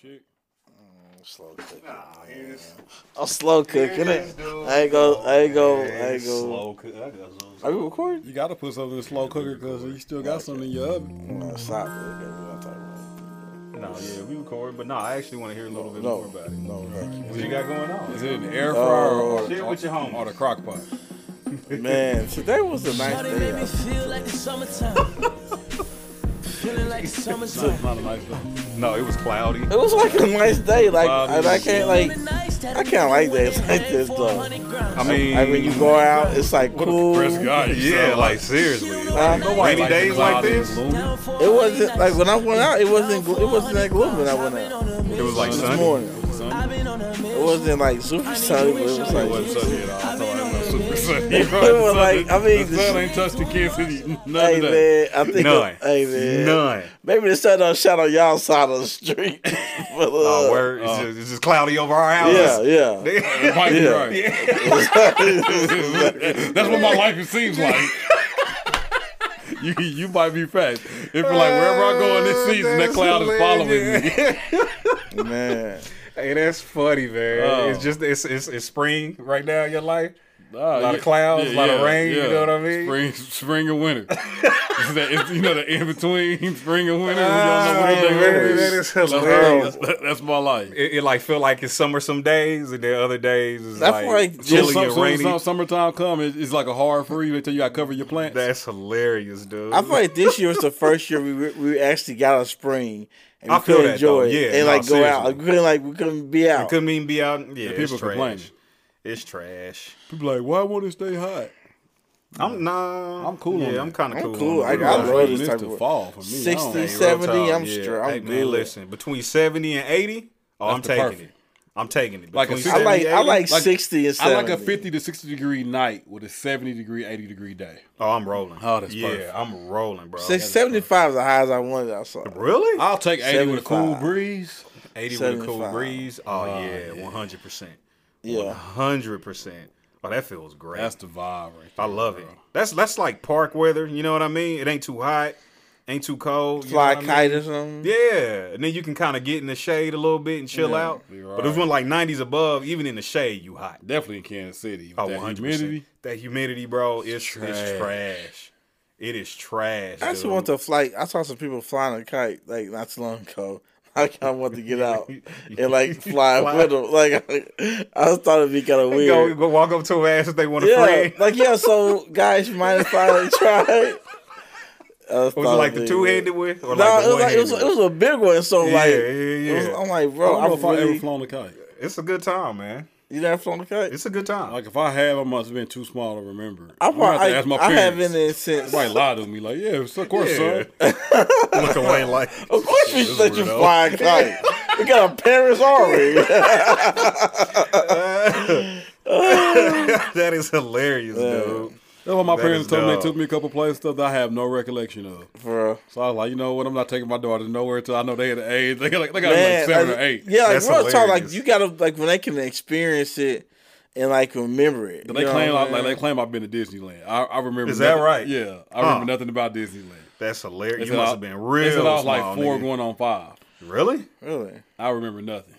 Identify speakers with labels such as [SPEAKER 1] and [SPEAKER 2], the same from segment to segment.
[SPEAKER 1] Chick.
[SPEAKER 2] Slow cooking.
[SPEAKER 3] here's-
[SPEAKER 2] I'm slow cooking it. I ain't go. I ain't go. I ain't go.
[SPEAKER 3] Slow cook. I got
[SPEAKER 2] Are we
[SPEAKER 3] some.
[SPEAKER 2] recording?
[SPEAKER 1] You gotta put something in the slow cooker because you still got something in your oven.
[SPEAKER 2] No, stop. Okay, we're not talking about
[SPEAKER 3] No, yeah, we record, but no, I actually want to hear a little
[SPEAKER 2] it.
[SPEAKER 3] bit more
[SPEAKER 2] No,
[SPEAKER 3] about it.
[SPEAKER 2] no, thank
[SPEAKER 3] What you got going
[SPEAKER 1] Is
[SPEAKER 3] on? Oh,
[SPEAKER 1] it in the air fryer or,
[SPEAKER 3] Share with your homies.
[SPEAKER 1] or the crock pot?
[SPEAKER 2] you. Man, today was a nice
[SPEAKER 4] Shawty made me
[SPEAKER 2] day.
[SPEAKER 4] feel like the summertime. Feeling like the summertime.
[SPEAKER 3] Not a nice day. No, it was cloudy.
[SPEAKER 2] It was like a nice day. Like,
[SPEAKER 3] Bobby.
[SPEAKER 2] and I can't like.
[SPEAKER 4] I
[SPEAKER 2] I can't like days like this, though.
[SPEAKER 3] I mean,
[SPEAKER 2] Like when you go out, it's like cool.
[SPEAKER 1] God,
[SPEAKER 3] yeah, like seriously.
[SPEAKER 2] Huh?
[SPEAKER 3] Rainy days like this?
[SPEAKER 2] It wasn't like when I went out. It wasn't. glo- It wasn't that gloomy when I went out
[SPEAKER 3] It was like
[SPEAKER 2] this
[SPEAKER 3] sunny.
[SPEAKER 2] morning.
[SPEAKER 4] I've been on a
[SPEAKER 2] It wasn't like super sunny, but it was
[SPEAKER 4] It
[SPEAKER 2] like.
[SPEAKER 4] wasn't
[SPEAKER 3] sunny at all. I thought it was super sunny.
[SPEAKER 2] It was like I mean, the-
[SPEAKER 1] ain't touched the kids in
[SPEAKER 2] hey man, I think
[SPEAKER 3] None.
[SPEAKER 2] hey man,
[SPEAKER 3] None.
[SPEAKER 2] Maybe the sun don't shine on y'all side of the street. but, uh,
[SPEAKER 3] Oh, word. It's, just, it's just cloudy over our house.
[SPEAKER 2] Yeah, yeah.
[SPEAKER 1] It might be
[SPEAKER 2] Yeah.
[SPEAKER 1] right. That's what my life seems like. you you might be fat. If you're like wherever I go in this season, that cloud is following me.
[SPEAKER 2] Man,
[SPEAKER 3] Hey, that's funny, man.
[SPEAKER 1] Oh.
[SPEAKER 3] It's just it's, it's it's spring right now in your life.
[SPEAKER 1] a
[SPEAKER 3] lot of clouds, a lot of rain, you know what I mean?
[SPEAKER 1] Spring, spring and winter. it's that, it's, you know, the in between spring and winter. we
[SPEAKER 3] Ah,
[SPEAKER 1] don't know what
[SPEAKER 3] man,
[SPEAKER 1] the day
[SPEAKER 3] that
[SPEAKER 1] is.
[SPEAKER 3] is
[SPEAKER 1] That's my-
[SPEAKER 3] hilarious.
[SPEAKER 1] That's, that's my life.
[SPEAKER 3] It, it like feel like it's summer some days, and then other days it's
[SPEAKER 2] That's
[SPEAKER 3] like,
[SPEAKER 2] like-
[SPEAKER 3] chilly
[SPEAKER 1] Soon-
[SPEAKER 3] and
[SPEAKER 1] soon-
[SPEAKER 3] rainy.
[SPEAKER 1] soon- summertime come, it- it's like a hard freeze until you got to cover your plants.
[SPEAKER 3] That's hilarious, dude.
[SPEAKER 2] I feel like this year was the first year we we actually got a spring and we
[SPEAKER 3] I feel
[SPEAKER 2] could
[SPEAKER 3] that,
[SPEAKER 2] enjoy
[SPEAKER 3] though.
[SPEAKER 2] it
[SPEAKER 3] Yeah,
[SPEAKER 2] and
[SPEAKER 3] no,
[SPEAKER 2] like go out.
[SPEAKER 3] seriously.
[SPEAKER 2] Like, we couldn't like we couldn't be out.
[SPEAKER 3] couldn't even be out. Yeah,
[SPEAKER 1] people
[SPEAKER 3] it's trash.
[SPEAKER 1] complaining.
[SPEAKER 3] It's trash.
[SPEAKER 1] People like, why won't it stay hot?
[SPEAKER 3] I'm nah.
[SPEAKER 1] I'm cool on
[SPEAKER 3] Yeah,
[SPEAKER 1] that.
[SPEAKER 3] I'm kind of
[SPEAKER 2] I'm
[SPEAKER 3] cool.
[SPEAKER 2] cool.
[SPEAKER 3] on
[SPEAKER 2] I
[SPEAKER 3] that.
[SPEAKER 2] got
[SPEAKER 3] Yeah.
[SPEAKER 2] love this
[SPEAKER 1] It's
[SPEAKER 2] type
[SPEAKER 1] the
[SPEAKER 2] of-
[SPEAKER 1] fall for me. I don't-
[SPEAKER 2] 60,
[SPEAKER 3] Hey, real
[SPEAKER 2] 70,
[SPEAKER 3] talk,
[SPEAKER 2] I'm straight. I'm
[SPEAKER 3] hey,
[SPEAKER 2] good.
[SPEAKER 3] man, listen, between seventy and eighty, oh,
[SPEAKER 1] That's
[SPEAKER 3] I'm
[SPEAKER 1] the
[SPEAKER 3] taking
[SPEAKER 1] perfect.
[SPEAKER 3] it. I'm taking it.
[SPEAKER 1] Like a
[SPEAKER 3] Between
[SPEAKER 1] six-
[SPEAKER 2] I like I
[SPEAKER 3] 70,
[SPEAKER 2] like,
[SPEAKER 1] Like-
[SPEAKER 2] sixty and
[SPEAKER 1] I
[SPEAKER 2] seventy.
[SPEAKER 1] like a 50 to 60 degree night with a 70 degree, 80 degree day.
[SPEAKER 3] Oh, I'm rolling.
[SPEAKER 1] Oh, that's
[SPEAKER 3] yeah,
[SPEAKER 1] perfect.
[SPEAKER 3] I'm rolling, bro.
[SPEAKER 2] Six, 75 is the highest I wanted outside.
[SPEAKER 3] Really?
[SPEAKER 1] I'll take 80 with a cool
[SPEAKER 2] 75.
[SPEAKER 1] breeze.
[SPEAKER 3] 80 with a cool
[SPEAKER 2] 75.
[SPEAKER 3] breeze. Oh, yeah, 100%.
[SPEAKER 2] Yeah.
[SPEAKER 3] 100%. Oh, that feels great.
[SPEAKER 1] That's the vibe right
[SPEAKER 3] I
[SPEAKER 1] there.
[SPEAKER 3] love it. That's that's like park weather, you know what I mean? It ain't too hot, ain't too cold. you
[SPEAKER 2] Fly
[SPEAKER 3] know
[SPEAKER 2] a
[SPEAKER 3] what I mean?
[SPEAKER 2] kite or something.
[SPEAKER 3] Yeah, and then you can kind of get in the shade a little bit and chill out.
[SPEAKER 1] be
[SPEAKER 3] But if
[SPEAKER 1] right.
[SPEAKER 3] it's like 90s above, even in the shade, you hot.
[SPEAKER 1] Definitely in Kansas City. With
[SPEAKER 3] Oh,
[SPEAKER 1] that
[SPEAKER 3] 100%.
[SPEAKER 1] humidity.
[SPEAKER 3] That humidity, bro, it's,
[SPEAKER 1] trash.
[SPEAKER 3] it's trash. It is trash.
[SPEAKER 2] I just
[SPEAKER 3] dude.
[SPEAKER 2] want to fly. I saw some people flying a kite like not too long ago. Like I want to get out and like fly,
[SPEAKER 3] Fly.
[SPEAKER 2] with them. Like I, just thought it'd be kind of weird.
[SPEAKER 3] go, go walk up to a ass if they want to
[SPEAKER 2] yeah,
[SPEAKER 3] friend.
[SPEAKER 2] like yeah. So guys, mind if I like, try? it? I just
[SPEAKER 3] Was it
[SPEAKER 2] thought
[SPEAKER 3] like the
[SPEAKER 2] it'd be
[SPEAKER 3] two
[SPEAKER 2] weird.
[SPEAKER 3] handed one? Or
[SPEAKER 2] No,
[SPEAKER 3] like
[SPEAKER 2] it
[SPEAKER 3] the
[SPEAKER 2] was like it was,
[SPEAKER 3] one-handed
[SPEAKER 2] it was a big one. So
[SPEAKER 3] Yeah,
[SPEAKER 2] like,
[SPEAKER 3] yeah,
[SPEAKER 2] it was-
[SPEAKER 3] yeah.
[SPEAKER 2] I'm like,
[SPEAKER 1] I
[SPEAKER 2] bro,
[SPEAKER 1] don't know if
[SPEAKER 2] I'm
[SPEAKER 1] I ever
[SPEAKER 2] really,
[SPEAKER 1] flown a kite.
[SPEAKER 3] It's a good time, man.
[SPEAKER 2] you never flown a kite.
[SPEAKER 3] It's a good time.
[SPEAKER 1] Like if I have, I must have been too small to remember.
[SPEAKER 2] I
[SPEAKER 1] I'm gonna have
[SPEAKER 2] probably
[SPEAKER 1] to ask my
[SPEAKER 2] I, I
[SPEAKER 1] parents.
[SPEAKER 2] haven't in since.
[SPEAKER 1] Somebody lied to me. Like, yeah, of course,
[SPEAKER 3] Yeah.
[SPEAKER 1] son.
[SPEAKER 3] Look away like
[SPEAKER 2] Of course, we should let you
[SPEAKER 3] weirdo.
[SPEAKER 2] fly a kite. we got a Paris already.
[SPEAKER 3] that is hilarious, dude.
[SPEAKER 1] That's why my
[SPEAKER 3] That
[SPEAKER 1] parents
[SPEAKER 3] is
[SPEAKER 1] told me they
[SPEAKER 3] dumb.
[SPEAKER 1] took me a couple places stuff that I have no recollection of.
[SPEAKER 2] Bro.
[SPEAKER 1] So I was like, you know what? I'm not taking my daughter nowhere till I know they had an age. They got like, they got
[SPEAKER 2] Man,
[SPEAKER 1] like seven
[SPEAKER 2] like,
[SPEAKER 1] or eight.
[SPEAKER 2] Yeah, like
[SPEAKER 3] That's
[SPEAKER 2] real talk, like
[SPEAKER 3] hilarious.
[SPEAKER 2] you gotta like when they can experience it and like remember it. you
[SPEAKER 1] But they
[SPEAKER 2] know
[SPEAKER 1] claim
[SPEAKER 2] what
[SPEAKER 1] like,
[SPEAKER 2] I'm
[SPEAKER 1] like they
[SPEAKER 2] saying?
[SPEAKER 1] claim I've been to Disneyland. I, I remember.
[SPEAKER 3] Is that
[SPEAKER 1] nothing-
[SPEAKER 3] right?
[SPEAKER 1] Yeah, I
[SPEAKER 3] Huh.
[SPEAKER 1] remember nothing about Disneyland.
[SPEAKER 3] That's
[SPEAKER 1] They
[SPEAKER 3] hilarious. You
[SPEAKER 1] said
[SPEAKER 3] must
[SPEAKER 1] I-
[SPEAKER 3] have been real.
[SPEAKER 1] They said I was
[SPEAKER 3] small,
[SPEAKER 1] like four
[SPEAKER 3] nigga.
[SPEAKER 1] going on five.
[SPEAKER 3] Really?
[SPEAKER 2] really.
[SPEAKER 1] I remember nothing.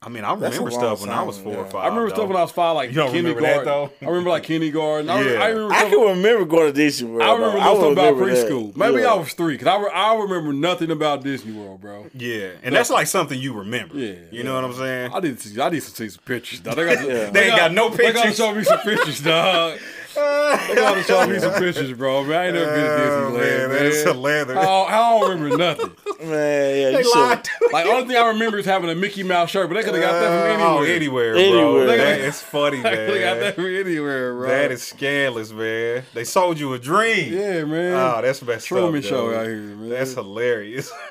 [SPEAKER 3] I mean, I
[SPEAKER 2] That's a
[SPEAKER 3] remember
[SPEAKER 2] long
[SPEAKER 3] stuff when I
[SPEAKER 2] time,
[SPEAKER 3] was four or
[SPEAKER 2] yeah.
[SPEAKER 3] five.
[SPEAKER 1] I remember stuff when I was five, like
[SPEAKER 3] You don't remember that,
[SPEAKER 1] kindergarten.
[SPEAKER 3] though?
[SPEAKER 1] I remember like kindergarten. I, re-
[SPEAKER 3] Yeah.
[SPEAKER 1] I remember.
[SPEAKER 2] I
[SPEAKER 1] stuff-
[SPEAKER 2] can remember going to Disney World.
[SPEAKER 1] I remember
[SPEAKER 2] though.
[SPEAKER 1] no stuff
[SPEAKER 2] would
[SPEAKER 1] about
[SPEAKER 2] remember that.
[SPEAKER 1] preschool. Maybe
[SPEAKER 2] Yeah.
[SPEAKER 1] I was three because I, re- I remember nothing about Disney World, bro.
[SPEAKER 3] Yeah, and that's like something you remember.
[SPEAKER 1] Yeah,
[SPEAKER 3] you know what I'm saying?
[SPEAKER 1] I need to see, I need to see some pictures. Dog. They, got to,
[SPEAKER 2] Yeah.
[SPEAKER 3] They ain't got no
[SPEAKER 1] They gotta
[SPEAKER 3] pictures.
[SPEAKER 1] show me some pictures, dog. they gotta show me some pictures, bro. Man, I ain't never been to
[SPEAKER 3] Oh,
[SPEAKER 1] Disneyland, man. Oh,
[SPEAKER 3] man, that's hilarious.
[SPEAKER 1] I, don't- I don't remember nothing.
[SPEAKER 2] Man, yeah,
[SPEAKER 3] they
[SPEAKER 2] you
[SPEAKER 3] lied.
[SPEAKER 2] should.
[SPEAKER 1] Like only thing I remember is having a Mickey Mouse shirt, but they could have got that from
[SPEAKER 3] Oh,
[SPEAKER 1] anywhere.
[SPEAKER 3] anywhere, bro.
[SPEAKER 2] Anywhere.
[SPEAKER 3] That is funny,
[SPEAKER 1] They could have got that
[SPEAKER 3] man.
[SPEAKER 1] from anywhere, bro.
[SPEAKER 3] That is scandalous, man. They sold you a dream.
[SPEAKER 1] yeah, man.
[SPEAKER 3] Oh, that's messed
[SPEAKER 1] Truman
[SPEAKER 3] up. dude.
[SPEAKER 1] Show out here, man.
[SPEAKER 3] That's hilarious.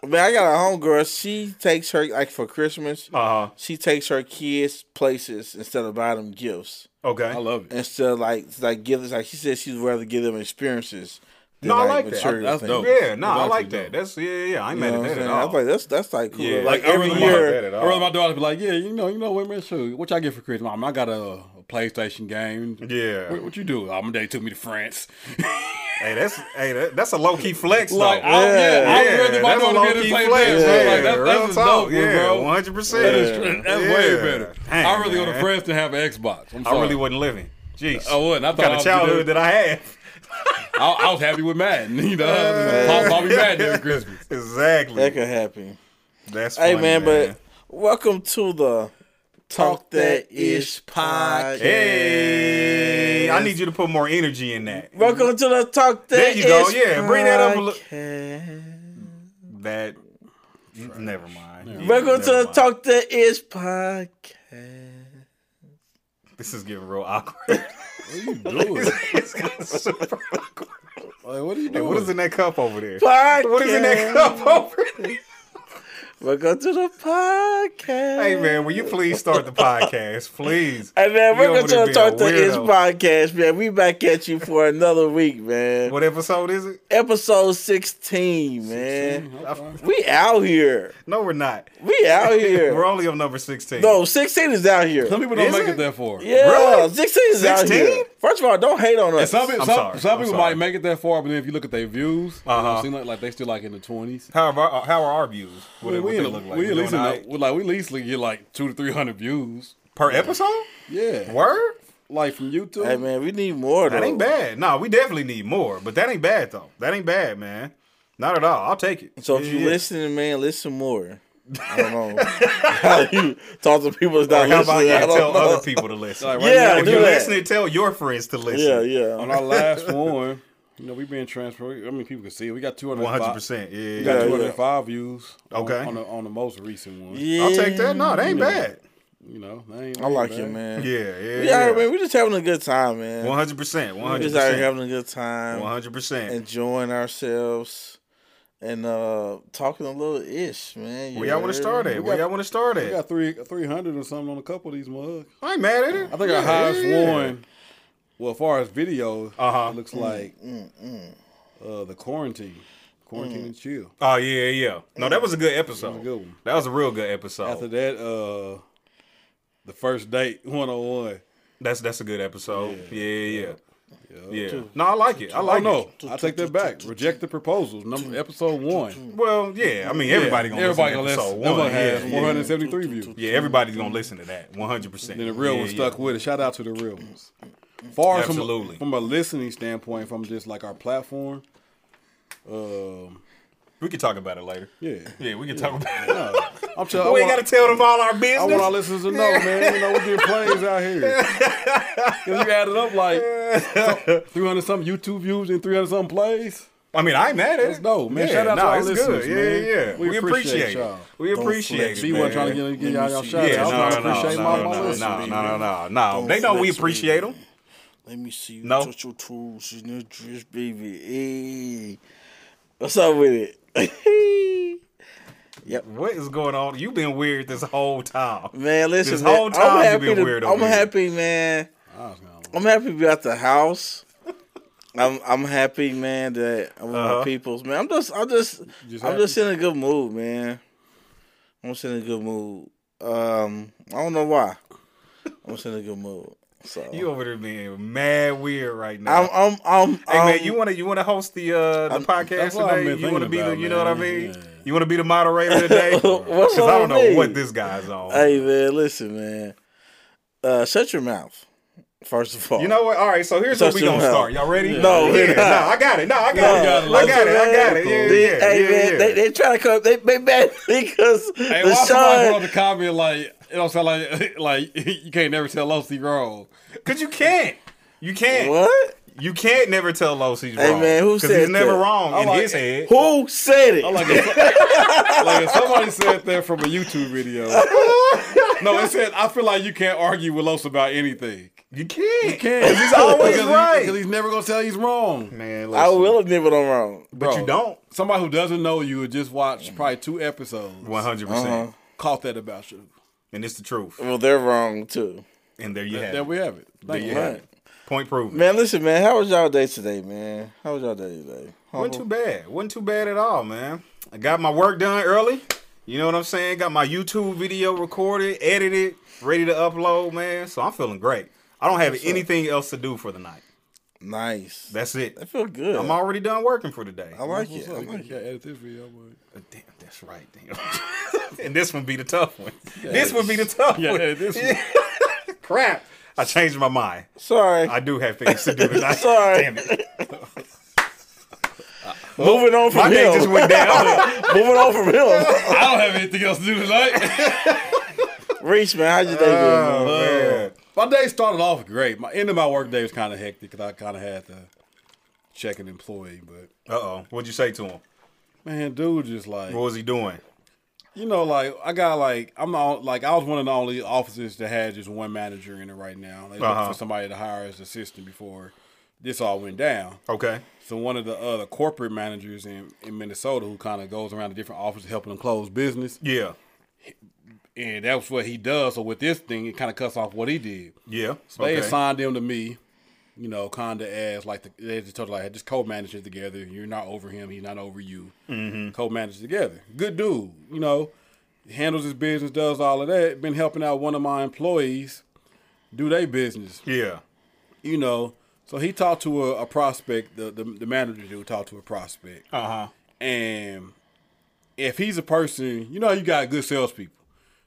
[SPEAKER 2] Man, I got a homegirl. She takes her like for Christmas.
[SPEAKER 3] Uh huh.
[SPEAKER 2] She takes her kids places instead of buying them gifts.
[SPEAKER 3] Okay.
[SPEAKER 1] I love it.
[SPEAKER 2] Instead of like like give us like she said she'd rather give them experiences. Than,
[SPEAKER 3] No, I like that.
[SPEAKER 2] material
[SPEAKER 1] That's
[SPEAKER 2] things.
[SPEAKER 1] dope.
[SPEAKER 3] Yeah, no,
[SPEAKER 1] It's
[SPEAKER 3] I like
[SPEAKER 1] actually
[SPEAKER 3] that. That's yeah, yeah. yeah. I ain't
[SPEAKER 2] You
[SPEAKER 3] mad
[SPEAKER 2] know
[SPEAKER 3] at
[SPEAKER 2] what I'm
[SPEAKER 3] that at
[SPEAKER 2] saying? I
[SPEAKER 3] all.
[SPEAKER 2] was like that's that's like cool.
[SPEAKER 3] Yeah,
[SPEAKER 2] like
[SPEAKER 3] I
[SPEAKER 2] every
[SPEAKER 3] remember
[SPEAKER 2] year,
[SPEAKER 3] that at all.
[SPEAKER 1] I remember my daughter be like, "Yeah, you know, you know what, man? Shoot, what y'all get for Christmas? Mom, I got a, a PlayStation game.
[SPEAKER 3] Yeah.
[SPEAKER 1] what, what you do? Oh, my dad took me to France.
[SPEAKER 3] Hey, that's hey, that, that's a low key flex. Though.
[SPEAKER 1] Like, I'm, yeah,
[SPEAKER 3] yeah,
[SPEAKER 1] I'm really my
[SPEAKER 3] that's a
[SPEAKER 1] daughter
[SPEAKER 3] low
[SPEAKER 1] to be in the
[SPEAKER 3] key
[SPEAKER 1] same
[SPEAKER 3] flex.
[SPEAKER 1] band,
[SPEAKER 3] Yeah,
[SPEAKER 1] bro. Like, that,
[SPEAKER 3] real
[SPEAKER 1] that's a
[SPEAKER 3] talk.
[SPEAKER 1] dope,
[SPEAKER 3] yeah,
[SPEAKER 1] bro.
[SPEAKER 3] one hundred
[SPEAKER 1] That is
[SPEAKER 3] percent.
[SPEAKER 1] true. That's way
[SPEAKER 3] Yeah.
[SPEAKER 1] better.
[SPEAKER 3] Dang,
[SPEAKER 1] I really
[SPEAKER 3] man.
[SPEAKER 1] would have pressed to have an Xbox. I'm sorry.
[SPEAKER 3] I really wasn't living. Jeez,
[SPEAKER 1] I wouldn't. I
[SPEAKER 3] What kind of
[SPEAKER 1] thought I was
[SPEAKER 3] childhood that I had.
[SPEAKER 1] I, I was happy with Madden. You know, Pop- Bobby Madden every Christmas.
[SPEAKER 3] Exactly.
[SPEAKER 2] That could happen.
[SPEAKER 3] That's
[SPEAKER 2] Hey
[SPEAKER 3] funny,
[SPEAKER 2] man, but welcome to the Talk That Ish podcast.
[SPEAKER 3] hey, I need you to put more energy in that.
[SPEAKER 2] Welcome to the Talk That
[SPEAKER 3] There you go.
[SPEAKER 2] Ish
[SPEAKER 3] Yeah, bring that up a little-
[SPEAKER 2] podcast.
[SPEAKER 3] That. Never mind. Yeah, never
[SPEAKER 2] Welcome to the
[SPEAKER 3] mind.
[SPEAKER 2] Talk That Ish podcast.
[SPEAKER 3] This is getting real awkward.
[SPEAKER 1] What are you doing?
[SPEAKER 3] It's getting super awkward.
[SPEAKER 1] Like, what are you
[SPEAKER 3] Hey,
[SPEAKER 1] doing?
[SPEAKER 3] what is in that cup over there?
[SPEAKER 2] Podcast.
[SPEAKER 3] What is in that cup over there?
[SPEAKER 2] Welcome to the podcast.
[SPEAKER 3] Hey man, will you please start the podcast, please?
[SPEAKER 2] Hey man,
[SPEAKER 3] You
[SPEAKER 2] welcome
[SPEAKER 3] over
[SPEAKER 2] to
[SPEAKER 3] there
[SPEAKER 2] the Talk That
[SPEAKER 3] being a
[SPEAKER 2] Ish
[SPEAKER 3] weirdo.
[SPEAKER 2] podcast, man. We back at you for another week, man.
[SPEAKER 3] What episode is it?
[SPEAKER 2] Episode 16, man. We out here.
[SPEAKER 3] No, we're not.
[SPEAKER 2] We out here.
[SPEAKER 3] We're only on number sixteen.
[SPEAKER 2] No, 16 is out here.
[SPEAKER 1] Some people don't
[SPEAKER 3] Is it?
[SPEAKER 1] make it that far.
[SPEAKER 2] Yeah,
[SPEAKER 3] Really?
[SPEAKER 2] 16 is out
[SPEAKER 3] 16?
[SPEAKER 2] here. First of all, don't hate on
[SPEAKER 1] And
[SPEAKER 2] us.
[SPEAKER 1] some, people-
[SPEAKER 3] I'm
[SPEAKER 1] some,
[SPEAKER 3] sorry.
[SPEAKER 1] some
[SPEAKER 3] I'm
[SPEAKER 1] people
[SPEAKER 3] sorry.
[SPEAKER 1] might make it that far, but then if you look at their views, you know,
[SPEAKER 3] Uh-huh.
[SPEAKER 1] it seems like, like they still like in the twenties.
[SPEAKER 3] How are our, how are our views? What,
[SPEAKER 1] We,
[SPEAKER 3] what
[SPEAKER 1] in
[SPEAKER 3] they
[SPEAKER 1] the-
[SPEAKER 3] look like?
[SPEAKER 1] we at
[SPEAKER 3] doing
[SPEAKER 1] least in
[SPEAKER 3] all
[SPEAKER 1] the-
[SPEAKER 3] right?
[SPEAKER 1] we like we at least get like two to three hundred views.
[SPEAKER 3] per episode.
[SPEAKER 1] Yeah,
[SPEAKER 3] Word?
[SPEAKER 1] like from YouTube.
[SPEAKER 2] hey, man, we need more, though.
[SPEAKER 3] That ain't bad. No, we definitely need more, but that ain't bad though. That ain't bad, man. Not at all. I'll take it.
[SPEAKER 2] So if you
[SPEAKER 3] Yeah.
[SPEAKER 2] listening, man, listen more. I don't know. how you talk to people that's
[SPEAKER 3] Or
[SPEAKER 2] not
[SPEAKER 3] how about
[SPEAKER 2] listening.
[SPEAKER 3] you
[SPEAKER 2] I don't
[SPEAKER 3] tell
[SPEAKER 2] know.
[SPEAKER 3] other people to listen?
[SPEAKER 1] Like,
[SPEAKER 2] Yeah,
[SPEAKER 1] now,
[SPEAKER 3] if
[SPEAKER 2] do
[SPEAKER 3] you're
[SPEAKER 2] that.
[SPEAKER 3] listening, tell your friends to listen.
[SPEAKER 2] Yeah, yeah.
[SPEAKER 1] on our last one, you know, we've been transferred. I mean, people can see it. We got two hundred
[SPEAKER 3] One hundred percent.
[SPEAKER 1] We
[SPEAKER 3] Yeah.
[SPEAKER 1] got
[SPEAKER 2] Yeah,
[SPEAKER 1] two hundred five views. on-
[SPEAKER 3] Okay.
[SPEAKER 1] on the, on the most recent one.
[SPEAKER 2] yeah.
[SPEAKER 3] I'll take that. No, that ain't bad.
[SPEAKER 1] You know, that ain't,
[SPEAKER 2] I like
[SPEAKER 1] bad.
[SPEAKER 2] it, man. Yeah,
[SPEAKER 3] Yeah, yeah.
[SPEAKER 2] yeah, man, we just having a good time, man.
[SPEAKER 3] One hundred percent. One
[SPEAKER 2] We
[SPEAKER 3] hundred
[SPEAKER 2] just out here
[SPEAKER 3] percent.
[SPEAKER 2] having a good time,
[SPEAKER 3] One hundred percent.
[SPEAKER 2] enjoying ourselves, and uh talking a little ish, man. You
[SPEAKER 3] Where y'all want
[SPEAKER 2] heard?
[SPEAKER 3] to start at?
[SPEAKER 1] We
[SPEAKER 3] Where
[SPEAKER 1] got-
[SPEAKER 3] y'all want to start
[SPEAKER 1] We
[SPEAKER 3] at?
[SPEAKER 1] got three three hundred or something on a couple of these mugs.
[SPEAKER 3] I ain't mad at it.
[SPEAKER 1] I think our highest one, well, as far as video,
[SPEAKER 3] Uh-huh. mm,
[SPEAKER 1] it looks like Uh, the quarantine, quarantine and chill.
[SPEAKER 3] Oh yeah, yeah. No, that was a good episode. That was a,
[SPEAKER 1] good one.
[SPEAKER 3] real good episode.
[SPEAKER 1] After that, uh, the first date one on one.
[SPEAKER 3] that's that's a good episode. Yeah, yeah, yeah.
[SPEAKER 1] Yeah.
[SPEAKER 3] No, I like it. I
[SPEAKER 1] Oh
[SPEAKER 3] like
[SPEAKER 1] no,
[SPEAKER 3] it.
[SPEAKER 1] I take that back. Reject the proposal. Number episode one.
[SPEAKER 3] Well, yeah. I mean, everybody gonna
[SPEAKER 1] Everybody
[SPEAKER 3] listen to episode
[SPEAKER 1] gonna listen. That
[SPEAKER 3] one.
[SPEAKER 1] one has
[SPEAKER 3] yeah,
[SPEAKER 1] one
[SPEAKER 3] yeah.
[SPEAKER 1] hundred seventy three views.
[SPEAKER 3] Yeah, everybody's gonna listen to that. One hundred percent.
[SPEAKER 1] Then the real
[SPEAKER 3] yeah,
[SPEAKER 1] one
[SPEAKER 3] yeah.
[SPEAKER 1] stuck with it. Shout out to the real ones. Far as from-
[SPEAKER 3] Absolutely.
[SPEAKER 1] from a listening standpoint, from just like our platform. Um,
[SPEAKER 3] We can talk about it later.
[SPEAKER 1] yeah.
[SPEAKER 3] Yeah, we can talk about it.
[SPEAKER 1] I'm telling.
[SPEAKER 3] We ain't gotta tell them all our business.
[SPEAKER 1] I want our listeners to know, man. You know, we get plays out here. Cause you add it up like three hundred something YouTube views and three hundred something plays.
[SPEAKER 3] I mean, I ain't mad at
[SPEAKER 1] That's
[SPEAKER 3] it.
[SPEAKER 1] dope, man.
[SPEAKER 3] Yeah,
[SPEAKER 1] Shout out to
[SPEAKER 3] nah,
[SPEAKER 1] our
[SPEAKER 3] it's
[SPEAKER 1] listeners,
[SPEAKER 3] good.
[SPEAKER 1] man.
[SPEAKER 3] Yeah, yeah, yeah.
[SPEAKER 1] We
[SPEAKER 3] We, appreciate,
[SPEAKER 1] appreciate
[SPEAKER 3] y'all.
[SPEAKER 1] y'all.
[SPEAKER 3] We appreciate
[SPEAKER 2] flex.
[SPEAKER 3] it.
[SPEAKER 1] See, you
[SPEAKER 3] man.
[SPEAKER 1] wasn't trying to get, get y'all y'all
[SPEAKER 2] Yeah,
[SPEAKER 1] shout
[SPEAKER 3] yeah,
[SPEAKER 1] out.
[SPEAKER 3] no,
[SPEAKER 1] I'm trying to
[SPEAKER 3] no,
[SPEAKER 1] appreciate
[SPEAKER 3] no, no,
[SPEAKER 1] my, my
[SPEAKER 3] no,
[SPEAKER 1] listeners.
[SPEAKER 3] No, no, no, no, no. They know we appreciate them.
[SPEAKER 2] Let me see you
[SPEAKER 3] No.
[SPEAKER 2] touch your tools in the dress, baby. Hey. What's up with it?
[SPEAKER 3] What is going on? You've been weird this whole time.
[SPEAKER 2] man, listen,
[SPEAKER 3] This
[SPEAKER 2] man,
[SPEAKER 3] whole time
[SPEAKER 2] I'm
[SPEAKER 3] you
[SPEAKER 2] happy.
[SPEAKER 3] been
[SPEAKER 2] to,
[SPEAKER 3] weird over
[SPEAKER 2] I'm
[SPEAKER 3] here.
[SPEAKER 2] happy, man.
[SPEAKER 1] I was gonna-
[SPEAKER 2] I'm happy to be at the house. I'm I'm happy, man, that I'm with my
[SPEAKER 3] Uh-huh.
[SPEAKER 2] peoples, man. I'm just I'm just,
[SPEAKER 1] just
[SPEAKER 2] I'm
[SPEAKER 1] happy?
[SPEAKER 2] just in a good mood, man. I'm just in a good mood. Um, I don't know why. I'm just in a good mood. So
[SPEAKER 3] You over there being mad weird right now.
[SPEAKER 2] I'm I'm I'm.
[SPEAKER 3] hey
[SPEAKER 2] I'm
[SPEAKER 3] man, you wanna you wanna host the uh the podcast
[SPEAKER 1] that's what I've
[SPEAKER 3] today?
[SPEAKER 1] been
[SPEAKER 3] You wanna
[SPEAKER 1] thinking
[SPEAKER 3] be the
[SPEAKER 1] about,
[SPEAKER 3] you know what I
[SPEAKER 1] man.
[SPEAKER 3] mean?
[SPEAKER 1] Yeah.
[SPEAKER 3] You wanna be the moderator today?
[SPEAKER 2] What's
[SPEAKER 3] Because I
[SPEAKER 2] wrong
[SPEAKER 3] don't
[SPEAKER 2] with
[SPEAKER 3] know
[SPEAKER 2] me?
[SPEAKER 3] what this guy's on.
[SPEAKER 2] Hey man, listen, man. Uh, shut your mouth. First of all,
[SPEAKER 3] You know what? All right, so here's what we
[SPEAKER 2] Touch
[SPEAKER 3] gonna
[SPEAKER 2] the hell.
[SPEAKER 3] start. Y'all ready?
[SPEAKER 2] No, we're
[SPEAKER 3] yeah,
[SPEAKER 2] not.
[SPEAKER 3] nah, I got it. No, I got it.
[SPEAKER 1] No,
[SPEAKER 3] I got it. I got it.
[SPEAKER 2] Listen,
[SPEAKER 3] Yeah,
[SPEAKER 2] man.
[SPEAKER 3] yeah,
[SPEAKER 2] Hey
[SPEAKER 3] yeah,
[SPEAKER 2] man,
[SPEAKER 3] yeah.
[SPEAKER 2] They, they trying to come. They they mad because
[SPEAKER 1] Hey,
[SPEAKER 2] the
[SPEAKER 1] why somebody
[SPEAKER 2] Sean.
[SPEAKER 1] put on the comment like it don't sound like like you can't never tell Losi wrong.
[SPEAKER 3] Cause you can't. You can't.
[SPEAKER 2] What?
[SPEAKER 3] You can't never tell Los he's
[SPEAKER 2] Hey,
[SPEAKER 3] wrong.
[SPEAKER 2] man, who
[SPEAKER 3] 'Cause
[SPEAKER 2] said
[SPEAKER 3] he's never
[SPEAKER 2] that?
[SPEAKER 3] wrong
[SPEAKER 1] I
[SPEAKER 3] in
[SPEAKER 1] like-
[SPEAKER 3] his head.
[SPEAKER 2] Who said it?
[SPEAKER 1] I'm like, if, like if somebody said that from a YouTube video. No, it said I feel like you can't argue with Los about anything.
[SPEAKER 3] You can't. You
[SPEAKER 1] can.
[SPEAKER 3] He's always
[SPEAKER 1] Because he-
[SPEAKER 3] right.
[SPEAKER 1] because he's never gonna tell he's wrong.
[SPEAKER 3] man,
[SPEAKER 2] I
[SPEAKER 3] listen,
[SPEAKER 2] will admit what I'm wrong.
[SPEAKER 3] But you don't.
[SPEAKER 1] Somebody who doesn't know you would just watch probably two episodes.
[SPEAKER 3] One hundred
[SPEAKER 2] Uh-huh.
[SPEAKER 3] percent.
[SPEAKER 1] Caught that about you.
[SPEAKER 3] And it's the truth.
[SPEAKER 2] Well, they're wrong too.
[SPEAKER 3] And there you have
[SPEAKER 1] There
[SPEAKER 3] it.
[SPEAKER 1] we have it. Thank you.
[SPEAKER 3] Yeah.
[SPEAKER 2] Right.
[SPEAKER 3] Point proven.
[SPEAKER 2] Man, listen, man. How was y'all day today, man? How was y'all day today?
[SPEAKER 3] Wasn't too bad. Wasn't too bad at all, man. I got my work done early. You know what I'm saying? Got my YouTube video recorded, edited, ready to upload, man. So I'm feeling great. I don't have anything else to do for the night.
[SPEAKER 2] Nice.
[SPEAKER 3] That's it.
[SPEAKER 2] I feel good.
[SPEAKER 3] I'm already done working for the day.
[SPEAKER 2] I like it. I like
[SPEAKER 1] gotta
[SPEAKER 2] it.
[SPEAKER 1] edit this video. man.
[SPEAKER 3] Uh, Damn, that's right. Damn. and this one be the tough one. This would be the tough
[SPEAKER 1] Yeah,
[SPEAKER 3] one.
[SPEAKER 1] edit this one.
[SPEAKER 3] Crap. I changed my mind.
[SPEAKER 2] Sorry.
[SPEAKER 3] I do have things to do tonight.
[SPEAKER 2] Sorry.
[SPEAKER 3] Damn it.
[SPEAKER 2] Moving on
[SPEAKER 3] My
[SPEAKER 2] from
[SPEAKER 3] day just
[SPEAKER 2] him.
[SPEAKER 3] went down.
[SPEAKER 2] Moving on from him.
[SPEAKER 1] I don't have anything else to do tonight.
[SPEAKER 2] Reach, man. How's your day doing? Man?
[SPEAKER 1] Uh, my day started off great. My end of my work day was kind of hectic because I kind of had to check an employee. But
[SPEAKER 3] Uh oh. What'd you say to him?
[SPEAKER 1] man, dude, just like
[SPEAKER 3] What was he doing?
[SPEAKER 1] you know, like I got like I'm not like I was one of the only offices that had just one manager in it right now. They looking
[SPEAKER 3] Uh-huh.
[SPEAKER 1] for somebody to hire as assistant before this all went down.
[SPEAKER 3] Okay.
[SPEAKER 1] So one of the other corporate managers in, in Minnesota who kind of goes around to different offices helping them close business,
[SPEAKER 3] Yeah.
[SPEAKER 1] and that's what he does. So with this thing, it kind of cuts off what he did.
[SPEAKER 3] Yeah.
[SPEAKER 1] So they
[SPEAKER 3] okay.
[SPEAKER 1] assigned them to me, you know, kind of as like the, they just told like just co-manage it together. You're not over him, he's not over you. Co-manage it together. Good dude, you know, handles his business, does all of that. Been helping out one of my employees do their business,
[SPEAKER 3] Yeah.
[SPEAKER 1] you know. So he talked to a, a prospect. The, the the manager dude talked to a prospect,
[SPEAKER 3] Uh huh.
[SPEAKER 1] and if he's a person, you know, you got good salespeople.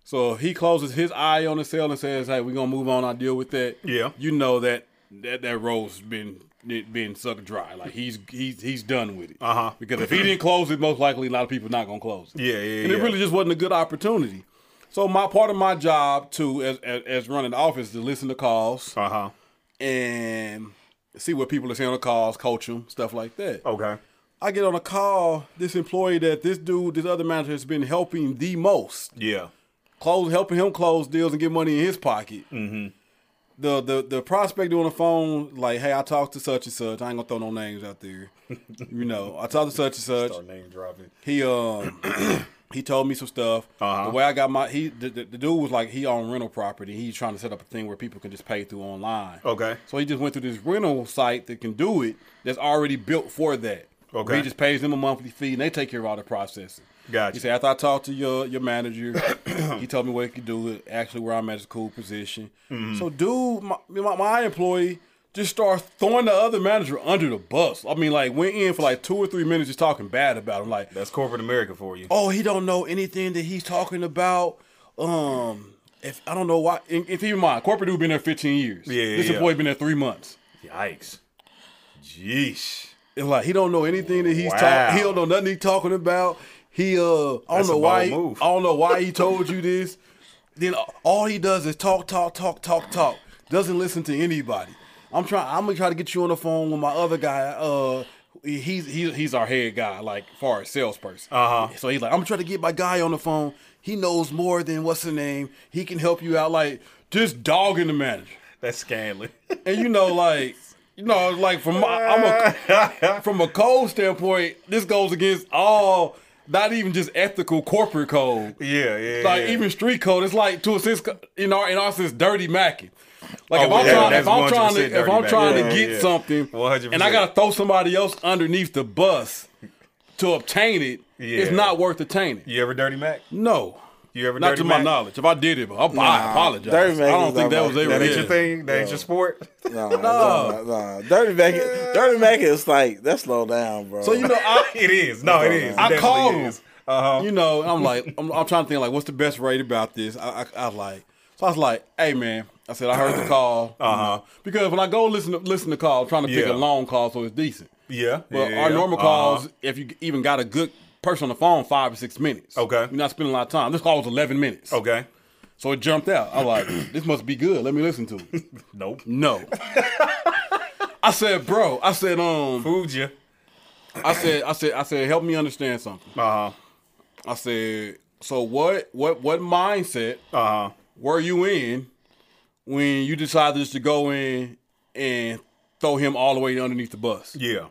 [SPEAKER 1] So if he closes his eye on the sale and says, "Hey, we're gonna move on. I deal with that."
[SPEAKER 3] Yeah.
[SPEAKER 1] you know that that that role's been it been sucked dry. Like he's he's he's done with it.
[SPEAKER 3] Uh-huh.
[SPEAKER 1] Because if he didn't close it, most likely a lot of people not gonna close it.
[SPEAKER 3] Yeah, yeah,
[SPEAKER 1] And it
[SPEAKER 3] yeah.
[SPEAKER 1] really just wasn't a good opportunity. So my part of my job too, as as, as running the office, is to listen to calls
[SPEAKER 3] Uh huh.
[SPEAKER 1] and see what people are saying on the calls, coach them, stuff like that.
[SPEAKER 3] Okay.
[SPEAKER 1] I get on a call, this employee that this dude, this other manager has been helping the most,
[SPEAKER 3] Yeah.
[SPEAKER 1] close, helping him close deals and get money in his pocket. Mm-hmm. The, the the prospect on the phone, like, hey, I talked to such and such. I ain't gonna throw no names out there. you know, I talked to such and such.
[SPEAKER 3] name dropping.
[SPEAKER 1] He um he told me some stuff.
[SPEAKER 3] Uh-huh.
[SPEAKER 1] The way I got my he the, the, the dude was like he owned rental property. He's trying to set up a thing where people can just pay through online.
[SPEAKER 3] Okay.
[SPEAKER 1] So he just went through this rental site that can do it that's already built for that.
[SPEAKER 3] Okay.
[SPEAKER 1] He just pays them a monthly fee and they take care of all the processing.
[SPEAKER 3] Gotcha.
[SPEAKER 1] He said, after I talked to your your manager, he told me what he could do. It Actually, where I'm at is a cool position.
[SPEAKER 3] Mm-hmm.
[SPEAKER 1] So, dude, my, my, my employee just starts throwing the other manager under the bus. I mean, like, went in for like two or three minutes just talking bad about him. Like,
[SPEAKER 3] That's corporate America for you.
[SPEAKER 1] oh, he don't know anything that he's talking about. Um, if I don't know why, and, and keep in mind, corporate dude been there 15 years.
[SPEAKER 3] Yeah, yeah,
[SPEAKER 1] This
[SPEAKER 3] yeah.
[SPEAKER 1] employee been there three months.
[SPEAKER 3] Yikes. Jeesh.
[SPEAKER 1] And like he don't know anything that he's
[SPEAKER 3] Wow.
[SPEAKER 1] talking. He don't know nothing he's talking about. He uh, I don't
[SPEAKER 3] That's a
[SPEAKER 1] know why.
[SPEAKER 3] bold
[SPEAKER 1] he-
[SPEAKER 3] move.
[SPEAKER 1] I don't know why he told you this. Then all he does is talk, talk, talk, talk, talk. Doesn't listen to anybody. I'm trying. I'm gonna try to get you on the phone with my other guy. Uh, he's he's he's our head guy, like far as salesperson.
[SPEAKER 3] Uh-huh.
[SPEAKER 1] So he's like, I'm trying to get my guy on the phone. He knows more than what's the name. He can help you out. Like just dogging the manager.
[SPEAKER 3] That's scandalous.
[SPEAKER 1] And you know, like you know, like from my, I'm a from a code standpoint, this goes against all, not even just ethical corporate code,
[SPEAKER 3] yeah, yeah.
[SPEAKER 1] like
[SPEAKER 3] yeah.
[SPEAKER 1] even street code. It's like to assist in our in our sense, dirty macking. Like if
[SPEAKER 3] Oh,
[SPEAKER 1] I'm
[SPEAKER 3] yeah,
[SPEAKER 1] trying,
[SPEAKER 3] that's
[SPEAKER 1] if I'm
[SPEAKER 3] 100%
[SPEAKER 1] trying to, if
[SPEAKER 3] dirty
[SPEAKER 1] I'm
[SPEAKER 3] macking.
[SPEAKER 1] trying
[SPEAKER 3] Yeah,
[SPEAKER 1] to get
[SPEAKER 3] yeah.
[SPEAKER 1] something,
[SPEAKER 3] 100%.
[SPEAKER 1] and I gotta throw somebody else underneath the bus to obtain it, it's
[SPEAKER 3] Yeah.
[SPEAKER 1] not worth obtaining.
[SPEAKER 3] You ever dirty Mac?
[SPEAKER 1] No.
[SPEAKER 3] You ever
[SPEAKER 1] Not
[SPEAKER 3] dirty
[SPEAKER 1] to my
[SPEAKER 3] Mac?
[SPEAKER 1] knowledge. If I did it, I, I apologize.
[SPEAKER 2] Dirty
[SPEAKER 1] I
[SPEAKER 2] Mac
[SPEAKER 1] don't
[SPEAKER 2] is
[SPEAKER 1] think
[SPEAKER 2] not
[SPEAKER 1] that
[SPEAKER 2] my-
[SPEAKER 1] was
[SPEAKER 2] that
[SPEAKER 1] ever.
[SPEAKER 3] That ain't
[SPEAKER 1] yeah.
[SPEAKER 3] your thing. That ain't your sport.
[SPEAKER 2] No, no, no, no. Dirty Mac, Dirty Mac is like that. Slow down, bro.
[SPEAKER 1] So you know, I,
[SPEAKER 3] it is. No, it is. It
[SPEAKER 1] I
[SPEAKER 3] definitely
[SPEAKER 1] called him.
[SPEAKER 3] is. Uh huh.
[SPEAKER 1] you know, I'm like, I'm, I'm trying to think like, what's the best rate about this? I, I, I was like, so I was like, hey man, I said I heard the call, uh
[SPEAKER 3] Uh-huh.
[SPEAKER 1] because when I go listen to listen to call, I'm trying to pick
[SPEAKER 3] Yeah.
[SPEAKER 1] a long call so it's decent.
[SPEAKER 3] Yeah.
[SPEAKER 1] But
[SPEAKER 3] yeah,
[SPEAKER 1] our
[SPEAKER 3] yeah.
[SPEAKER 1] normal
[SPEAKER 3] Uh-huh.
[SPEAKER 1] calls, if you even got a good person on the phone, five or six minutes.
[SPEAKER 3] Okay.
[SPEAKER 1] you're not spending a lot of time. This call was 11 minutes.
[SPEAKER 3] Okay.
[SPEAKER 1] so it jumped out. I'm like, this must be good. Let me listen to it.
[SPEAKER 3] Nope.
[SPEAKER 1] No. I said, bro. I said, um,
[SPEAKER 3] Fooled you.
[SPEAKER 1] I said, I said, I said, help me understand something.
[SPEAKER 3] Uh huh.
[SPEAKER 1] I said, so what what what mindset
[SPEAKER 3] Uh huh.
[SPEAKER 1] were you in when you decided just to go in and throw him all the way underneath the bus?
[SPEAKER 3] Yeah.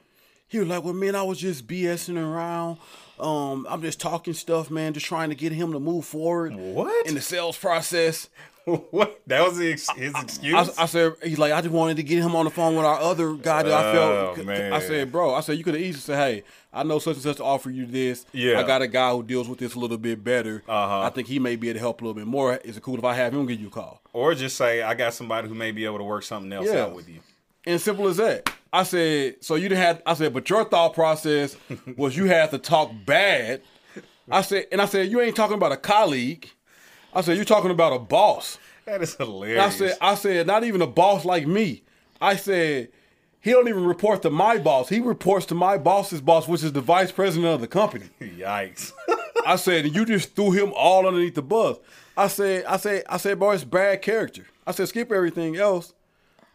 [SPEAKER 1] He was like, Well man, I was just BSing around. Um, I'm just talking stuff, man, just trying to get him to move forward
[SPEAKER 3] What?
[SPEAKER 1] in the sales process.
[SPEAKER 3] what? That was the ex- his excuse.
[SPEAKER 1] I, I said, he's like, I just wanted to get him on the phone with our other guy that I
[SPEAKER 3] Oh,
[SPEAKER 1] felt.
[SPEAKER 3] man.
[SPEAKER 1] I said, bro, I said you could have easily said, hey, I know such and such to offer you this.
[SPEAKER 3] Yeah.
[SPEAKER 1] I got a guy who deals with this a little bit better.
[SPEAKER 3] Uh-huh.
[SPEAKER 1] I think he may be able to help a little bit more. Is it cool if I have him give you a call?
[SPEAKER 3] or just say I got somebody who may be able to work something else
[SPEAKER 1] Yeah.
[SPEAKER 3] out with you.
[SPEAKER 1] And simple as that. I said, so you didn't have I said, but your thought process was you had to talk bad. I said, and I said, you ain't talking about a colleague. I said, you're talking about a boss.
[SPEAKER 3] That is
[SPEAKER 1] I
[SPEAKER 3] hilarious.
[SPEAKER 1] said, I said, not even a boss like me. I said, he don't even report to my boss. He reports to my boss's boss, which is the vice president of the company.
[SPEAKER 3] Yikes.
[SPEAKER 1] I said, you just threw him all underneath the bus. I said, I said, I said, boy, it's bad character. I said, skip everything else.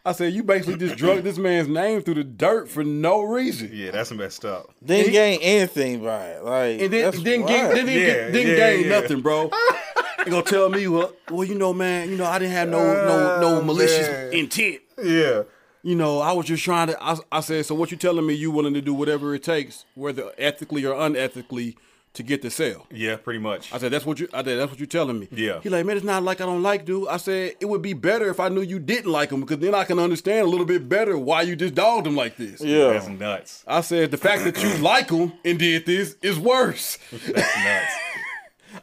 [SPEAKER 1] I said, you basically just drug this man's name through the dirt for no reason.
[SPEAKER 3] yeah, that's messed up.
[SPEAKER 2] Didn't gain anything by it. Like
[SPEAKER 1] And then
[SPEAKER 2] that's
[SPEAKER 1] didn't
[SPEAKER 2] wild.
[SPEAKER 1] gain, didn't,
[SPEAKER 3] Yeah,
[SPEAKER 1] get- didn't
[SPEAKER 3] yeah,
[SPEAKER 1] gain
[SPEAKER 3] yeah.
[SPEAKER 1] nothing, bro. You gonna tell me, well, well, you know, man, you know, I didn't have no no no
[SPEAKER 3] Oh,
[SPEAKER 1] malicious
[SPEAKER 3] man.
[SPEAKER 1] intent.
[SPEAKER 3] Yeah.
[SPEAKER 1] you know, I was just trying to. I, I said, so what you telling me? You willing to do whatever it takes, whether ethically or unethically, to get the sale?
[SPEAKER 3] Yeah, pretty much.
[SPEAKER 1] I said, that's what you. I said, that's what you telling me.
[SPEAKER 3] Yeah.
[SPEAKER 1] He like, man, it's not like I don't like dude. I said, it would be better if I knew you didn't like him, because then I can understand a little bit better why you just dogged him like this.
[SPEAKER 3] That's
[SPEAKER 2] Yeah.
[SPEAKER 3] nuts.
[SPEAKER 1] I said, the fact that you like him and did this is worse.
[SPEAKER 3] That's nuts.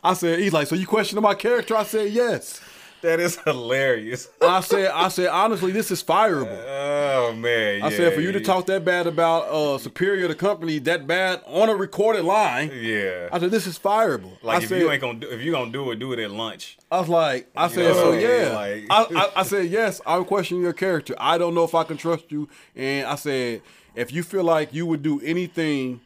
[SPEAKER 1] I said, he's like, so you questioning my character? I said, yes.
[SPEAKER 3] that is hilarious.
[SPEAKER 1] I said, I said, honestly, this is fireable.
[SPEAKER 3] Oh man.
[SPEAKER 1] I
[SPEAKER 3] yeah,
[SPEAKER 1] said for you to
[SPEAKER 3] yeah,
[SPEAKER 1] talk that bad about uh superior to company that bad on a recorded line.
[SPEAKER 3] Yeah.
[SPEAKER 1] I said this is fireable.
[SPEAKER 3] like
[SPEAKER 1] I
[SPEAKER 3] if
[SPEAKER 1] said,
[SPEAKER 3] you ain't gonna do, if you gonna do it, do it at lunch.
[SPEAKER 1] I was like, I said,
[SPEAKER 3] know
[SPEAKER 1] so
[SPEAKER 3] what I'm saying?
[SPEAKER 1] yeah.
[SPEAKER 3] Like-
[SPEAKER 1] I, I, I said yes. I'm questioning your character. I don't know if I can trust you. And I said, if you feel like you would do anything,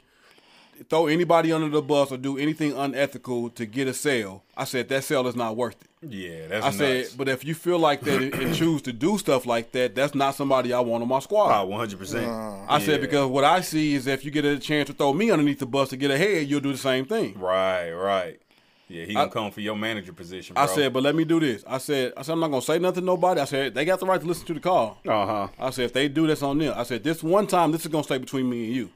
[SPEAKER 1] throw anybody under the bus or do anything unethical to get a sale, I said that sale is not worth it.
[SPEAKER 3] Yeah, that's
[SPEAKER 1] I
[SPEAKER 3] nuts.
[SPEAKER 1] said, but if you feel like that and- and choose to do stuff like that, that's not somebody I want on my squad.
[SPEAKER 3] Ah, 100%.
[SPEAKER 1] I
[SPEAKER 3] Yeah.
[SPEAKER 1] said because what I see is if you get a chance to throw me underneath the bus to get ahead, you'll do the same thing.
[SPEAKER 3] Right, right. Yeah, he gonna come for your manager position. Bro.
[SPEAKER 1] I said, but let me do this. I said, I said I'm not gonna say nothing to nobody. I said they got the right to listen to the call.
[SPEAKER 3] uh huh.
[SPEAKER 1] I said if they do, that's on them. I said this one time, this is gonna stay between me and you.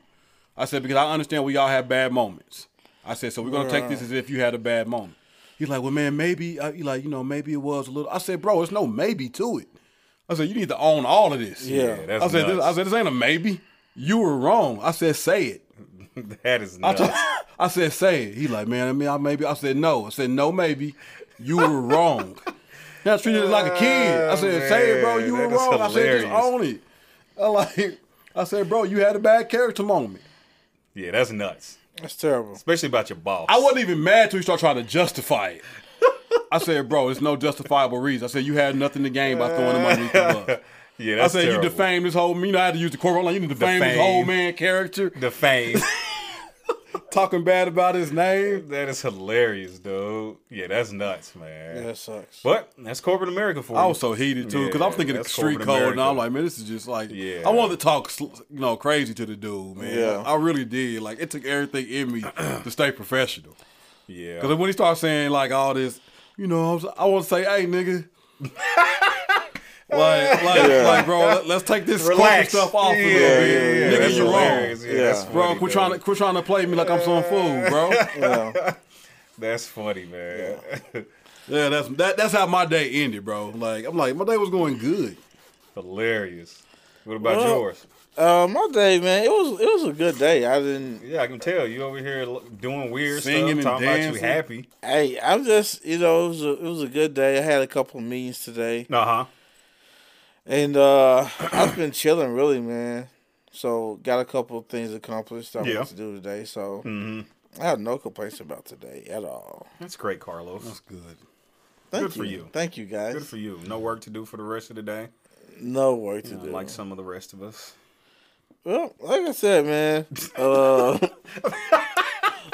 [SPEAKER 1] I said because I understand we all have bad moments. I said so we're gonna take this as if you had a bad moment. He's like, well, man, maybe. I, he like, you know, maybe it was a little. I said, bro, there's no maybe to it. I said you need to own all of this.
[SPEAKER 2] Yeah.
[SPEAKER 3] Yeah, that's
[SPEAKER 1] I said, this, I
[SPEAKER 3] nuts.
[SPEAKER 1] said this ain't a maybe. You were wrong. I said, say it.
[SPEAKER 3] that is
[SPEAKER 1] I
[SPEAKER 3] nuts.
[SPEAKER 1] told- I said, say it. He like, man, I mean, I maybe. I said, no. I said, no, maybe. You were wrong. Now treated it like a kid. I said, say it, bro. You were
[SPEAKER 3] Man, that is
[SPEAKER 1] wrong. I said, just
[SPEAKER 3] hilarious.
[SPEAKER 1] own it. I like. I said, bro, you had a bad character moment.
[SPEAKER 3] yeah, that's nuts.
[SPEAKER 2] That's terrible.
[SPEAKER 3] Especially about your boss.
[SPEAKER 1] I wasn't even mad till you start trying to justify it. I said, bro, it's no justifiable reason. I said, you had nothing to gain by throwing him underneath the bus.
[SPEAKER 3] yeah,
[SPEAKER 1] I
[SPEAKER 3] that's
[SPEAKER 1] said,
[SPEAKER 3] terrible.
[SPEAKER 1] you defame this whole, you know, I had to use the corporate line. You defame, defame this
[SPEAKER 3] Defame.
[SPEAKER 1] whole man character,
[SPEAKER 3] the fame.
[SPEAKER 1] talking bad about his name.
[SPEAKER 3] that is hilarious, dude. Yeah, that's nuts, man.
[SPEAKER 2] That sucks.
[SPEAKER 3] But that's corporate America for you.
[SPEAKER 1] I was so heated too because I'm
[SPEAKER 3] Yeah,
[SPEAKER 1] thinking of
[SPEAKER 3] that's
[SPEAKER 1] street
[SPEAKER 3] corporate
[SPEAKER 1] code, and I'm
[SPEAKER 3] America.
[SPEAKER 1] like, man, this is just like,
[SPEAKER 3] Yeah.
[SPEAKER 1] I wanted to talk, sl- you know, crazy to the dude, man.
[SPEAKER 2] Yeah.
[SPEAKER 1] I really did. Like, it took everything in me to stay professional.
[SPEAKER 3] yeah.
[SPEAKER 1] Because when he started saying like all this, you know, I, was, I want to say, hey, nigga. like, like,
[SPEAKER 2] Yeah.
[SPEAKER 1] like, bro, let, us take this corporate
[SPEAKER 3] Relax.
[SPEAKER 1] stuff off
[SPEAKER 3] yeah,
[SPEAKER 1] a little bit.
[SPEAKER 3] Yeah, yeah,
[SPEAKER 1] nigga,
[SPEAKER 3] that's
[SPEAKER 1] you wrong.
[SPEAKER 3] hilarious.
[SPEAKER 2] Yeah.
[SPEAKER 3] Yeah, that's
[SPEAKER 1] Bro,
[SPEAKER 3] funny,
[SPEAKER 1] quit trying, to,
[SPEAKER 3] dude.
[SPEAKER 1] quit trying to play me like I'm some fool, bro.
[SPEAKER 2] Yeah.
[SPEAKER 3] That's funny, man.
[SPEAKER 1] yeah, that's that, that's how my day ended, bro. Like, I'm like, my day was going good.
[SPEAKER 3] hilarious. What about
[SPEAKER 2] Well-
[SPEAKER 3] yours?
[SPEAKER 2] Uh, my day, man, it was it was a good day. I didn't.
[SPEAKER 3] Yeah, I can tell you over here lo- doing weird
[SPEAKER 1] Singing and
[SPEAKER 3] stuff, talking about
[SPEAKER 1] dancing.
[SPEAKER 3] you happy.
[SPEAKER 2] Hey, I'm just you know it was a, it was a good day. I had a couple meetings today,
[SPEAKER 3] Uh
[SPEAKER 1] Uh-huh.
[SPEAKER 3] huh.
[SPEAKER 2] and uh I've been chilling really, man. So got a couple of things accomplished. I
[SPEAKER 3] Yeah. Mm-hmm.
[SPEAKER 2] want to do today, so I have no complaints about today at all.
[SPEAKER 3] That's great, Carlos.
[SPEAKER 1] That's good.
[SPEAKER 2] Thank
[SPEAKER 3] Good for you.
[SPEAKER 2] Thank you guys.
[SPEAKER 3] Good for you. No work to do for the rest of the day,
[SPEAKER 2] No work to do.
[SPEAKER 3] like some of the rest of us.
[SPEAKER 2] Well, like I said, man. Uh,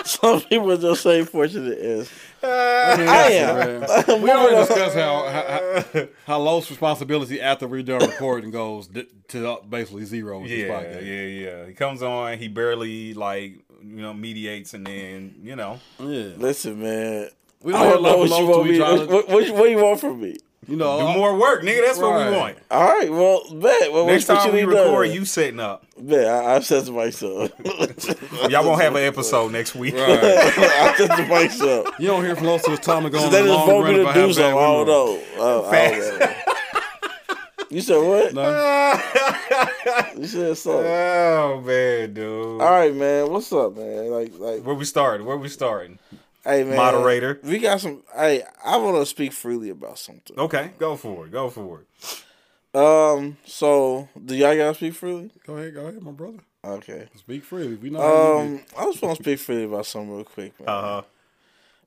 [SPEAKER 2] some people just say fortunate is. I am.
[SPEAKER 1] we already discussed how how, how, how Lowe's responsibility after we're done recording goes d- to basically zero. With this
[SPEAKER 3] Yeah,
[SPEAKER 1] podcast.
[SPEAKER 3] yeah, yeah. He comes on. He barely like you know mediates, and then you know
[SPEAKER 1] yeah.
[SPEAKER 2] Listen, man.
[SPEAKER 1] We
[SPEAKER 2] I don't
[SPEAKER 1] don't
[SPEAKER 2] know
[SPEAKER 1] love
[SPEAKER 2] what you
[SPEAKER 1] Lowe's till
[SPEAKER 2] want
[SPEAKER 1] we
[SPEAKER 2] me.
[SPEAKER 1] try
[SPEAKER 2] What,
[SPEAKER 1] to,
[SPEAKER 2] what, what, you- what you want from me?
[SPEAKER 1] you know,
[SPEAKER 3] do
[SPEAKER 1] I-
[SPEAKER 3] more work, nigga. That's what
[SPEAKER 1] Oh. Right.
[SPEAKER 3] we want.
[SPEAKER 2] All right. Well, bet. Well,
[SPEAKER 3] Next
[SPEAKER 2] what,
[SPEAKER 3] time
[SPEAKER 2] what
[SPEAKER 3] we
[SPEAKER 2] you need done?
[SPEAKER 3] record, you setting up.
[SPEAKER 2] Bet. I, I set the mics up.
[SPEAKER 3] Y'all won't have an episode next week.
[SPEAKER 1] Right.
[SPEAKER 2] I set the mics up.
[SPEAKER 1] You don't hear from Lowe's till it's time to go on
[SPEAKER 2] They
[SPEAKER 1] the
[SPEAKER 2] just
[SPEAKER 1] long
[SPEAKER 2] want
[SPEAKER 1] run
[SPEAKER 2] me
[SPEAKER 1] about
[SPEAKER 2] to do
[SPEAKER 1] how bad
[SPEAKER 2] something. I
[SPEAKER 1] we
[SPEAKER 2] don't
[SPEAKER 1] were.
[SPEAKER 2] know. Uh, I don't know. You said what?
[SPEAKER 1] No,
[SPEAKER 2] You said something.
[SPEAKER 3] Oh man, dude.
[SPEAKER 2] All right, man. What's up, man? Like, like.
[SPEAKER 3] Where we starting? Where we starting?
[SPEAKER 2] Hey man,
[SPEAKER 3] Moderator.
[SPEAKER 2] We got some. Hey, I want to speak freely about something.
[SPEAKER 3] Okay, go for it. Go for it.
[SPEAKER 2] Um. So, do y'all gotta speak freely?
[SPEAKER 1] Go ahead, go ahead, my brother.
[SPEAKER 2] Okay.
[SPEAKER 1] Speak freely. We know. how you
[SPEAKER 2] Um. I just want to speak freely about something real quick,
[SPEAKER 3] Mm-hmm.
[SPEAKER 2] man.
[SPEAKER 3] Uh huh.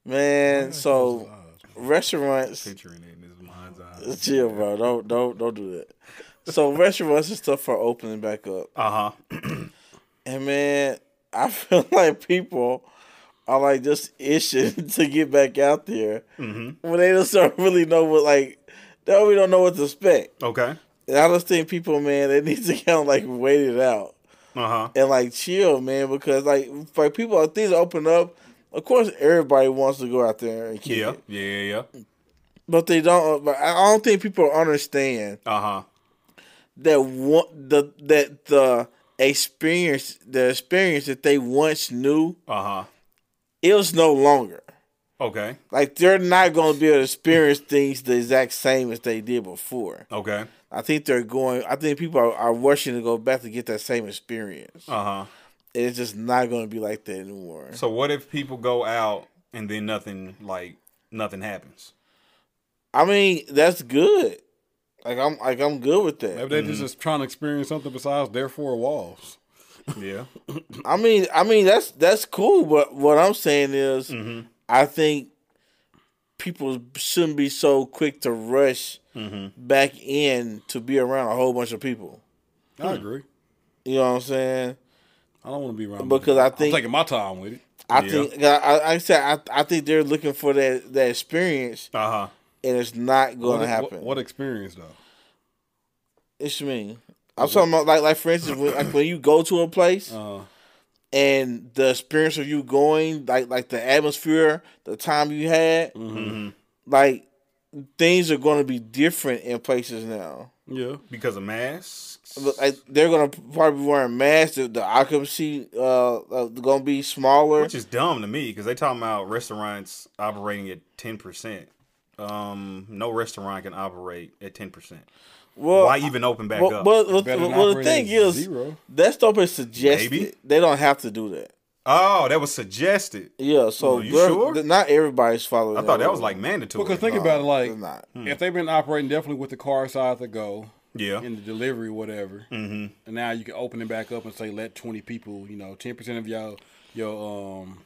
[SPEAKER 2] man, so
[SPEAKER 1] do. Uh,
[SPEAKER 2] restaurants.
[SPEAKER 3] Picturing it in his mind's eye.
[SPEAKER 2] Chill, bro. Don't don't don't do that. So restaurants and stuff are opening back up.
[SPEAKER 3] Uh huh.
[SPEAKER 2] And man, I feel like people are like just itching to get back out there
[SPEAKER 3] Mm-hmm.
[SPEAKER 2] when they just don't really know what like they really don't know what to expect.
[SPEAKER 3] Okay.
[SPEAKER 2] And I just think people, man, they need to kind of like wait it out
[SPEAKER 3] Uh huh.
[SPEAKER 2] and like chill, man, because like like people things open up. Of course, everybody wants to go out there and kick
[SPEAKER 3] Yeah.
[SPEAKER 2] it,
[SPEAKER 3] Yeah. Yeah. yeah.
[SPEAKER 2] but they don't. uh, But I don't think people understand
[SPEAKER 3] Uh huh.
[SPEAKER 2] that want the that the experience the experience that they once knew
[SPEAKER 3] Uh huh.
[SPEAKER 2] it's no longer.
[SPEAKER 3] Okay.
[SPEAKER 2] Like they're not going to be able to experience things the exact same as they did before.
[SPEAKER 3] Okay.
[SPEAKER 2] I think they're going. I think people are, are rushing to go back to get that same experience.
[SPEAKER 3] Uh huh.
[SPEAKER 2] And it's just not going to be like that anymore.
[SPEAKER 3] So what if people go out and then nothing like nothing happens?
[SPEAKER 2] I mean, that's good. Like I'm, like I'm good with
[SPEAKER 1] maybe
[SPEAKER 2] that.
[SPEAKER 1] they just just trying to experience something besides their four walls.
[SPEAKER 3] Yeah.
[SPEAKER 2] I mean, I mean that's that's cool. But what I'm saying is,
[SPEAKER 1] Mm-hmm.
[SPEAKER 2] I think people shouldn't be so quick to rush
[SPEAKER 1] Mm-hmm.
[SPEAKER 2] back in to be around a whole bunch of people. Hmm.
[SPEAKER 1] I agree.
[SPEAKER 2] You know what I'm saying?
[SPEAKER 1] I don't want to be around
[SPEAKER 2] Because I
[SPEAKER 1] I'm
[SPEAKER 2] think-
[SPEAKER 1] taking my time with it.
[SPEAKER 2] I
[SPEAKER 3] Yeah.
[SPEAKER 2] think I, I, I said I, I think they're looking for that, that experience,
[SPEAKER 3] Uh huh.
[SPEAKER 2] and it's not
[SPEAKER 1] What,
[SPEAKER 2] going to
[SPEAKER 1] what-
[SPEAKER 2] happen.
[SPEAKER 1] What, experience though?
[SPEAKER 2] it's me. I'm talking about like like for instance, when, like when you go to a place
[SPEAKER 1] Uh,
[SPEAKER 2] and the experience of you going, like like the atmosphere, the time you had,
[SPEAKER 3] Mm-hmm.
[SPEAKER 2] like things are going to be different in places now.
[SPEAKER 1] yeah.
[SPEAKER 3] Because of masks.
[SPEAKER 2] Look, Like they're going to probably be wearing masks. The, the occupancy uh, uh going to be smaller.
[SPEAKER 3] Which is dumb to me because they talking about restaurants operating at ten percent. Um, no restaurant can operate at ten percent.
[SPEAKER 2] well,
[SPEAKER 3] Why even open back
[SPEAKER 2] well,
[SPEAKER 3] up?
[SPEAKER 2] but, but-
[SPEAKER 1] Better than
[SPEAKER 2] well, the
[SPEAKER 1] operating
[SPEAKER 2] thing
[SPEAKER 1] at
[SPEAKER 2] is,
[SPEAKER 1] zero.
[SPEAKER 2] that stuff is suggested.
[SPEAKER 3] Maybe.
[SPEAKER 2] They don't have to do that.
[SPEAKER 3] oh, that was suggested.
[SPEAKER 2] Yeah,
[SPEAKER 3] Are
[SPEAKER 2] so
[SPEAKER 3] Oh, you
[SPEAKER 2] they're-
[SPEAKER 3] sure?
[SPEAKER 2] th- not everybody's following.
[SPEAKER 3] I thought that was
[SPEAKER 2] rule.
[SPEAKER 3] like mandatory. Uh-huh.
[SPEAKER 1] Because think about it, like
[SPEAKER 2] they're not.
[SPEAKER 1] if they've been operating definitely with the car side to go
[SPEAKER 3] yeah,
[SPEAKER 1] in the delivery, whatever, mm-hmm. and now you can open it back up and say let twenty people, you know, ten percent of y'all, your um,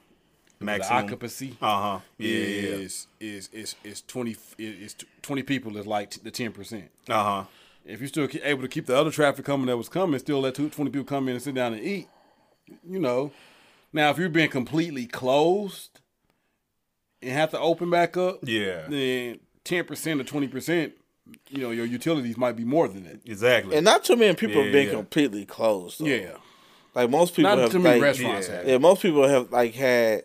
[SPEAKER 1] the
[SPEAKER 3] maximum.
[SPEAKER 1] occupancy.
[SPEAKER 3] Uh huh. Yeah, yeah.
[SPEAKER 1] Is is is is twenty is twenty people is like t- the ten percent.
[SPEAKER 3] Uh huh.
[SPEAKER 1] If you're still ke- able to keep the other traffic coming that was coming, still let two, 20 people come in and sit down and eat, you know. Now, if you're being completely closed and have to open back up,
[SPEAKER 3] Yeah.
[SPEAKER 1] then 10% or 20%, you know, your utilities might be more than that.
[SPEAKER 3] Exactly.
[SPEAKER 2] and not too many people
[SPEAKER 3] Yeah,
[SPEAKER 2] have been
[SPEAKER 3] yeah.
[SPEAKER 2] completely closed. though.
[SPEAKER 1] Yeah.
[SPEAKER 2] like most people
[SPEAKER 1] Not
[SPEAKER 2] have.
[SPEAKER 1] too many
[SPEAKER 2] like,
[SPEAKER 1] restaurants
[SPEAKER 3] yeah.
[SPEAKER 1] have.
[SPEAKER 2] Yeah, most people have like had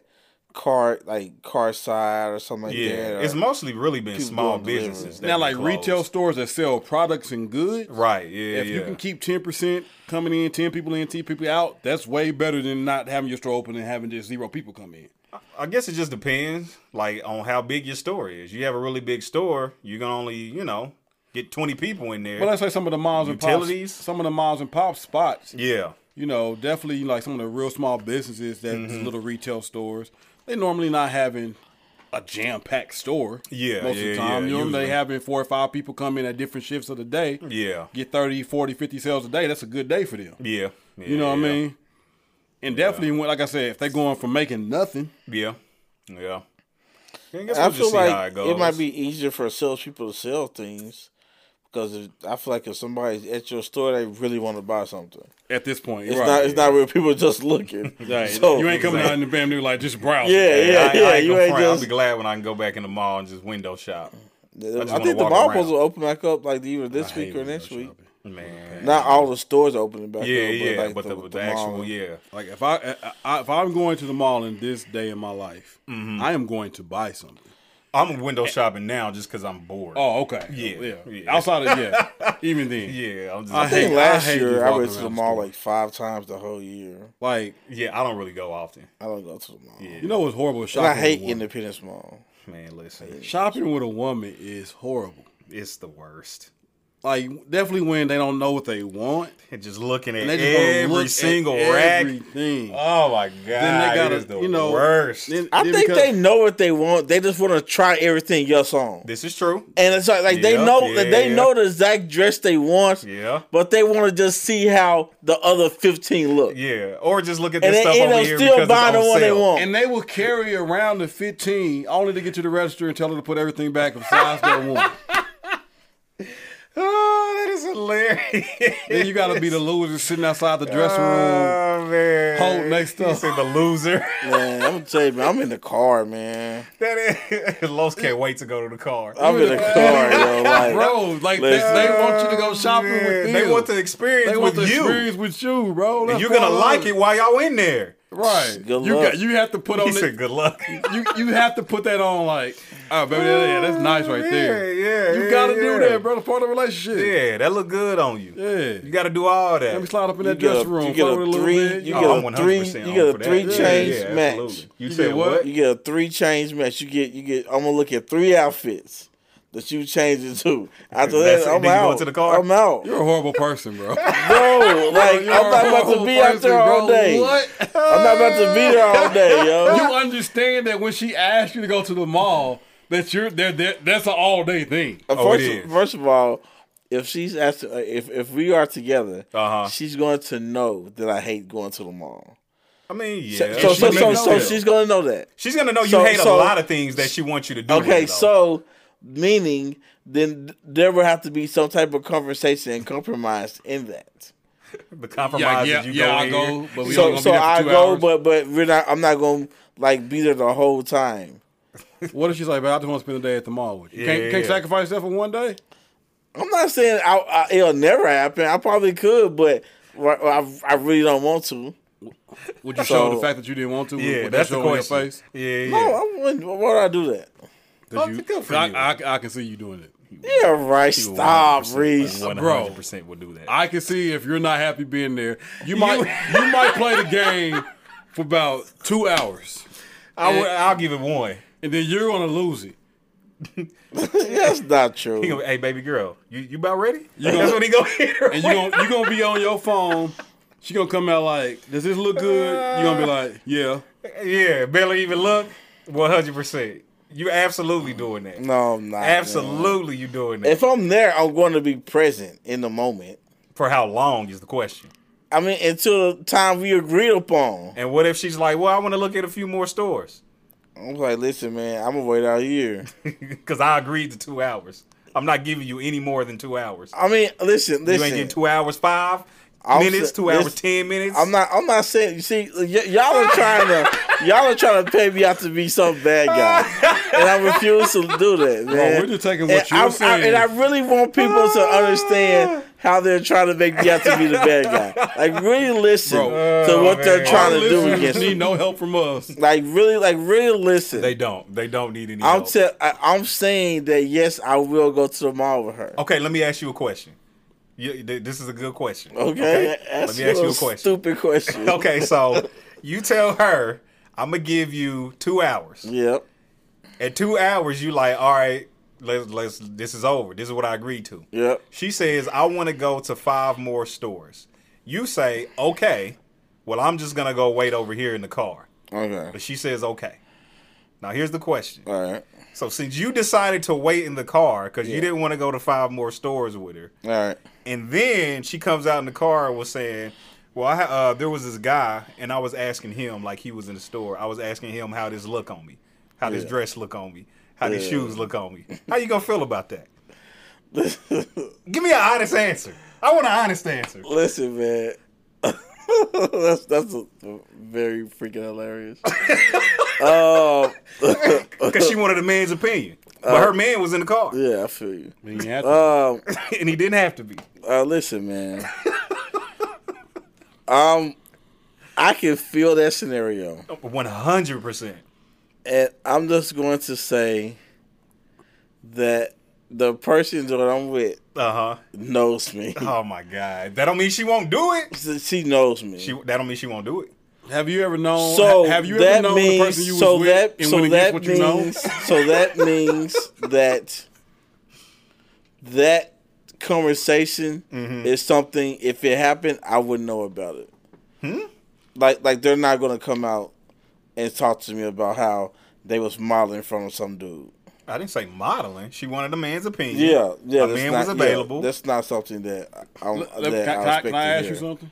[SPEAKER 2] car like car side or something like
[SPEAKER 3] yeah,
[SPEAKER 2] that. or-
[SPEAKER 3] it's mostly really been
[SPEAKER 2] people
[SPEAKER 3] small
[SPEAKER 2] doing delivery.
[SPEAKER 3] businesses. that
[SPEAKER 1] Now,
[SPEAKER 3] been
[SPEAKER 1] like retail
[SPEAKER 3] closed.
[SPEAKER 1] stores that sell products and goods,
[SPEAKER 3] Right. Yeah.
[SPEAKER 1] if
[SPEAKER 3] yeah.
[SPEAKER 1] you can keep 10% coming in, 10 people in, 10 people out, that's way better than not having your store open and having just zero people come in.
[SPEAKER 3] I guess it just depends, like on how big your store is. You have a really big store, you can only, you know, get twenty people in there.
[SPEAKER 1] But let's say some of the moms and
[SPEAKER 3] Utilities?
[SPEAKER 1] pops, some of the moms and pop spots,
[SPEAKER 3] yeah,
[SPEAKER 1] you know, definitely like some of the real small businesses that
[SPEAKER 2] Mm-hmm.
[SPEAKER 1] these little retail stores, they normally not having a jam packed store.
[SPEAKER 3] Yeah,
[SPEAKER 1] most
[SPEAKER 3] yeah,
[SPEAKER 1] of the time,
[SPEAKER 3] yeah,
[SPEAKER 1] you know,
[SPEAKER 3] usually.
[SPEAKER 1] they having four or five people come in at different shifts of the day,
[SPEAKER 3] yeah,
[SPEAKER 1] get 30, 40, 50 sales a day. That's a good day for them.
[SPEAKER 3] yeah.
[SPEAKER 1] You know what
[SPEAKER 3] yeah,
[SPEAKER 1] I mean? And definitely, when, like I said, if they're going from making nothing,
[SPEAKER 3] Yeah, yeah. I guess
[SPEAKER 2] I
[SPEAKER 3] we'll
[SPEAKER 2] feel
[SPEAKER 3] just see how
[SPEAKER 2] like
[SPEAKER 3] it
[SPEAKER 2] it,
[SPEAKER 3] goes.
[SPEAKER 2] might be easier for salespeople to sell things because if, I feel like if somebody's at your store, they really want to buy something.
[SPEAKER 1] at this point,
[SPEAKER 2] It's
[SPEAKER 1] right?
[SPEAKER 2] not. It's not where people are just looking.
[SPEAKER 1] Right.
[SPEAKER 2] So-
[SPEAKER 1] you ain't
[SPEAKER 3] Exactly.
[SPEAKER 1] coming out in the band new like just browsing.
[SPEAKER 2] Yeah,
[SPEAKER 3] Hey,
[SPEAKER 2] yeah,
[SPEAKER 3] I,
[SPEAKER 2] yeah.
[SPEAKER 3] I ain't
[SPEAKER 2] you
[SPEAKER 3] gonna
[SPEAKER 2] ain't
[SPEAKER 3] front. I'll
[SPEAKER 2] just.
[SPEAKER 3] be glad when I can go back in the mall and just window shop.
[SPEAKER 2] I,
[SPEAKER 3] just wanna
[SPEAKER 2] think the
[SPEAKER 3] walk
[SPEAKER 2] mall
[SPEAKER 3] around.
[SPEAKER 2] supposed to open back up like either
[SPEAKER 1] I
[SPEAKER 2] this
[SPEAKER 1] hate
[SPEAKER 2] week or
[SPEAKER 1] window
[SPEAKER 2] next week.
[SPEAKER 1] shopping.
[SPEAKER 3] Man,
[SPEAKER 2] Not all the stores are opening back
[SPEAKER 3] yeah,
[SPEAKER 2] up.
[SPEAKER 3] yeah.
[SPEAKER 2] but, like,
[SPEAKER 3] but the, the,
[SPEAKER 2] mall-
[SPEAKER 3] actual, yeah,
[SPEAKER 1] Like if I, I- I if I'm going to the mall in this day in my life,
[SPEAKER 3] Mm-hmm.
[SPEAKER 1] I am going to buy something.
[SPEAKER 3] I'm window shopping now just because I'm bored.
[SPEAKER 1] Oh, okay.
[SPEAKER 3] Yeah,
[SPEAKER 1] yeah.
[SPEAKER 3] yeah.
[SPEAKER 1] Outside of yeah, even then,
[SPEAKER 3] yeah, I'm just.
[SPEAKER 1] I
[SPEAKER 2] I think
[SPEAKER 1] hate-
[SPEAKER 2] last
[SPEAKER 1] hate just
[SPEAKER 2] year I
[SPEAKER 1] walking
[SPEAKER 2] went to
[SPEAKER 1] around
[SPEAKER 2] the
[SPEAKER 1] the
[SPEAKER 2] mall
[SPEAKER 1] store.
[SPEAKER 2] like five times the whole year.
[SPEAKER 1] like
[SPEAKER 3] yeah, I don't really go often.
[SPEAKER 2] I don't go to the mall.
[SPEAKER 1] you know what's horrible? is
[SPEAKER 2] And
[SPEAKER 1] Shopping.
[SPEAKER 2] I hate
[SPEAKER 1] with a woman.
[SPEAKER 2] Independence Mall.
[SPEAKER 3] Man, listen,
[SPEAKER 1] shopping with a woman is horrible.
[SPEAKER 3] it's the worst.
[SPEAKER 1] like definitely when they don't know what they want.
[SPEAKER 3] And just looking at
[SPEAKER 1] And they just wanna look
[SPEAKER 3] every
[SPEAKER 1] at
[SPEAKER 3] single rack.
[SPEAKER 1] everything.
[SPEAKER 3] Oh my god!
[SPEAKER 1] then they
[SPEAKER 3] it
[SPEAKER 1] gotta,
[SPEAKER 3] is the
[SPEAKER 1] you know,
[SPEAKER 3] worst.
[SPEAKER 1] then-
[SPEAKER 2] I
[SPEAKER 1] then
[SPEAKER 2] think
[SPEAKER 1] because-
[SPEAKER 2] they know what they want. They just want to try everything else on.
[SPEAKER 3] this is true.
[SPEAKER 2] And it's like, like they
[SPEAKER 3] Yeah,
[SPEAKER 2] know that they
[SPEAKER 3] yeah.
[SPEAKER 2] know the exact dress they want,
[SPEAKER 3] Yeah,
[SPEAKER 2] but they want to just see how the other fifteen look.
[SPEAKER 3] yeah. Or just look at
[SPEAKER 2] And
[SPEAKER 3] this
[SPEAKER 2] they
[SPEAKER 3] stuff
[SPEAKER 2] end
[SPEAKER 3] over
[SPEAKER 2] up
[SPEAKER 3] here
[SPEAKER 2] still
[SPEAKER 3] because
[SPEAKER 2] buying the
[SPEAKER 3] it's on
[SPEAKER 2] one they
[SPEAKER 3] sale.
[SPEAKER 2] want.
[SPEAKER 1] And they will carry around the 15 only to get to the register and tell her to put everything back of size they want.
[SPEAKER 3] Oh, that is hilarious.
[SPEAKER 1] Then you gotta be the loser sitting outside the dressing room.
[SPEAKER 3] Oh man,
[SPEAKER 1] Hold next
[SPEAKER 3] You
[SPEAKER 1] up.
[SPEAKER 3] say the loser.
[SPEAKER 2] Man, I'm gonna tell you, man, I'm in the car, man.
[SPEAKER 3] that is, Los can't wait to go to the car.
[SPEAKER 2] I'm in the car, yo. Like,
[SPEAKER 1] Bro, like they,
[SPEAKER 2] Listen.
[SPEAKER 1] they want you to go shopping
[SPEAKER 3] Man,
[SPEAKER 1] with them.
[SPEAKER 3] they want the experience
[SPEAKER 1] They want
[SPEAKER 3] with
[SPEAKER 1] the
[SPEAKER 3] you,
[SPEAKER 1] experience with you, bro.
[SPEAKER 3] and
[SPEAKER 1] That's
[SPEAKER 3] you're gonna
[SPEAKER 1] what I
[SPEAKER 3] like
[SPEAKER 1] love.
[SPEAKER 3] it while y'all in there.
[SPEAKER 1] right?
[SPEAKER 2] Good
[SPEAKER 1] you
[SPEAKER 2] luck.
[SPEAKER 1] got you have to put on
[SPEAKER 3] He said,
[SPEAKER 1] it.
[SPEAKER 3] "Good luck."
[SPEAKER 1] You you have to put that on like, oh baby, yeah, yeah, that's nice right there.
[SPEAKER 3] Yeah, yeah.
[SPEAKER 1] You gotta
[SPEAKER 3] yeah.
[SPEAKER 1] do that, bro. It's part of the relationship.
[SPEAKER 3] Yeah, that look good on you. You
[SPEAKER 1] Yeah.
[SPEAKER 3] gotta do all that.
[SPEAKER 1] Let me slide up
[SPEAKER 2] you
[SPEAKER 1] in that
[SPEAKER 2] get a,
[SPEAKER 1] dressing room.
[SPEAKER 2] you get
[SPEAKER 1] flirt with
[SPEAKER 2] a
[SPEAKER 1] little
[SPEAKER 2] three,
[SPEAKER 1] bit.
[SPEAKER 2] you
[SPEAKER 1] Oh,
[SPEAKER 2] get
[SPEAKER 3] Oh,
[SPEAKER 2] a
[SPEAKER 3] I'm
[SPEAKER 2] three,
[SPEAKER 3] 100%
[SPEAKER 2] you get
[SPEAKER 3] on
[SPEAKER 2] a
[SPEAKER 3] for
[SPEAKER 2] three
[SPEAKER 3] that.
[SPEAKER 2] change
[SPEAKER 3] Yeah, yeah,
[SPEAKER 2] match.
[SPEAKER 3] absolutely. You,
[SPEAKER 1] You
[SPEAKER 3] said
[SPEAKER 1] get what?
[SPEAKER 3] what?
[SPEAKER 2] You get a three change match. You get, you get. I'm gonna look at three outfits that you change into. After
[SPEAKER 3] That's
[SPEAKER 2] that,
[SPEAKER 3] it.
[SPEAKER 2] I'm
[SPEAKER 3] Then you go
[SPEAKER 2] out.
[SPEAKER 3] to the car?
[SPEAKER 2] I'm out.
[SPEAKER 1] You're a horrible person,
[SPEAKER 2] bro.
[SPEAKER 1] bro.
[SPEAKER 2] Like I'm
[SPEAKER 1] You're a
[SPEAKER 2] not about to
[SPEAKER 1] horrible
[SPEAKER 2] be out
[SPEAKER 1] person,
[SPEAKER 2] there all
[SPEAKER 1] bro.
[SPEAKER 2] day.
[SPEAKER 1] What?
[SPEAKER 2] I'm not about to be there all day, yo. Uh,
[SPEAKER 1] you understand that when she asked you to go to the mall, that you're there. that- That's an all day thing.
[SPEAKER 3] Oh, it
[SPEAKER 2] first,
[SPEAKER 3] is.
[SPEAKER 2] first of all, if she's asking, if if we are together,
[SPEAKER 3] Uh-huh.
[SPEAKER 2] she's going to know that I hate going to the mall.
[SPEAKER 3] I mean, yeah.
[SPEAKER 2] So
[SPEAKER 3] And
[SPEAKER 2] so
[SPEAKER 3] she
[SPEAKER 2] so,
[SPEAKER 3] make
[SPEAKER 2] so,
[SPEAKER 3] it
[SPEAKER 2] so
[SPEAKER 3] clear.
[SPEAKER 2] she's going to know that.
[SPEAKER 3] she's gonna know you
[SPEAKER 2] so-
[SPEAKER 3] hate
[SPEAKER 2] so-
[SPEAKER 3] a lot of things that she wants you to do. with
[SPEAKER 2] Okay,
[SPEAKER 3] it, though.
[SPEAKER 2] so meaning then there will have to be some type of conversation and compromise in that.
[SPEAKER 3] the compromise
[SPEAKER 1] yeah,
[SPEAKER 3] is you
[SPEAKER 1] yeah,
[SPEAKER 3] go
[SPEAKER 1] I
[SPEAKER 3] in
[SPEAKER 1] go,
[SPEAKER 3] here.
[SPEAKER 1] but we
[SPEAKER 2] so
[SPEAKER 1] only gonna
[SPEAKER 2] so
[SPEAKER 1] be there for
[SPEAKER 2] I
[SPEAKER 1] two
[SPEAKER 2] go,
[SPEAKER 1] hours.
[SPEAKER 2] but but we're not. I'm not going to like be there the whole time.
[SPEAKER 1] What if she's like, "Man, I just want to spend the day at the mall with you. can't
[SPEAKER 3] Yeah.
[SPEAKER 1] can't sacrifice that for one day."
[SPEAKER 2] I'm not saying I, I, it'll never happen. I probably could, but I, I, I really don't want to.
[SPEAKER 1] Would you show
[SPEAKER 2] So-
[SPEAKER 1] the fact that you didn't want to? with-
[SPEAKER 3] Yeah,
[SPEAKER 1] with
[SPEAKER 3] that's
[SPEAKER 1] that
[SPEAKER 3] the
[SPEAKER 1] show on your
[SPEAKER 3] question.
[SPEAKER 1] face?
[SPEAKER 3] Yeah, yeah.
[SPEAKER 2] No, Oh, I wouldn't. Why would I do that?
[SPEAKER 1] 'Cause
[SPEAKER 3] Oh,
[SPEAKER 1] you-
[SPEAKER 3] good for
[SPEAKER 1] I,
[SPEAKER 3] you.
[SPEAKER 1] I, I can see you doing it.
[SPEAKER 2] Yeah, right. Stop, Reese.
[SPEAKER 3] One
[SPEAKER 1] Bro.
[SPEAKER 3] hundred percent would do that.
[SPEAKER 1] I can see if you're not happy being there. You might you might play the game for about two hours,
[SPEAKER 3] I would, I'll give it one.
[SPEAKER 1] and then you're gonna lose it.
[SPEAKER 2] That's not
[SPEAKER 3] He
[SPEAKER 2] true.
[SPEAKER 3] gonna, hey, baby girl, you, you about ready?
[SPEAKER 1] You
[SPEAKER 3] That's
[SPEAKER 1] gonna-
[SPEAKER 3] what he gonna hit her.
[SPEAKER 1] and you gonna you gonna be on your phone. She gonna come out like, "Does this look good?" You gonna be like, "Yeah."
[SPEAKER 3] with. yeah, barely even look. One hundred percent. You absolutely doing that.
[SPEAKER 2] No, I'm not. man.
[SPEAKER 3] Absolutely, you doing that.
[SPEAKER 2] If I'm there, I'm going to be present in the moment.
[SPEAKER 3] For how long is the question?
[SPEAKER 2] I mean, until the time we agreed upon.
[SPEAKER 3] And what if she's like, well, I want to look at a few more stores
[SPEAKER 2] I'm like, listen, man, I'm gonna wait out here.
[SPEAKER 3] because I agreed to two hours. I'm not giving you any more than two hours.
[SPEAKER 2] I mean, listen,
[SPEAKER 3] you
[SPEAKER 2] listen.
[SPEAKER 3] ain't getting two hours 5
[SPEAKER 2] I'll
[SPEAKER 3] minutes,
[SPEAKER 2] say-
[SPEAKER 3] two hours
[SPEAKER 2] listen,
[SPEAKER 3] ten minutes.
[SPEAKER 2] I'm not. I'm not saying. You see, y- y'all are trying to. y'all are trying to pay me out to be some bad guy, and I refuse to do that, man.
[SPEAKER 1] Bro, we're just taking what
[SPEAKER 2] and
[SPEAKER 1] you're
[SPEAKER 2] I,
[SPEAKER 1] saying.
[SPEAKER 2] I, and I really want people to understand how they're trying to make me out to be the bad guy. Like, really listen
[SPEAKER 1] Bro.
[SPEAKER 2] to what they're
[SPEAKER 3] Oh, man.
[SPEAKER 1] Our
[SPEAKER 2] trying to do
[SPEAKER 1] listeners
[SPEAKER 2] against
[SPEAKER 1] need
[SPEAKER 2] me.
[SPEAKER 1] no help from us.
[SPEAKER 2] Like, really, like, really listen.
[SPEAKER 3] They don't. They don't need any.
[SPEAKER 2] I'm
[SPEAKER 3] help.
[SPEAKER 2] tell. I, I'm saying that yes, I will go to the mall with her.
[SPEAKER 3] okay, let me ask you a question. You, th- this is a good question.
[SPEAKER 2] Okay,
[SPEAKER 3] Let me ask you a question.
[SPEAKER 2] Stupid question.
[SPEAKER 3] okay, so you tell her I'm gonna give you two hours.
[SPEAKER 2] Yep.
[SPEAKER 3] At two hours, you like, all right, let's let's this is over. This is what I agreed to.
[SPEAKER 2] Yep.
[SPEAKER 3] She says, I want to go to five more stores. You say, okay, well, I'm just gonna go wait over here in the car.
[SPEAKER 2] Okay.
[SPEAKER 3] But she says, okay. Now here's the question.
[SPEAKER 2] All right.
[SPEAKER 3] So since you decided to wait in the car because
[SPEAKER 2] Yeah.
[SPEAKER 3] you didn't want to go to five more stores with her,
[SPEAKER 2] All right.
[SPEAKER 3] and then she comes out in the car and was saying, "Well, I, ha- uh, there was this guy, and I was asking him, like he was in the store. I was asking him how this look on me, how this dress look on me, how these
[SPEAKER 2] Yeah.
[SPEAKER 3] shoes look on me. How you gonna feel about that? Give me an honest answer. I want an honest answer.
[SPEAKER 2] Listen, man. that's that's a, a very freaking hilarious. um,
[SPEAKER 3] Because she wanted a man's opinion, but her man was in the car,
[SPEAKER 2] Uh, yeah, I feel you.
[SPEAKER 1] I mean, you have to-
[SPEAKER 2] Um,
[SPEAKER 3] and he didn't have to be.
[SPEAKER 2] uh, listen, man. um, I can feel that scenario,
[SPEAKER 3] One hundred percent.
[SPEAKER 2] and I'm just going to say that the person that I'm with
[SPEAKER 3] Uh huh.
[SPEAKER 2] knows me.
[SPEAKER 3] Oh my god. That don't mean she won't do it.
[SPEAKER 2] she knows me.
[SPEAKER 3] She that don't mean she won't do it.
[SPEAKER 1] Have you ever known?
[SPEAKER 2] So
[SPEAKER 1] ha- have you
[SPEAKER 2] that
[SPEAKER 1] ever known
[SPEAKER 2] means
[SPEAKER 1] the person you was
[SPEAKER 2] so
[SPEAKER 1] with
[SPEAKER 2] that
[SPEAKER 1] and
[SPEAKER 2] so
[SPEAKER 1] went
[SPEAKER 2] that
[SPEAKER 1] against what
[SPEAKER 2] means
[SPEAKER 1] you know?
[SPEAKER 2] so that means that that conversation is something. If it happened, I wouldn't know about it. Like like they're not gonna come out and talk to me about how they was modeling from some dude.
[SPEAKER 3] I didn't say modeling. She wanted a man's opinion.
[SPEAKER 2] Yeah, yeah.
[SPEAKER 3] A
[SPEAKER 2] that's
[SPEAKER 3] man
[SPEAKER 2] not-
[SPEAKER 3] was
[SPEAKER 2] yeah,
[SPEAKER 3] available.
[SPEAKER 2] that's not something that I, I,
[SPEAKER 1] Let-
[SPEAKER 2] that
[SPEAKER 1] let- can,
[SPEAKER 2] I
[SPEAKER 1] can I,
[SPEAKER 2] expect
[SPEAKER 1] can
[SPEAKER 2] to
[SPEAKER 1] I ask
[SPEAKER 2] hear.
[SPEAKER 1] you something?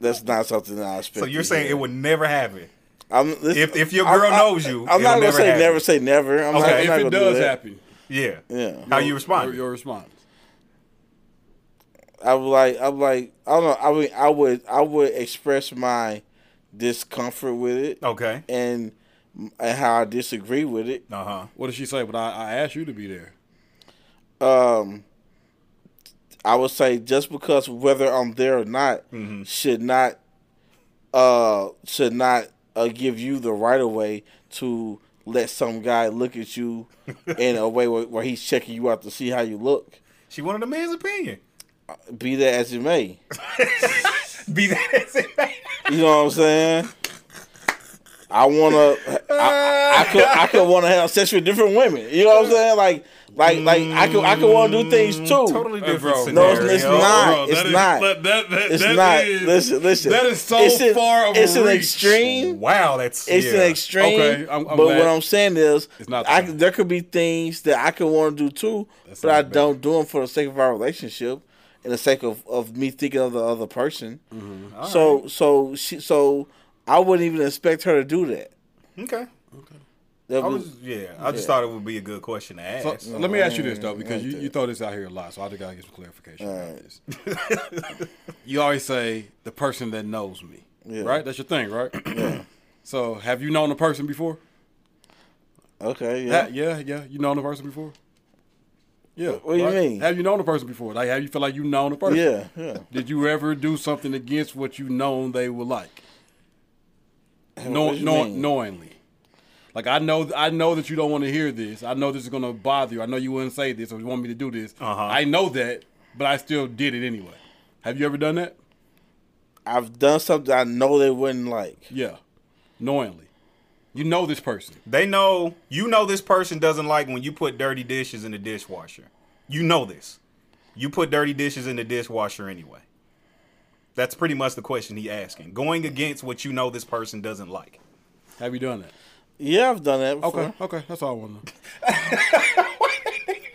[SPEAKER 2] That's not something that I expect.
[SPEAKER 3] so you're
[SPEAKER 2] to
[SPEAKER 3] saying
[SPEAKER 2] hear.
[SPEAKER 3] it would never happen.
[SPEAKER 2] I'm, listen,
[SPEAKER 3] If- if your girl knows you, it'll
[SPEAKER 2] I'm not gonna
[SPEAKER 3] never
[SPEAKER 2] say
[SPEAKER 3] happen.
[SPEAKER 2] never say never. I'm not,
[SPEAKER 3] Okay,
[SPEAKER 2] I'm
[SPEAKER 3] if
[SPEAKER 2] not
[SPEAKER 1] if
[SPEAKER 2] gonna
[SPEAKER 1] it
[SPEAKER 2] do
[SPEAKER 1] does
[SPEAKER 2] that.
[SPEAKER 1] happen,
[SPEAKER 3] Yeah.
[SPEAKER 2] yeah,
[SPEAKER 3] How you respond?
[SPEAKER 1] Your, your response.
[SPEAKER 2] I would like, I'm like, I don't know. I mean, I would, I would express my discomfort with it
[SPEAKER 3] Okay.
[SPEAKER 2] and and how I disagree with it.
[SPEAKER 3] Uh huh.
[SPEAKER 1] What did she say? But I, I asked you to be there.
[SPEAKER 2] Um, I would say just because whether I'm there or not
[SPEAKER 3] Mm-hmm.
[SPEAKER 2] should not, uh, should not uh, give you the right of way to let some guy look at you in a way where, where he's checking you out to see how you look.
[SPEAKER 3] She wanted a man's opinion.
[SPEAKER 2] Be that as it may.
[SPEAKER 3] Be that as it may.
[SPEAKER 2] You know what I'm saying? I wanna, I, I could, I could wanna have sex with different women. You know what I'm saying? Like, like, like I could, I could wanna do things
[SPEAKER 1] Mm,
[SPEAKER 2] too.
[SPEAKER 3] Totally
[SPEAKER 1] Hey,
[SPEAKER 3] different
[SPEAKER 1] bro.
[SPEAKER 2] No,
[SPEAKER 3] Uh, scenario.
[SPEAKER 2] it's- it's not. It's
[SPEAKER 1] that is-
[SPEAKER 2] not.
[SPEAKER 1] that- that- that-
[SPEAKER 2] It's
[SPEAKER 1] that
[SPEAKER 2] not.
[SPEAKER 1] is-
[SPEAKER 2] listen, listen.
[SPEAKER 1] That is so
[SPEAKER 2] It's an-
[SPEAKER 1] far of
[SPEAKER 2] It's
[SPEAKER 1] a
[SPEAKER 2] an
[SPEAKER 1] reach.
[SPEAKER 2] extreme.
[SPEAKER 3] Wow, that's
[SPEAKER 2] It's
[SPEAKER 3] yeah.
[SPEAKER 2] an extreme.
[SPEAKER 1] Okay, I'm- I'm
[SPEAKER 2] but
[SPEAKER 1] glad.
[SPEAKER 2] what I'm saying is,
[SPEAKER 1] It's not the
[SPEAKER 2] I,
[SPEAKER 1] same.
[SPEAKER 2] there could be things that I could want to do too, but
[SPEAKER 1] not
[SPEAKER 2] I
[SPEAKER 1] bad.
[SPEAKER 2] don't do them for the sake of our relationship and the sake of, of me thinking of the other person.
[SPEAKER 1] Mm-hmm.
[SPEAKER 2] So so she so I wouldn't even expect her to do that.
[SPEAKER 3] Okay.
[SPEAKER 2] That
[SPEAKER 3] I
[SPEAKER 2] was-
[SPEAKER 3] was yeah. I just thought it would be a good question to
[SPEAKER 1] So,
[SPEAKER 3] ask.
[SPEAKER 1] let me ask you this
[SPEAKER 2] Mm,
[SPEAKER 1] though, because you, you throw this out here a lot, so I just gotta get some clarification about this. you always say the person that knows me,
[SPEAKER 2] Yeah.
[SPEAKER 1] right? That's your thing, right? So have you known a person before?
[SPEAKER 2] okay. Yeah.
[SPEAKER 1] Yeah, yeah, yeah. You known a person before? Yeah.
[SPEAKER 2] What do you mean?
[SPEAKER 1] Have you known a person before? Like, have you feel like you known a person?
[SPEAKER 2] yeah. Yeah.
[SPEAKER 1] Did you ever do something against what you known they would like? No,
[SPEAKER 2] what you
[SPEAKER 1] no,
[SPEAKER 2] mean?
[SPEAKER 1] knowingly. Like I know, I know that you don't want to hear this. I know this is gonna bother you. I know you wouldn't say this or you want me to do this.
[SPEAKER 3] Uh-huh.
[SPEAKER 1] I know that, but I still did it anyway. Have you ever done that?
[SPEAKER 2] I've done something I know they wouldn't like.
[SPEAKER 1] Yeah, knowingly. You know this person.
[SPEAKER 3] They know you know this person doesn't like when you put dirty dishes in the dishwasher. You know this. You put dirty dishes in the dishwasher anyway. That's pretty much the question he asking. Going against what you know this person doesn't like.
[SPEAKER 1] Have you done that?
[SPEAKER 2] Yeah, I've done that. Before.
[SPEAKER 1] Okay, okay. That's all I want to know.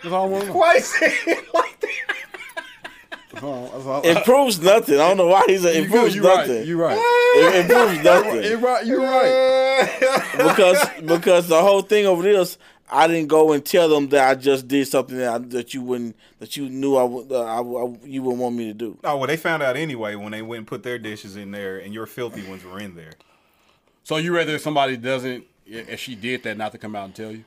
[SPEAKER 1] That's all I want to know.
[SPEAKER 3] Why is it like that?
[SPEAKER 1] Hold on, that's all-
[SPEAKER 2] It proves nothing. I don't know why he's. A, it
[SPEAKER 1] You
[SPEAKER 2] proves
[SPEAKER 1] good, you right.
[SPEAKER 2] nothing.
[SPEAKER 1] You right.
[SPEAKER 2] It, it proves nothing.
[SPEAKER 1] You right. You right.
[SPEAKER 2] because because the whole thing over this, I didn't go and tell them that I just did something that I, that you wouldn't that you knew I would uh, I, I- you wouldn't want me to do.
[SPEAKER 3] Oh well, they found out anyway when they went and put their dishes in there, and your filthy ones were in there.
[SPEAKER 1] So you rather if somebody doesn't, if she did that, not to come out and tell you?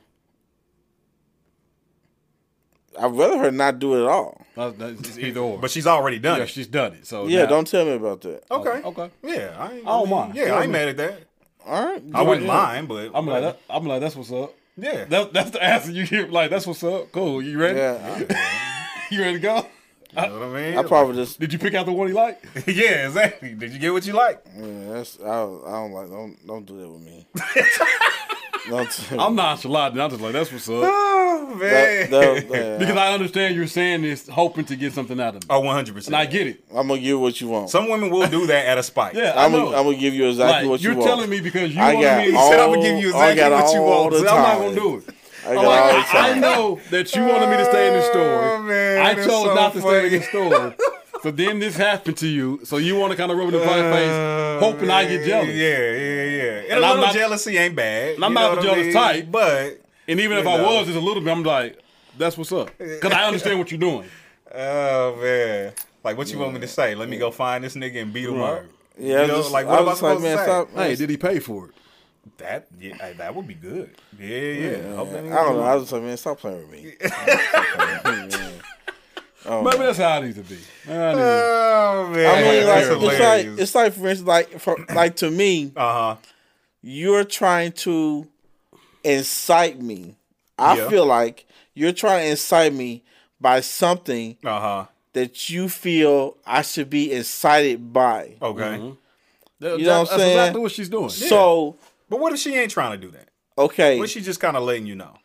[SPEAKER 2] I'd rather her not do it at all.
[SPEAKER 1] That's, that's Uh, it's either or.
[SPEAKER 3] But she's already done.
[SPEAKER 1] yeah,
[SPEAKER 3] it.
[SPEAKER 1] she's done it. So
[SPEAKER 2] Yeah,
[SPEAKER 1] now-
[SPEAKER 2] don't tell me about that.
[SPEAKER 3] okay.
[SPEAKER 1] Oh, Okay.
[SPEAKER 3] Yeah. I, ain't-
[SPEAKER 1] I don't
[SPEAKER 3] mean,
[SPEAKER 1] mind.
[SPEAKER 3] Yeah,
[SPEAKER 1] Yeah,
[SPEAKER 3] I
[SPEAKER 1] I
[SPEAKER 3] ain't mad at that.
[SPEAKER 2] All right,
[SPEAKER 1] Oh.
[SPEAKER 3] I wouldn't
[SPEAKER 2] Yeah.
[SPEAKER 3] mind, but
[SPEAKER 1] I'm like, that, I'm like, that's what's up.
[SPEAKER 3] yeah.
[SPEAKER 1] That, that's the answer you hear. Like, that's what's up. Cool. You ready?
[SPEAKER 2] Yeah,
[SPEAKER 1] You ready to go?
[SPEAKER 3] you know what I mean?
[SPEAKER 2] I, I probably just
[SPEAKER 1] Did you pick out the one he liked?
[SPEAKER 3] yeah, exactly. Did you get what you like?
[SPEAKER 2] yeah, that's, I, don't- I don't like don't don't do that with me. don't do
[SPEAKER 1] I'm nonchalant. and I'm just like, that's what's up.
[SPEAKER 3] Oh
[SPEAKER 2] that, that, that-
[SPEAKER 1] Because I understand you're saying this, hoping to get something out of me.
[SPEAKER 3] Oh, one hundred
[SPEAKER 1] And I
[SPEAKER 3] percent.
[SPEAKER 1] get it.
[SPEAKER 2] I'm gonna give you what you want.
[SPEAKER 3] Some women will do that out of spite.
[SPEAKER 1] Yeah, I
[SPEAKER 2] I'm
[SPEAKER 1] know.
[SPEAKER 2] gonna, I'm gonna give you exactly
[SPEAKER 1] like,
[SPEAKER 2] what you
[SPEAKER 1] you're
[SPEAKER 2] want.
[SPEAKER 1] telling me because you
[SPEAKER 2] I
[SPEAKER 1] want
[SPEAKER 2] got
[SPEAKER 1] me. to
[SPEAKER 2] all,
[SPEAKER 3] said, "I'ma give you
[SPEAKER 2] I
[SPEAKER 3] exactly
[SPEAKER 2] got
[SPEAKER 3] what you
[SPEAKER 2] all
[SPEAKER 3] want,
[SPEAKER 2] the
[SPEAKER 1] so
[SPEAKER 2] time.
[SPEAKER 1] I'm not gonna do it.
[SPEAKER 2] I
[SPEAKER 1] I'm
[SPEAKER 2] got all the
[SPEAKER 1] like, Oh, I, I
[SPEAKER 2] time.
[SPEAKER 1] know that you wanted me to stay in the store.
[SPEAKER 3] Oh, man,
[SPEAKER 1] I
[SPEAKER 3] that's
[SPEAKER 1] chose
[SPEAKER 3] so
[SPEAKER 1] not to stay in the
[SPEAKER 3] funny.
[SPEAKER 1] store. So then this happened to you. So you want to kind of rub it in my
[SPEAKER 2] Oh,
[SPEAKER 1] face, hoping I get jealous.
[SPEAKER 3] Oh, Yeah, yeah, yeah. And,
[SPEAKER 1] And
[SPEAKER 3] a
[SPEAKER 1] I'm
[SPEAKER 3] little
[SPEAKER 1] not-
[SPEAKER 3] jealousy ain't bad.
[SPEAKER 1] I'm
[SPEAKER 3] you
[SPEAKER 1] not
[SPEAKER 3] know
[SPEAKER 1] the
[SPEAKER 3] what I
[SPEAKER 1] jealous
[SPEAKER 3] mean?
[SPEAKER 1] type.
[SPEAKER 3] but
[SPEAKER 1] And even if
[SPEAKER 3] You
[SPEAKER 1] I
[SPEAKER 3] know.
[SPEAKER 1] was just a little bit, I'm like, that's what's up. Because I understand what you're doing.
[SPEAKER 3] oh man, like what you want me to say? Let me go find this nigga and beat him
[SPEAKER 1] Right.
[SPEAKER 3] up.
[SPEAKER 2] Yeah,
[SPEAKER 3] you know,
[SPEAKER 2] just-
[SPEAKER 3] like what am I
[SPEAKER 2] was just like,
[SPEAKER 3] supposed to say?
[SPEAKER 1] Hey, did he pay for it?
[SPEAKER 3] That yeah, hey, that would be good. Yeah, yeah. I hope that
[SPEAKER 2] Man,
[SPEAKER 3] nigga
[SPEAKER 2] I don't
[SPEAKER 3] do
[SPEAKER 2] know.
[SPEAKER 3] it.
[SPEAKER 2] I was just like, man, stop playing with me. Oh,
[SPEAKER 1] Maybe that's how it needs to be. I need to-
[SPEAKER 3] Oh man,
[SPEAKER 2] I mean,
[SPEAKER 3] that's
[SPEAKER 2] like it's like
[SPEAKER 3] hilarious.
[SPEAKER 2] it's like for instance, like for, like to me,
[SPEAKER 1] Uh-huh.
[SPEAKER 3] uh huh.
[SPEAKER 2] you're trying to incite me. I
[SPEAKER 3] Yeah.
[SPEAKER 2] feel like you're trying to incite me by something
[SPEAKER 3] Uh huh.
[SPEAKER 2] that you feel I should be incited by.
[SPEAKER 1] Oh,
[SPEAKER 3] Okay.
[SPEAKER 1] Mm-hmm. that-
[SPEAKER 2] You know what I'm
[SPEAKER 1] that's
[SPEAKER 2] saying?
[SPEAKER 1] exactly what she's doing.
[SPEAKER 2] So
[SPEAKER 3] But what if she ain't trying to do that?
[SPEAKER 2] okay,
[SPEAKER 3] What if she just kind of letting you know?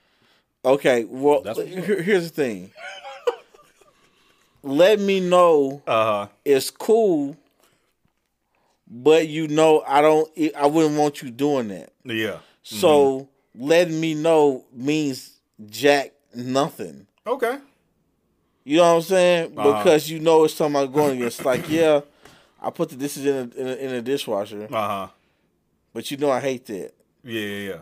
[SPEAKER 2] okay. Well,
[SPEAKER 1] That's what-
[SPEAKER 2] here- here's the thing. let me know
[SPEAKER 3] Uh,
[SPEAKER 2] it's cool, but you know I don't. I wouldn't want you doing that.
[SPEAKER 3] yeah.
[SPEAKER 2] So letting me know means jack nothing.
[SPEAKER 3] Okay.
[SPEAKER 2] You know what I'm saying? Because you know it's something I'm going against. like yeah, I put the dishes in a, in a, in a dishwasher,
[SPEAKER 3] Uh huh.
[SPEAKER 2] but you know I hate that.
[SPEAKER 3] Yeah, yeah, yeah.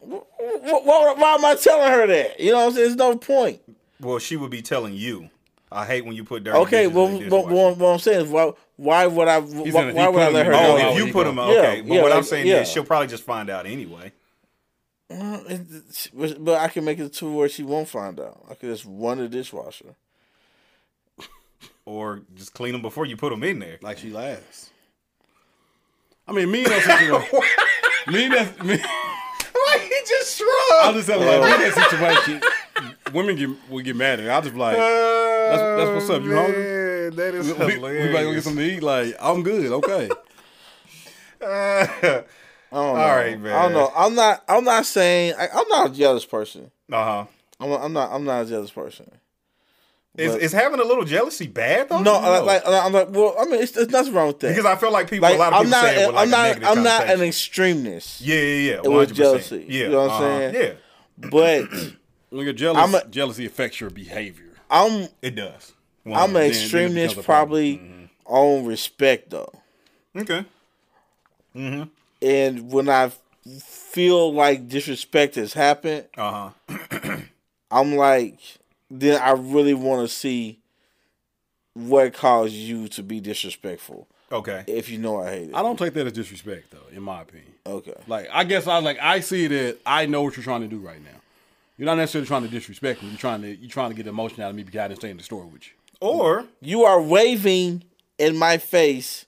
[SPEAKER 2] Why, why, why am I telling her that? You know what I'm saying? There's no point.
[SPEAKER 3] Well, she would be telling you. I hate when you put dirty.
[SPEAKER 2] Okay,
[SPEAKER 3] dishes
[SPEAKER 2] well,
[SPEAKER 3] in the
[SPEAKER 2] what,
[SPEAKER 3] dishwasher."
[SPEAKER 2] what, what I'm saying is why why would I why,
[SPEAKER 5] gonna-
[SPEAKER 2] why
[SPEAKER 5] he
[SPEAKER 2] would I
[SPEAKER 5] put
[SPEAKER 2] let her
[SPEAKER 5] him in
[SPEAKER 3] oh,
[SPEAKER 5] no,
[SPEAKER 2] know?
[SPEAKER 3] if
[SPEAKER 5] no,
[SPEAKER 3] you
[SPEAKER 5] he
[SPEAKER 3] put
[SPEAKER 5] don't.
[SPEAKER 3] them. Okay,
[SPEAKER 2] Yeah,
[SPEAKER 3] but
[SPEAKER 2] yeah,
[SPEAKER 3] what I'm
[SPEAKER 2] like,
[SPEAKER 3] saying
[SPEAKER 2] yeah.
[SPEAKER 3] is she'll probably just find out anyway.
[SPEAKER 2] Well, it- But I can make it to where she won't find out. I could just run the dishwasher.
[SPEAKER 3] Or just clean them before you put them in there.
[SPEAKER 1] Like she laughs. I mean, me in that situation. me in that. Me,
[SPEAKER 3] Why he just
[SPEAKER 1] I'll
[SPEAKER 3] shrugged?
[SPEAKER 1] just have like me in that situation. Women get will get mad at. me. I'll just be like, that's, that's what's up. You hungry?
[SPEAKER 3] Uh, That is
[SPEAKER 1] We, we, we about to go get something to eat. Like I'm good. Okay.
[SPEAKER 2] I don't know.
[SPEAKER 3] All right, man.
[SPEAKER 2] I don't know. I'm not. I'm not saying. I, I'm not a jealous person.
[SPEAKER 3] Uh huh.
[SPEAKER 2] I'm. I'm not. I'm not a jealous person.
[SPEAKER 3] Is,
[SPEAKER 2] But-
[SPEAKER 3] is having a little jealousy bad though?
[SPEAKER 2] No, I- like uh, I'm like. Well, I mean, it's, there's nothing wrong with that.
[SPEAKER 3] because I feel like people.
[SPEAKER 2] like,
[SPEAKER 3] a lot of
[SPEAKER 2] I'm
[SPEAKER 3] people
[SPEAKER 2] not.
[SPEAKER 3] say it with like
[SPEAKER 2] I'm
[SPEAKER 3] a
[SPEAKER 2] not.
[SPEAKER 3] negative
[SPEAKER 2] I'm not an
[SPEAKER 3] connotation.
[SPEAKER 2] extremist.
[SPEAKER 3] Yeah, yeah, yeah.
[SPEAKER 2] was
[SPEAKER 3] 100%.
[SPEAKER 2] jealousy.
[SPEAKER 3] Yeah,
[SPEAKER 2] You know what I'm
[SPEAKER 3] uh-huh.
[SPEAKER 2] saying?
[SPEAKER 3] Yeah,
[SPEAKER 2] But
[SPEAKER 1] When you're jealous,
[SPEAKER 2] I'm a-
[SPEAKER 1] jealousy affects your behavior.
[SPEAKER 2] I'm.
[SPEAKER 3] it does.
[SPEAKER 2] I'm an
[SPEAKER 1] then it becomes
[SPEAKER 2] extremist,
[SPEAKER 1] a problem.
[SPEAKER 2] probably
[SPEAKER 3] Mm-hmm.
[SPEAKER 2] on respect though.
[SPEAKER 3] okay.
[SPEAKER 2] and when I feel like disrespect has happened,
[SPEAKER 3] Uh huh.
[SPEAKER 2] I'm like, then I really want to see what caused you to be disrespectful.
[SPEAKER 3] Okay.
[SPEAKER 2] If you know I hate it,
[SPEAKER 1] I don't take that as disrespect, though, in my opinion.
[SPEAKER 2] okay.
[SPEAKER 1] Like, I guess I like I see that I know what you're trying to do right now. You're not necessarily trying to disrespect me. You're trying to you're trying to get emotion out of me because I didn't stay in the store with you.
[SPEAKER 3] Or
[SPEAKER 2] You are waving in my face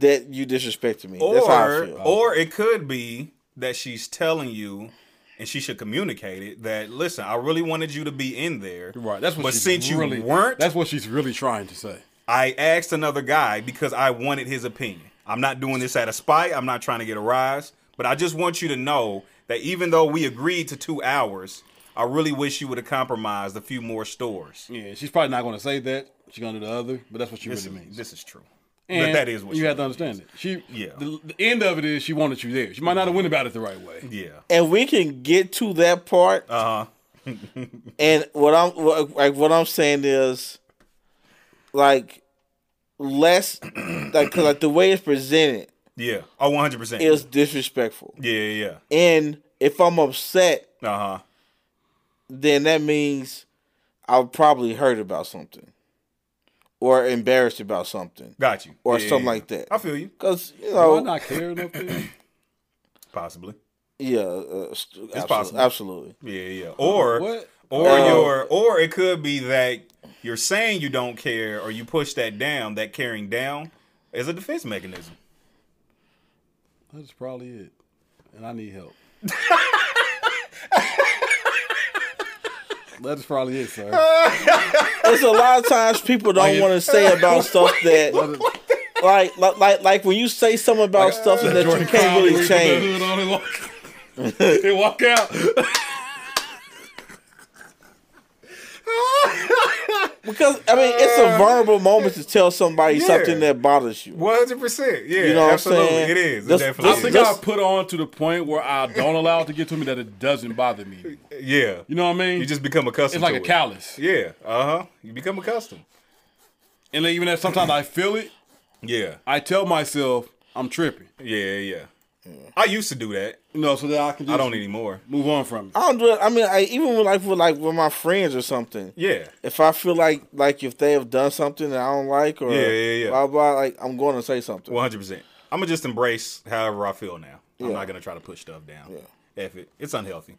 [SPEAKER 2] that you disrespected me. That's how I
[SPEAKER 3] or
[SPEAKER 2] feel.
[SPEAKER 3] or it could be that she's telling you and she should communicate it that listen i really wanted you to be in there
[SPEAKER 1] Right. That's what
[SPEAKER 3] but
[SPEAKER 1] she's
[SPEAKER 3] since
[SPEAKER 1] really,
[SPEAKER 3] you weren't
[SPEAKER 1] That's what she's really trying to say.
[SPEAKER 3] i asked another guy because i wanted his opinion i'm not doing this out of spite i'm not trying to get a rise but i just want you to know that even though we agreed to two hours i really wish you would have compromised a few more stores
[SPEAKER 1] Yeah, she's probably not going to say that. She's going to do the other, but that's what she
[SPEAKER 3] this,
[SPEAKER 1] really means.
[SPEAKER 3] this is true but
[SPEAKER 1] And
[SPEAKER 3] that is what
[SPEAKER 1] you
[SPEAKER 3] she
[SPEAKER 1] have to
[SPEAKER 3] really
[SPEAKER 1] understand. It. She
[SPEAKER 3] Yeah.
[SPEAKER 1] The, the end of it is she wanted you there. She might not have went about it the right way.
[SPEAKER 3] means. yeah
[SPEAKER 2] and we can get to that part. Uh huh. and what I'm what- like, what I'm saying is, like, less like, 'cause, like the way it's presented
[SPEAKER 3] yeah oh 100%
[SPEAKER 2] is disrespectful.
[SPEAKER 3] yeah yeah
[SPEAKER 2] And if I'm upset,
[SPEAKER 3] yeah. uh-huh
[SPEAKER 2] then that means i will probably hurt about something, or embarrassed about something,
[SPEAKER 3] got you
[SPEAKER 2] or
[SPEAKER 3] Yeah, yeah,
[SPEAKER 2] something
[SPEAKER 3] yeah.
[SPEAKER 2] like that.
[SPEAKER 3] i feel you
[SPEAKER 2] Because you
[SPEAKER 1] Why
[SPEAKER 2] know,
[SPEAKER 1] not care enough? then?
[SPEAKER 3] possibly
[SPEAKER 2] yeah, uh, st- absolutely,
[SPEAKER 3] possible.
[SPEAKER 2] absolutely.
[SPEAKER 3] Yeah, yeah. Or
[SPEAKER 1] What?
[SPEAKER 3] or
[SPEAKER 2] Uh,
[SPEAKER 3] your or it could be that you're saying you don't care or you push that down, that carrying down is a defense mechanism.
[SPEAKER 1] That's probably it. And I need help. That's probably it, sir.
[SPEAKER 2] There's a lot of times people don't want to say about stuff that, like, like, like, like when you say something about stuff that you can't really change.
[SPEAKER 1] They walk out.
[SPEAKER 2] Because I mean, it's a vulnerable moment to tell somebody
[SPEAKER 3] yeah.
[SPEAKER 2] something that bothers you.
[SPEAKER 3] One hundred percent. Yeah,
[SPEAKER 2] know what I'm
[SPEAKER 3] absolutely.
[SPEAKER 2] saying?
[SPEAKER 3] It is. It
[SPEAKER 2] This-
[SPEAKER 1] I
[SPEAKER 3] definitely
[SPEAKER 1] think
[SPEAKER 2] this-
[SPEAKER 1] I put on to the point where I don't allow it to get to me that it doesn't bother me.
[SPEAKER 3] is. Yeah.
[SPEAKER 1] You know what I mean?
[SPEAKER 3] You just become accustomed
[SPEAKER 1] it's like
[SPEAKER 3] to
[SPEAKER 1] a
[SPEAKER 3] it.
[SPEAKER 1] callus.
[SPEAKER 3] Yeah. Uh huh. You become accustomed.
[SPEAKER 1] And then even that sometimes I feel it,
[SPEAKER 3] Yeah.
[SPEAKER 1] I tell myself I'm tripping.
[SPEAKER 3] Yeah, yeah. I used to do that.
[SPEAKER 1] You know, so that I can just
[SPEAKER 3] I don't anymore.
[SPEAKER 1] move on from it.
[SPEAKER 2] I don't do it. I mean, I even with like with like with my friends or something.
[SPEAKER 3] Yeah.
[SPEAKER 2] If I feel like like if they have done something that I don't like or
[SPEAKER 3] Yeah, yeah, yeah.
[SPEAKER 2] blah blah, like I'm going to say something.
[SPEAKER 3] One hundred percent. I'm gonna just embrace however I feel now. I'm
[SPEAKER 2] Yeah.
[SPEAKER 3] not gonna try to push stuff down. F it. It's unhealthy.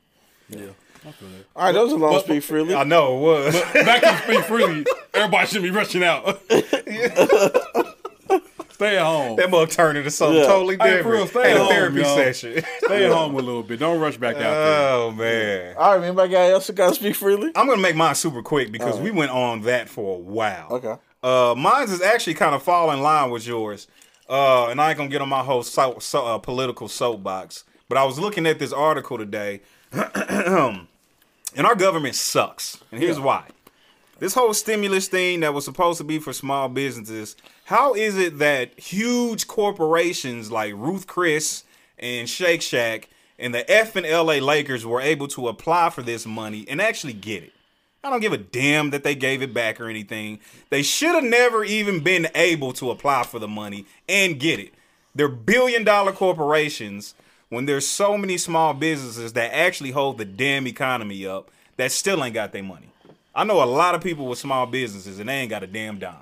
[SPEAKER 2] All right, those are long
[SPEAKER 1] But-
[SPEAKER 2] speak freely.
[SPEAKER 3] I know it was.
[SPEAKER 1] Back to speak freely. Everybody should be rushing out. Stay at home.
[SPEAKER 3] That mug turned into something
[SPEAKER 2] Yeah.
[SPEAKER 3] totally
[SPEAKER 1] Hey, for real,
[SPEAKER 3] different.
[SPEAKER 1] stay
[SPEAKER 3] Had
[SPEAKER 1] home,
[SPEAKER 3] a therapy
[SPEAKER 1] y'all.
[SPEAKER 3] session.
[SPEAKER 1] Stay at home a little bit. Don't rush back out there.
[SPEAKER 3] oh man.
[SPEAKER 2] All right, anybody got else that got to speak freely?
[SPEAKER 3] I'm gonna make mine super quick because we went on that for a while.
[SPEAKER 2] Okay.
[SPEAKER 3] Uh, mine's is actually kind of fall in line with yours. Uh, and I ain't gonna get on my whole so, so, uh, political soapbox, but I was looking at this article today, and our government sucks. And here's why: This whole stimulus thing that was supposed to be for small businesses, how is it that huge corporations like Ruth Chris and Shake Shack and the F and LA Lakers were able to apply for this money and actually get it? I don't give a damn that they gave it back or anything. They should have never even been able to apply for the money and get it. They're billion dollar corporations when there's so many small businesses that actually hold the damn economy up that still ain't got their money. I know a lot of people with small businesses and they ain't got a damn dime.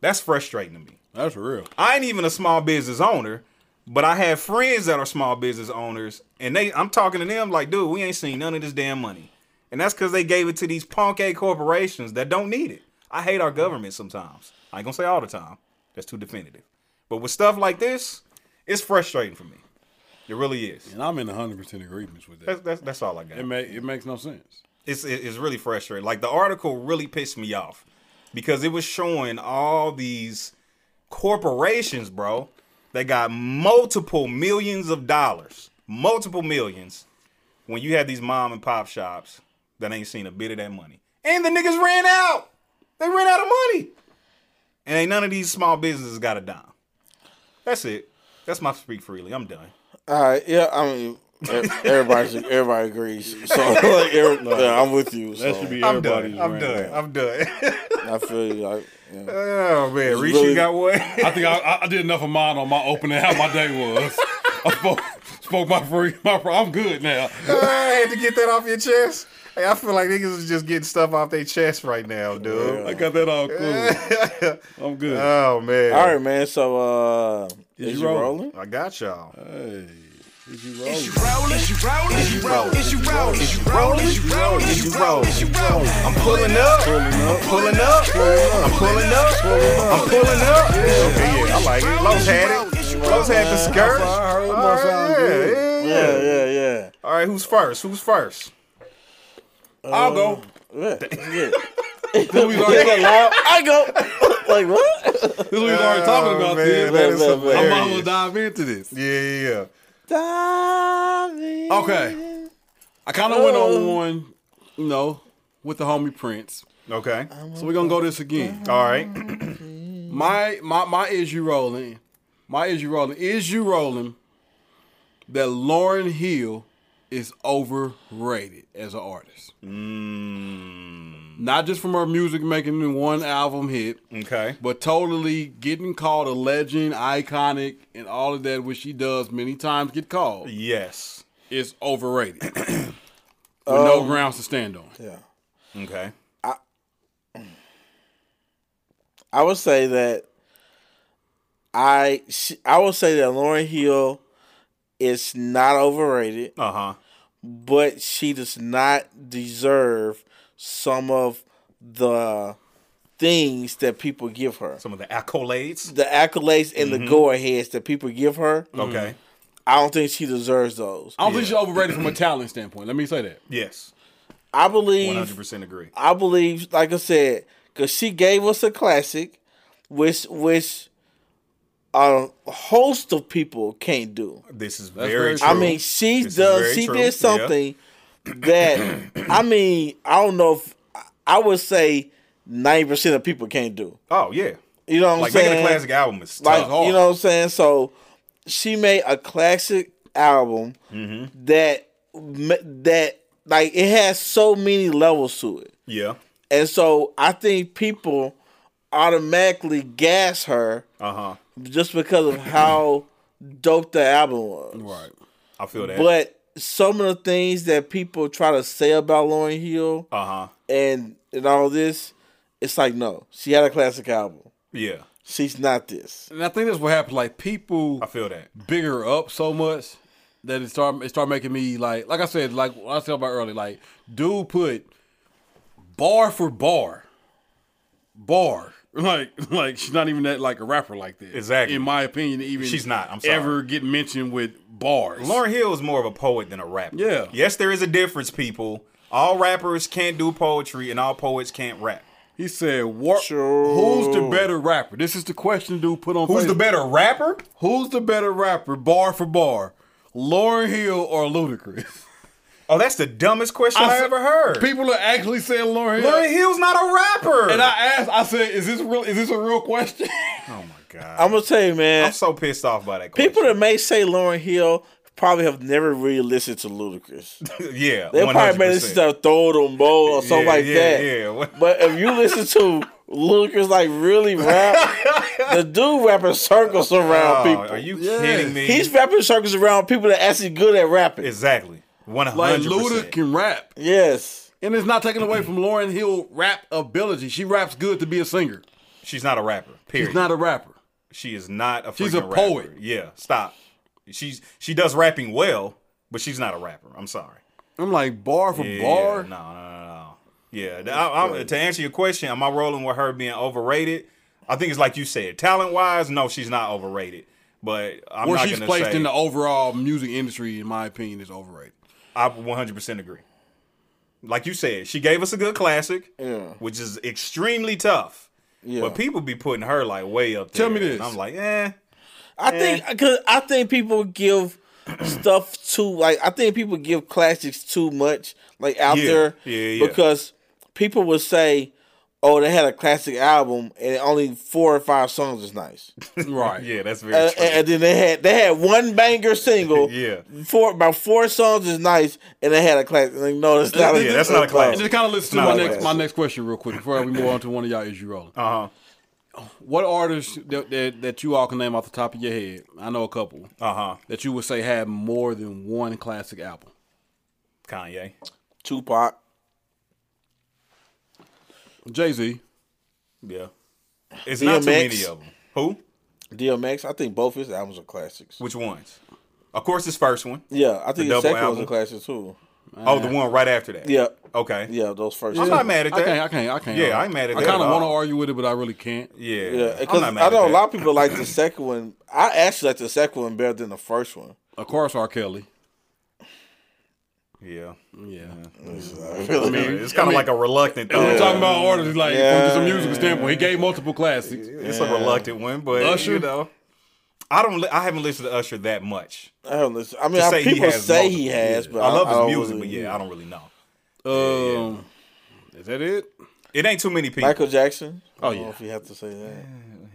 [SPEAKER 3] That's frustrating to me.
[SPEAKER 1] That's real.
[SPEAKER 3] I ain't even a small business owner, but I have friends that are small business owners, and they I'm talking to them like, dude, we ain't seen none of this damn money. And that's because they gave it to these punk A corporations that don't need it. I hate our government sometimes. I ain't gonna say all the time. That's too definitive. But with stuff like this, it's frustrating for me. It really is.
[SPEAKER 1] And I'm in 100% agreement with
[SPEAKER 3] That's
[SPEAKER 1] that.
[SPEAKER 3] that's, that's all I got.
[SPEAKER 1] It, ma- it makes no sense.
[SPEAKER 3] it's it- it's really frustrating. Like the article really pissed me off because it was showing all these corporations, bro, that got multiple millions of dollars, multiple millions. When you have these mom and pop shops that ain't seen a bit of that money, and the niggas ran out, they ran out of money, and ain't none of these small businesses got a dime. That's it. That's my speak freely. I'm done.
[SPEAKER 2] All right, yeah, I mean, e- everybody's everybody agrees. So like, every, yeah, I'm with you. So
[SPEAKER 1] That should be
[SPEAKER 3] I'm
[SPEAKER 1] everybody's
[SPEAKER 3] done. I'm
[SPEAKER 1] rant.
[SPEAKER 3] done. I'm done.
[SPEAKER 2] I feel you. Like, yeah.
[SPEAKER 3] oh man, Rishi
[SPEAKER 2] really-
[SPEAKER 3] got one.
[SPEAKER 1] I think I- I, I did enough of mine on my opening how my day was. I spoke, spoke my free. My, fr- I'm good now.
[SPEAKER 3] I had to get that off your chest. Hey, I feel like niggas is just getting stuff off their chest right now, dude.
[SPEAKER 1] I got that all cool. I'm good.
[SPEAKER 3] Oh man.
[SPEAKER 2] All right, man. So, uh, is,
[SPEAKER 1] you
[SPEAKER 2] you
[SPEAKER 1] rolling?
[SPEAKER 2] rolling?
[SPEAKER 3] I got y'all.
[SPEAKER 1] hey, is you
[SPEAKER 5] Is you
[SPEAKER 1] rolling?
[SPEAKER 5] rolling? Is you rolling? Is you rolling? Is you rolling? Is you rolling? Is you rolling? Is you rolling? Is you rolling?
[SPEAKER 3] I'm pulling up. I'm pulling up. I'm pulling up. I'm pulling up. Okay, yeah, I like it. Los had it. Los had the skirt.
[SPEAKER 1] I heard
[SPEAKER 3] All right, yeah, yeah,
[SPEAKER 2] Yeah,
[SPEAKER 3] yeah.
[SPEAKER 2] yeah, yeah.
[SPEAKER 3] All right, who's first? Who's first?
[SPEAKER 1] I'll go.
[SPEAKER 2] yeah, yeah.
[SPEAKER 1] Since we already,
[SPEAKER 2] That loud? I go like what?
[SPEAKER 1] since we was already talking about
[SPEAKER 3] Oh, man,
[SPEAKER 1] this,
[SPEAKER 3] that is
[SPEAKER 2] I'm
[SPEAKER 1] I might as well
[SPEAKER 3] hilarious.
[SPEAKER 1] dive into this.
[SPEAKER 3] Yeah, yeah, yeah.
[SPEAKER 2] Diving.
[SPEAKER 1] Okay. I kind of went on one, you know, with the homie Prince.
[SPEAKER 3] Okay.
[SPEAKER 1] So we're gonna go this again.
[SPEAKER 3] All right.
[SPEAKER 1] My my my is you rolling. My is you rolling. Is you rolling that Lauren Hill is overrated as an artist. Not just from her music making one album hit,
[SPEAKER 3] Okay.
[SPEAKER 1] but totally getting called a legend, iconic, and all of that, which she does many times get called,
[SPEAKER 3] Yes.
[SPEAKER 1] is overrated. With no grounds to stand on.
[SPEAKER 2] Yeah.
[SPEAKER 3] Okay.
[SPEAKER 2] I would say that I she, I would say that Lauren Hill is not overrated,
[SPEAKER 3] Uh huh.
[SPEAKER 2] but she does not deserve some of the things that people give her.
[SPEAKER 3] Some of the accolades.
[SPEAKER 2] The accolades and the go aheads that people give her,
[SPEAKER 3] Okay.
[SPEAKER 2] I don't think she deserves those.
[SPEAKER 1] I don't think she's overrated from a talent standpoint. Let me say that.
[SPEAKER 3] Yes.
[SPEAKER 2] I believe
[SPEAKER 3] 100% agree.
[SPEAKER 2] I believe, like I said, because she gave us a classic, which which a host of people can't do.
[SPEAKER 3] This is
[SPEAKER 1] very
[SPEAKER 3] very true.
[SPEAKER 1] true.
[SPEAKER 2] I mean, she
[SPEAKER 3] This is
[SPEAKER 2] does.
[SPEAKER 3] very
[SPEAKER 2] She
[SPEAKER 3] true. Yeah.
[SPEAKER 2] did something that I mean, I don't know if I would say ninety percent of people can't do.
[SPEAKER 3] oh yeah,
[SPEAKER 2] You know what
[SPEAKER 3] like
[SPEAKER 2] I'm saying?
[SPEAKER 3] making a classic album is
[SPEAKER 2] like
[SPEAKER 3] tough.
[SPEAKER 2] you know what I'm saying. So she made a classic album
[SPEAKER 3] Mm-hmm.
[SPEAKER 2] that ma- that like it has so many levels to it.
[SPEAKER 3] yeah,
[SPEAKER 2] And so I think people automatically gas her
[SPEAKER 3] uh huh.
[SPEAKER 2] just because of how dope the album was.
[SPEAKER 1] Right.
[SPEAKER 3] I feel that.
[SPEAKER 2] But some of the things that people try to say about Lauren Hill
[SPEAKER 3] uh huh.
[SPEAKER 2] and and all this, it's like no, she had a classic album.
[SPEAKER 3] Yeah,
[SPEAKER 2] She's not this.
[SPEAKER 1] And I think that's what happened. Like people
[SPEAKER 3] I feel that.
[SPEAKER 1] bigger up so much that it start it start making me like like I said like what I said about earlier like dude put bar for bar bar like like she's not even that like a rapper like that
[SPEAKER 3] Exactly.
[SPEAKER 1] in my opinion even
[SPEAKER 3] She's not, I'm sorry.
[SPEAKER 1] ever get mentioned with bars
[SPEAKER 3] Lauren Hill is more of a poet than a rapper.
[SPEAKER 1] Yeah.
[SPEAKER 3] Yes, there is a difference, people. All rappers can't do poetry, and all poets can't rap.
[SPEAKER 1] he said what
[SPEAKER 2] Sure.
[SPEAKER 1] who's the better rapper this is the question dude put on
[SPEAKER 3] Who's the
[SPEAKER 1] Facebook.
[SPEAKER 3] better rapper?
[SPEAKER 1] who's the better rapper bar for bar Lauren Hill or Ludacris
[SPEAKER 3] Oh, that's the dumbest question I,
[SPEAKER 1] I-
[SPEAKER 3] ever heard.
[SPEAKER 1] People are actually saying Lauren Hill.
[SPEAKER 3] Lauren Hill's not a rapper.
[SPEAKER 1] And I asked, I said, "Is this real? Is this a real question?"
[SPEAKER 3] oh my god,
[SPEAKER 2] I'm
[SPEAKER 3] I'm,
[SPEAKER 2] gonna tell you, man.
[SPEAKER 3] so pissed off by that.
[SPEAKER 2] people
[SPEAKER 3] question.
[SPEAKER 2] that may say Lauren Hill probably have never really listened to Ludacris.
[SPEAKER 3] yeah,
[SPEAKER 2] They probably
[SPEAKER 3] 100%.
[SPEAKER 2] may listen to Throw It on Bowl or something
[SPEAKER 3] Yeah,
[SPEAKER 2] like
[SPEAKER 3] yeah,
[SPEAKER 2] that.
[SPEAKER 3] yeah. What-
[SPEAKER 2] But if you listen to Ludacris like really rap, the dude rapping circles
[SPEAKER 3] Oh,
[SPEAKER 2] around people.
[SPEAKER 3] are you
[SPEAKER 1] Yeah.
[SPEAKER 3] kidding me?
[SPEAKER 2] He's rapping circles around people that actually good at rapping.
[SPEAKER 3] exactly one
[SPEAKER 1] Like
[SPEAKER 3] hundred
[SPEAKER 1] Luda
[SPEAKER 3] percent.
[SPEAKER 1] can rap,
[SPEAKER 2] yes.
[SPEAKER 1] and it's not taken away from Lauren Hill rap ability. She raps good to be a singer.
[SPEAKER 3] She's not a rapper. Period.
[SPEAKER 1] She's not a rapper.
[SPEAKER 3] she is not a.
[SPEAKER 1] She's a
[SPEAKER 3] freaking
[SPEAKER 1] poet.
[SPEAKER 3] rapper. Yeah, stop. She's she does rapping well, but she's not a rapper. I'm sorry.
[SPEAKER 1] I'm like bar for
[SPEAKER 3] Yeah,
[SPEAKER 1] bar.
[SPEAKER 3] No, no, no, no. Yeah, th- I, I'm- to answer your question, am I rolling with her being overrated? I think it's like you said, talent wise. No, she's not overrated. But I'm
[SPEAKER 1] Where
[SPEAKER 3] not
[SPEAKER 1] she's
[SPEAKER 3] gonna
[SPEAKER 1] placed
[SPEAKER 3] say
[SPEAKER 1] in the overall music industry, in my opinion, is overrated.
[SPEAKER 3] I 100% agree. Like you said, she gave us a good classic,
[SPEAKER 2] Yeah.
[SPEAKER 3] which is extremely tough.
[SPEAKER 2] Yeah.
[SPEAKER 3] But people be putting her like way up there.
[SPEAKER 1] Tell me this.
[SPEAKER 3] And I'm like, eh.
[SPEAKER 2] I think cause I think people give stuff too like I think people give classics too much like out
[SPEAKER 3] Yeah,
[SPEAKER 2] there
[SPEAKER 3] yeah, yeah.
[SPEAKER 2] because people would say, "Oh, they had a classic album and only four or five songs is nice,"
[SPEAKER 1] Right.
[SPEAKER 3] Yeah, that's very
[SPEAKER 2] and,
[SPEAKER 3] true.
[SPEAKER 2] and- and then they had they had one banger single.
[SPEAKER 3] Yeah.
[SPEAKER 2] four about four songs is nice, and they had a classic. Like, no, that's not.
[SPEAKER 3] Oh, Yeah, that's not a classic.
[SPEAKER 1] And just kind of listen to
[SPEAKER 3] Not
[SPEAKER 1] my
[SPEAKER 3] a
[SPEAKER 1] next
[SPEAKER 3] classic.
[SPEAKER 1] my next question real quick before we move on to one of y'all is you rolling.
[SPEAKER 3] uh-huh.
[SPEAKER 1] What artists that, that that you all can name off the top of your head? I know a couple
[SPEAKER 3] Uh-huh.
[SPEAKER 1] that you would say had more than one classic album.
[SPEAKER 3] Kanye.
[SPEAKER 2] Tupac.
[SPEAKER 1] Jay Z,
[SPEAKER 3] Yeah. It's not too
[SPEAKER 2] DMX.
[SPEAKER 3] many of them. Who?
[SPEAKER 2] DMX, I think both his albums are classics.
[SPEAKER 3] Which ones? Of course, his first one.
[SPEAKER 2] Yeah, I think
[SPEAKER 3] double
[SPEAKER 2] his second
[SPEAKER 3] album.
[SPEAKER 2] one's a classic too.
[SPEAKER 3] Oh, the one right after that.
[SPEAKER 2] Uh, Yeah,
[SPEAKER 3] Okay.
[SPEAKER 2] yeah, those first.
[SPEAKER 3] I'm
[SPEAKER 2] two.
[SPEAKER 3] not mad at
[SPEAKER 1] I
[SPEAKER 3] that.
[SPEAKER 1] can't, I can't, I can't.
[SPEAKER 3] Yeah, I ain't mad at
[SPEAKER 1] I
[SPEAKER 3] that
[SPEAKER 1] kind
[SPEAKER 3] at
[SPEAKER 1] of want to
[SPEAKER 3] all.
[SPEAKER 1] argue with it, but I really can't.
[SPEAKER 3] Yeah.
[SPEAKER 2] Yeah,
[SPEAKER 3] I'm
[SPEAKER 2] because
[SPEAKER 3] not
[SPEAKER 2] I
[SPEAKER 3] mad at
[SPEAKER 2] know a
[SPEAKER 3] that.
[SPEAKER 2] lot of people like the second one. I actually like the second one better than the first one.
[SPEAKER 1] Of course, R. Kelly.
[SPEAKER 3] Yeah.
[SPEAKER 1] Yeah,
[SPEAKER 2] I
[SPEAKER 3] Yeah,
[SPEAKER 2] mean,
[SPEAKER 3] It's kind of like a reluctant thing.
[SPEAKER 1] we're talking about artists like
[SPEAKER 2] Yeah.
[SPEAKER 1] from just a musical standpoint. He gave multiple classics.
[SPEAKER 3] It's a reluctant one, but
[SPEAKER 1] Usher?
[SPEAKER 3] you know, I don't. Li- I haven't listened to Usher that much.
[SPEAKER 2] I don't listen. I mean,
[SPEAKER 3] To
[SPEAKER 2] I-
[SPEAKER 3] say he
[SPEAKER 2] people
[SPEAKER 3] has
[SPEAKER 2] say he
[SPEAKER 3] multiple,
[SPEAKER 2] has, but
[SPEAKER 3] I love
[SPEAKER 2] I don't
[SPEAKER 3] his music,
[SPEAKER 2] really-
[SPEAKER 3] but yeah, I don't really know.
[SPEAKER 1] Um, is that it?
[SPEAKER 3] It ain't too many people.
[SPEAKER 2] Michael Jackson.
[SPEAKER 1] Oh,
[SPEAKER 2] I don't know
[SPEAKER 1] yeah.
[SPEAKER 2] if you have to say that.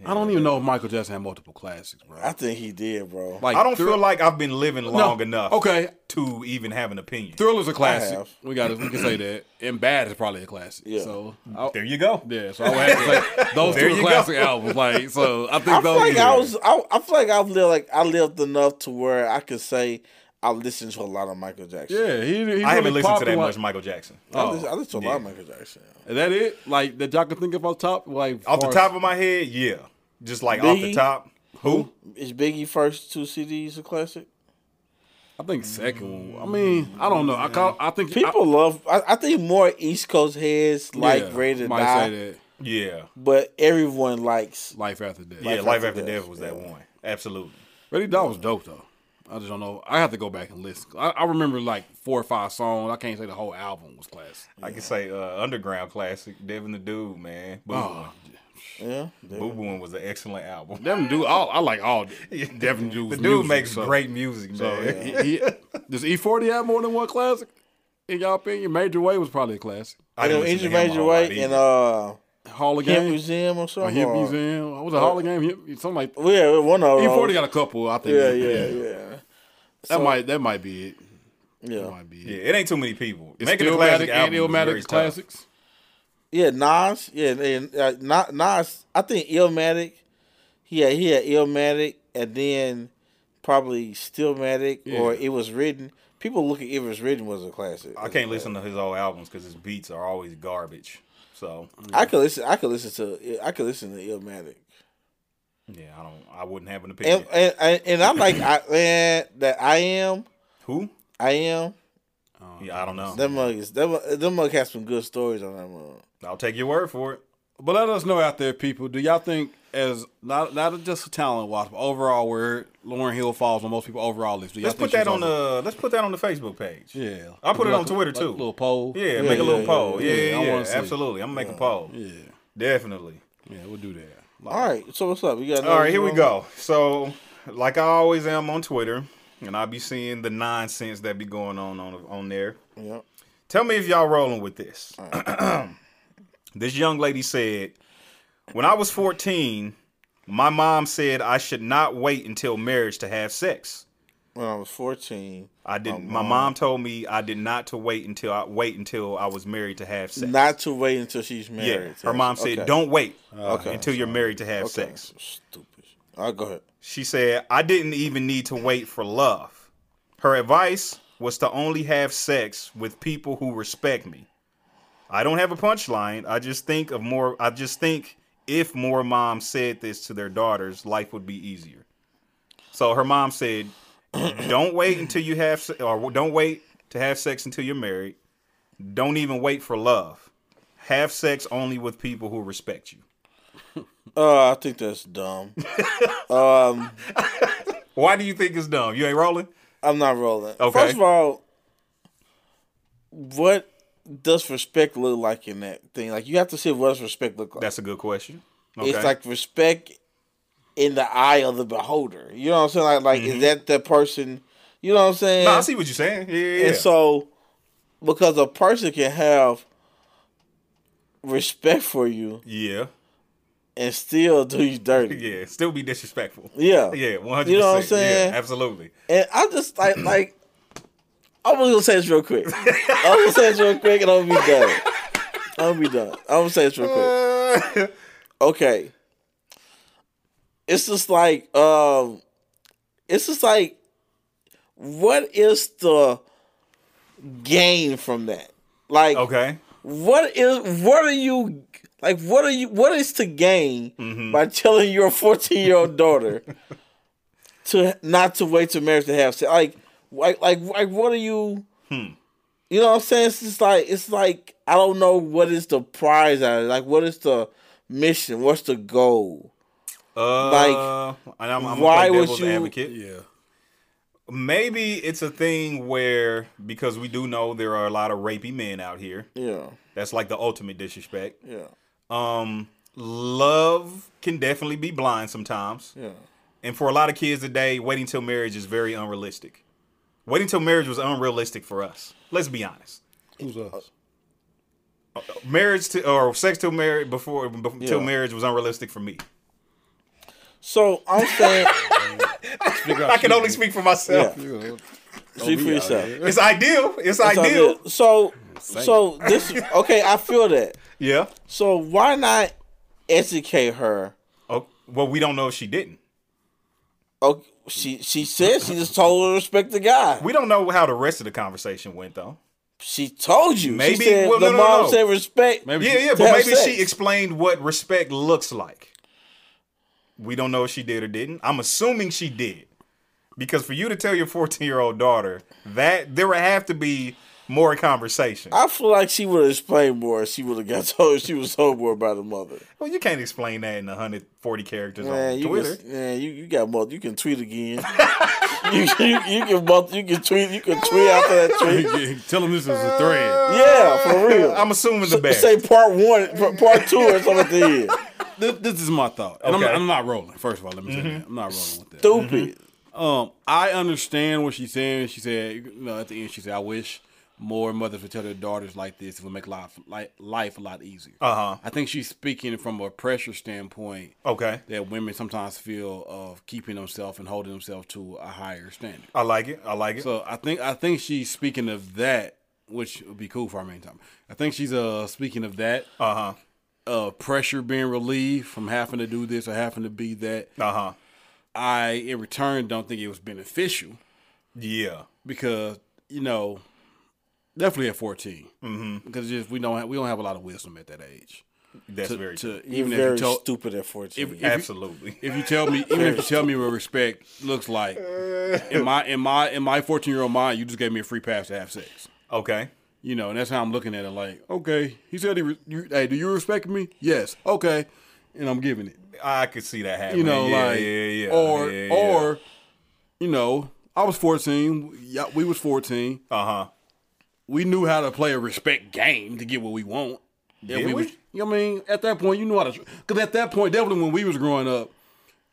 [SPEAKER 1] I don't even know if Michael Jackson had multiple classics, bro.
[SPEAKER 2] I think he did, bro.
[SPEAKER 1] Like
[SPEAKER 3] I don't
[SPEAKER 1] Thrill-
[SPEAKER 3] feel like I've been living long
[SPEAKER 1] No.
[SPEAKER 3] enough.
[SPEAKER 1] Okay,
[SPEAKER 3] To even have an opinion.
[SPEAKER 1] Thriller's a classic.
[SPEAKER 2] have.
[SPEAKER 1] We got we can say that. And Bad is probably a classic.
[SPEAKER 2] Yeah.
[SPEAKER 1] So I,
[SPEAKER 3] There you go.
[SPEAKER 1] yeah, so I would have to say those
[SPEAKER 3] There
[SPEAKER 1] two are
[SPEAKER 3] you go.
[SPEAKER 1] classic albums. Like so, I think
[SPEAKER 2] I feel
[SPEAKER 1] those.
[SPEAKER 2] like I was. I, I feel like I've lived like I lived enough to where I could say I listened to a lot of Michael Jackson.
[SPEAKER 1] yeah, he, he really
[SPEAKER 3] I haven't listened to
[SPEAKER 1] popped
[SPEAKER 3] that
[SPEAKER 1] in, like-
[SPEAKER 3] much Michael Jackson.
[SPEAKER 2] I listened, I listened to a lot of Michael Jackson.
[SPEAKER 1] Is that it? Like that y'all can think of off top? Like
[SPEAKER 3] Off the
[SPEAKER 1] far
[SPEAKER 3] top
[SPEAKER 1] as-
[SPEAKER 3] of my head, yeah. Just like off the
[SPEAKER 2] Biggie?
[SPEAKER 3] top. Who?
[SPEAKER 2] Is Biggie first two CDs a classic?
[SPEAKER 1] I think second. one. I mean, I don't know. I call, I think
[SPEAKER 2] People love. I, I think more East Coast heads
[SPEAKER 1] I,
[SPEAKER 2] like
[SPEAKER 1] yeah,
[SPEAKER 2] Ready to
[SPEAKER 1] might
[SPEAKER 2] Die,
[SPEAKER 1] say that
[SPEAKER 3] Yeah.
[SPEAKER 2] but everyone likes.
[SPEAKER 1] life after death.
[SPEAKER 3] Yeah.
[SPEAKER 1] Yeah,
[SPEAKER 3] Life, After Death, was that one. Absolutely.
[SPEAKER 1] Ready to Die was dope though. I just don't know. I have to go back and listen. I, I remember like four or five songs. I can't say the whole album was classic.
[SPEAKER 3] I can say uh, underground classic. Devin the Dude, man. Boo
[SPEAKER 1] Oh,
[SPEAKER 2] Yeah,
[SPEAKER 3] Booin. Boo Booin was an excellent album.
[SPEAKER 1] Devin Dude, all I like all Devin Dude.
[SPEAKER 3] The dude makes great music, man.
[SPEAKER 1] He- he- does E forty have more than one classic? In y'all opinion, Major Way was probably a classic.
[SPEAKER 3] I
[SPEAKER 2] you
[SPEAKER 3] didn't
[SPEAKER 2] know,
[SPEAKER 3] listen to
[SPEAKER 2] Andrew
[SPEAKER 3] him a
[SPEAKER 2] Major
[SPEAKER 3] whole lot
[SPEAKER 2] White and
[SPEAKER 3] either.
[SPEAKER 2] uh,
[SPEAKER 1] Hall of
[SPEAKER 2] Hip
[SPEAKER 1] Game,
[SPEAKER 2] Museum or
[SPEAKER 1] oh, a
[SPEAKER 2] something.
[SPEAKER 1] Hip
[SPEAKER 2] or-
[SPEAKER 1] Museum. What was a Hall of Game? Hip, something like E
[SPEAKER 2] Well, Yeah, one of those.
[SPEAKER 1] forty got a couple. I think.
[SPEAKER 2] Yeah, yeah, yeah,
[SPEAKER 1] That might that might be it. That
[SPEAKER 2] yeah,
[SPEAKER 1] might be
[SPEAKER 3] Yeah,
[SPEAKER 1] it.
[SPEAKER 3] it ain't too many people.
[SPEAKER 1] It's
[SPEAKER 3] Making a
[SPEAKER 1] Stillmatic
[SPEAKER 3] classic
[SPEAKER 1] and
[SPEAKER 3] album is very
[SPEAKER 1] Illmatic
[SPEAKER 3] tough.
[SPEAKER 1] classics.
[SPEAKER 2] yeah. Nas, yeah, and uh, Na- Nas. I think Illmatic. Yeah, he had Illmatic, and then probably Stillmatic, or
[SPEAKER 1] Yeah.
[SPEAKER 2] It Was Written. People look at It Was Written was a classic.
[SPEAKER 3] I can't listen to his old albums because his beats are always garbage. So
[SPEAKER 2] I could listen. I could listen to. I could listen to Illmatic.
[SPEAKER 3] yeah, I don't. I wouldn't have an
[SPEAKER 2] And
[SPEAKER 3] opinion.
[SPEAKER 2] and, and, and I'm like, I man, that I am,
[SPEAKER 3] Who?
[SPEAKER 2] I am.
[SPEAKER 3] Yeah, I don't know.
[SPEAKER 2] That mug is that mug, that mug has some good stories on that mug.
[SPEAKER 3] I'll take your word for it.
[SPEAKER 1] But let us know out there, people. Do y'all think as not not just talent wise, but overall where Lauren Hill falls on most people overall list? Do y'all
[SPEAKER 3] Let's put
[SPEAKER 1] think
[SPEAKER 3] that
[SPEAKER 1] she's
[SPEAKER 3] on the. Let's put that on the Facebook page.
[SPEAKER 1] yeah.
[SPEAKER 3] I'll put it
[SPEAKER 1] Like
[SPEAKER 3] on
[SPEAKER 1] a-
[SPEAKER 3] Twitter,
[SPEAKER 1] like a
[SPEAKER 3] too.
[SPEAKER 1] Little poll.
[SPEAKER 3] Yeah, make a
[SPEAKER 2] yeah,
[SPEAKER 3] little
[SPEAKER 2] yeah,
[SPEAKER 3] poll.
[SPEAKER 1] yeah,
[SPEAKER 3] Yeah,
[SPEAKER 1] yeah,
[SPEAKER 3] yeah,
[SPEAKER 1] I wanna see.
[SPEAKER 3] absolutely. I'm gonna make a poll.
[SPEAKER 1] Yeah,
[SPEAKER 3] Definitely.
[SPEAKER 1] yeah, we'll do that.
[SPEAKER 2] All right, so what's up? You got
[SPEAKER 3] All right, here we
[SPEAKER 2] another one?
[SPEAKER 3] go. So, like I always am on Twitter, and I be seeing the nonsense that be going on on on there.
[SPEAKER 2] Yep.
[SPEAKER 3] Tell me if y'all rolling with this. this young lady said, "When I was 14, my mom said I should not wait until marriage to have sex.
[SPEAKER 2] When I was fourteen,
[SPEAKER 3] I didn't. My mom told me I did not to wait until I wait until I was married to have sex.
[SPEAKER 2] not to wait until she's
[SPEAKER 3] yeah,
[SPEAKER 2] married.
[SPEAKER 3] her mom said,
[SPEAKER 2] Okay.
[SPEAKER 3] "Don't wait
[SPEAKER 2] Okay.
[SPEAKER 3] until you're married to have
[SPEAKER 2] Okay.
[SPEAKER 3] sex."
[SPEAKER 2] Stupid. I go ahead.
[SPEAKER 3] She said, I didn't even need to wait for love. Her advice was to only have sex with people who respect me. I don't have a punchline. I just think of more I just think if more moms said this to their daughters, life would be easier. So her mom said, "Don't wait until you have se- or don't wait to have sex until you're married. Don't even wait for love. Have sex only with people who respect you."
[SPEAKER 2] Uh, I think that's dumb.
[SPEAKER 3] Why do you think it's dumb? You ain't rolling?
[SPEAKER 2] I'm not rolling.
[SPEAKER 3] Okay.
[SPEAKER 2] First of all, what does respect look like in that thing? Like you have to see what does respect look like.
[SPEAKER 3] That's a good question.
[SPEAKER 2] It's like respect in the eye of the beholder. You know what I'm saying? Like, like is that the person? You know what I'm saying?
[SPEAKER 3] No, Mm-hmm. I see what you're saying. Yeah, yeah. yeah.
[SPEAKER 2] And so, because a person can have respect for you
[SPEAKER 3] yeah,
[SPEAKER 2] and still do you dirty.
[SPEAKER 3] yeah. Still be disrespectful.
[SPEAKER 2] Yeah.
[SPEAKER 3] Yeah, one hundred.
[SPEAKER 2] You know what I'm saying?
[SPEAKER 3] Yeah, absolutely.
[SPEAKER 2] And I just like like I'm just gonna say this real quick. I'm gonna say this real quick and I'm gonna be done. I'm gonna be done. I'm gonna say this real quick. Okay. It's just like um it's just like what is the gain from that? Like
[SPEAKER 3] okay.
[SPEAKER 2] what is what are you like what are you what is to gain by telling your 14 year old daughter to not to wait till marriage to have sex like like like, like what are you you know what i'm saying it's just like it's like i don't know what is the prize out of it like what is the mission what's the goal
[SPEAKER 3] Uh,
[SPEAKER 2] Like,
[SPEAKER 3] and I'm, I'm
[SPEAKER 2] why
[SPEAKER 3] why
[SPEAKER 2] would
[SPEAKER 3] was
[SPEAKER 2] you-
[SPEAKER 3] advocate.
[SPEAKER 1] Yeah.
[SPEAKER 3] Maybe it's a thing where because we do know there are a lot of rapey men out here.
[SPEAKER 2] yeah
[SPEAKER 3] That's like the ultimate disrespect.
[SPEAKER 2] yeah
[SPEAKER 3] Um, love can definitely be blind sometimes.
[SPEAKER 2] yeah
[SPEAKER 3] And for a lot of kids today, waiting till marriage is very unrealistic. Waiting till marriage was unrealistic for us. Let's be honest.
[SPEAKER 1] Who's
[SPEAKER 3] Uh,
[SPEAKER 1] us?
[SPEAKER 3] marriage to or sex till marriage before before till
[SPEAKER 2] Yeah.
[SPEAKER 3] marriage was unrealistic for me.
[SPEAKER 2] so i'm saying
[SPEAKER 3] I can only speak for myself.
[SPEAKER 2] yeah,
[SPEAKER 1] Yeah.
[SPEAKER 2] see for yourself
[SPEAKER 3] It's ideal. It's
[SPEAKER 2] So,
[SPEAKER 3] ideal.
[SPEAKER 2] yeah, so so this okay i feel that
[SPEAKER 3] Yeah.
[SPEAKER 2] So why not educate her?
[SPEAKER 3] Oh, well, we don't know if she didn't.
[SPEAKER 2] Oh, she she said she just told her to respect the guy.
[SPEAKER 3] We don't know how the rest of the conversation went though.
[SPEAKER 2] she told you.
[SPEAKER 3] Maybe-
[SPEAKER 2] she said,
[SPEAKER 3] well, no,
[SPEAKER 2] the
[SPEAKER 3] no,
[SPEAKER 2] mom
[SPEAKER 3] no.
[SPEAKER 2] said respect.
[SPEAKER 1] Maybe
[SPEAKER 3] Yeah,
[SPEAKER 1] she-
[SPEAKER 3] yeah,
[SPEAKER 2] To
[SPEAKER 3] but
[SPEAKER 2] have
[SPEAKER 3] maybe
[SPEAKER 2] sex.
[SPEAKER 3] she explained what respect looks like. We don't know if she did or didn't. I'm assuming she did. Because for you to tell your 14-year-old daughter that there would have to be more conversation.
[SPEAKER 2] I feel like she would have explained more. if She would have got told she was told more by the mother.
[SPEAKER 3] well, you can't explain that in 140 characters
[SPEAKER 2] Man,
[SPEAKER 3] on
[SPEAKER 2] you
[SPEAKER 3] Twitter.
[SPEAKER 2] can, man, you, you got multi. You can tweet again. you, you you can multi, You can tweet. You can tweet after that tweet.
[SPEAKER 1] Yeah, Tell him this is a
[SPEAKER 3] Uh.
[SPEAKER 1] thread.
[SPEAKER 2] Yeah, for real.
[SPEAKER 3] I'm assuming the best. Mm-hmm.
[SPEAKER 2] Say part one, part two, or something at the end.
[SPEAKER 1] This, this is my thought. And
[SPEAKER 3] Okay. Mm-hmm.
[SPEAKER 1] I'm, I'm not rolling. First of all, let me say that. I'm not rolling with that.
[SPEAKER 2] Stupid.
[SPEAKER 1] Um, I understand what she's saying. She said, you know, at the end, she said, "I wish more mothers would tell their daughters like this. It would make life li- life a lot easier."
[SPEAKER 3] Uh-huh.
[SPEAKER 1] I think she's speaking from a pressure standpoint
[SPEAKER 3] Okay.
[SPEAKER 1] that women sometimes feel of keeping themselves and holding themselves to a higher standard.
[SPEAKER 3] I like it. I like it.
[SPEAKER 1] So I think I think she's speaking of that, which would be cool for our main time. I think she's uh speaking of that
[SPEAKER 3] uh huh.
[SPEAKER 1] uh pressure being relieved from having to do this or having to be that.
[SPEAKER 3] Uh huh.
[SPEAKER 1] I in return don't think it was beneficial.
[SPEAKER 3] Yeah.
[SPEAKER 1] because you know, definitely at 14 mm-hmm. because just we don't have, we don't have a lot of wisdom at that age.
[SPEAKER 3] That's
[SPEAKER 1] To,
[SPEAKER 3] very true.
[SPEAKER 1] to
[SPEAKER 2] You're
[SPEAKER 1] even if
[SPEAKER 2] very
[SPEAKER 1] you tell
[SPEAKER 2] stupid at fourteen.
[SPEAKER 1] if-
[SPEAKER 3] Absolutely.
[SPEAKER 1] if you tell me even if you tell me what respect looks like in my in my in my 14 year old mind, you just gave me a free pass to have sex.
[SPEAKER 3] okay.
[SPEAKER 1] You know, and that's how I'm looking at it. Like, okay, he said he, re- you, hey, do you respect me? Yes, okay, and I'm giving it.
[SPEAKER 3] I could see that happening.
[SPEAKER 1] you know,
[SPEAKER 3] yeah,
[SPEAKER 1] like
[SPEAKER 3] yeah, yeah,
[SPEAKER 1] or
[SPEAKER 3] yeah,
[SPEAKER 1] or you know, I was fourteen. Yeah, we was fourteen.
[SPEAKER 3] uh huh.
[SPEAKER 1] We knew how to play a respect game to get what we want. Yeah,
[SPEAKER 3] Did
[SPEAKER 1] was.
[SPEAKER 3] we?
[SPEAKER 1] You know what I mean, at that point, you knew how to. Because at that point, definitely when we was growing up,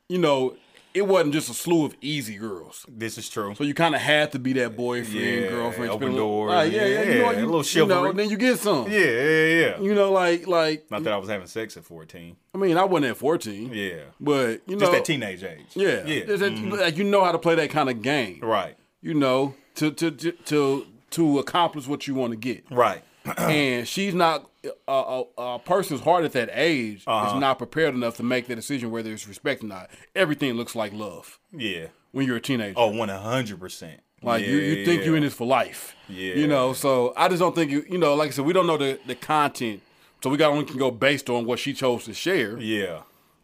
[SPEAKER 1] you know, it wasn't just a slew of easy girls.
[SPEAKER 3] This is true.
[SPEAKER 1] So you kind of had to be that boyfriend,
[SPEAKER 3] Yeah,
[SPEAKER 1] girlfriend.
[SPEAKER 3] open
[SPEAKER 1] It's been a little-
[SPEAKER 3] doors,
[SPEAKER 1] Like, yeah, yeah,
[SPEAKER 3] yeah,
[SPEAKER 1] you know,
[SPEAKER 3] a
[SPEAKER 1] you,
[SPEAKER 3] little
[SPEAKER 1] you know,
[SPEAKER 3] chivalry.
[SPEAKER 1] then you get some.
[SPEAKER 3] yeah, yeah, yeah.
[SPEAKER 1] You know, like, like
[SPEAKER 3] Not that I was having sex at 14.
[SPEAKER 1] I mean, I wasn't at fourteen.
[SPEAKER 3] Yeah.
[SPEAKER 1] But you know,
[SPEAKER 3] Just that teenage age.
[SPEAKER 1] Yeah,
[SPEAKER 3] Yeah. Mm-hmm.
[SPEAKER 1] Just that- like, you know how to play that kind of game.
[SPEAKER 3] Right.
[SPEAKER 1] You know, to to to to, to accomplish what you want to get.
[SPEAKER 3] Right.
[SPEAKER 1] and she's not a, a, a person's heart at that age
[SPEAKER 3] Uh-huh.
[SPEAKER 1] is not prepared enough to make the decision whether it's respect or not. Everything looks like love
[SPEAKER 3] Yeah.
[SPEAKER 1] when you're a teenager.
[SPEAKER 3] Oh, 100%.
[SPEAKER 1] like you, you think you're in this for life.
[SPEAKER 3] Yeah.
[SPEAKER 1] You know, so I just don't think you. You know, like I said, we don't know the, the content, so we got only can go based on what she chose to share.
[SPEAKER 3] Yeah.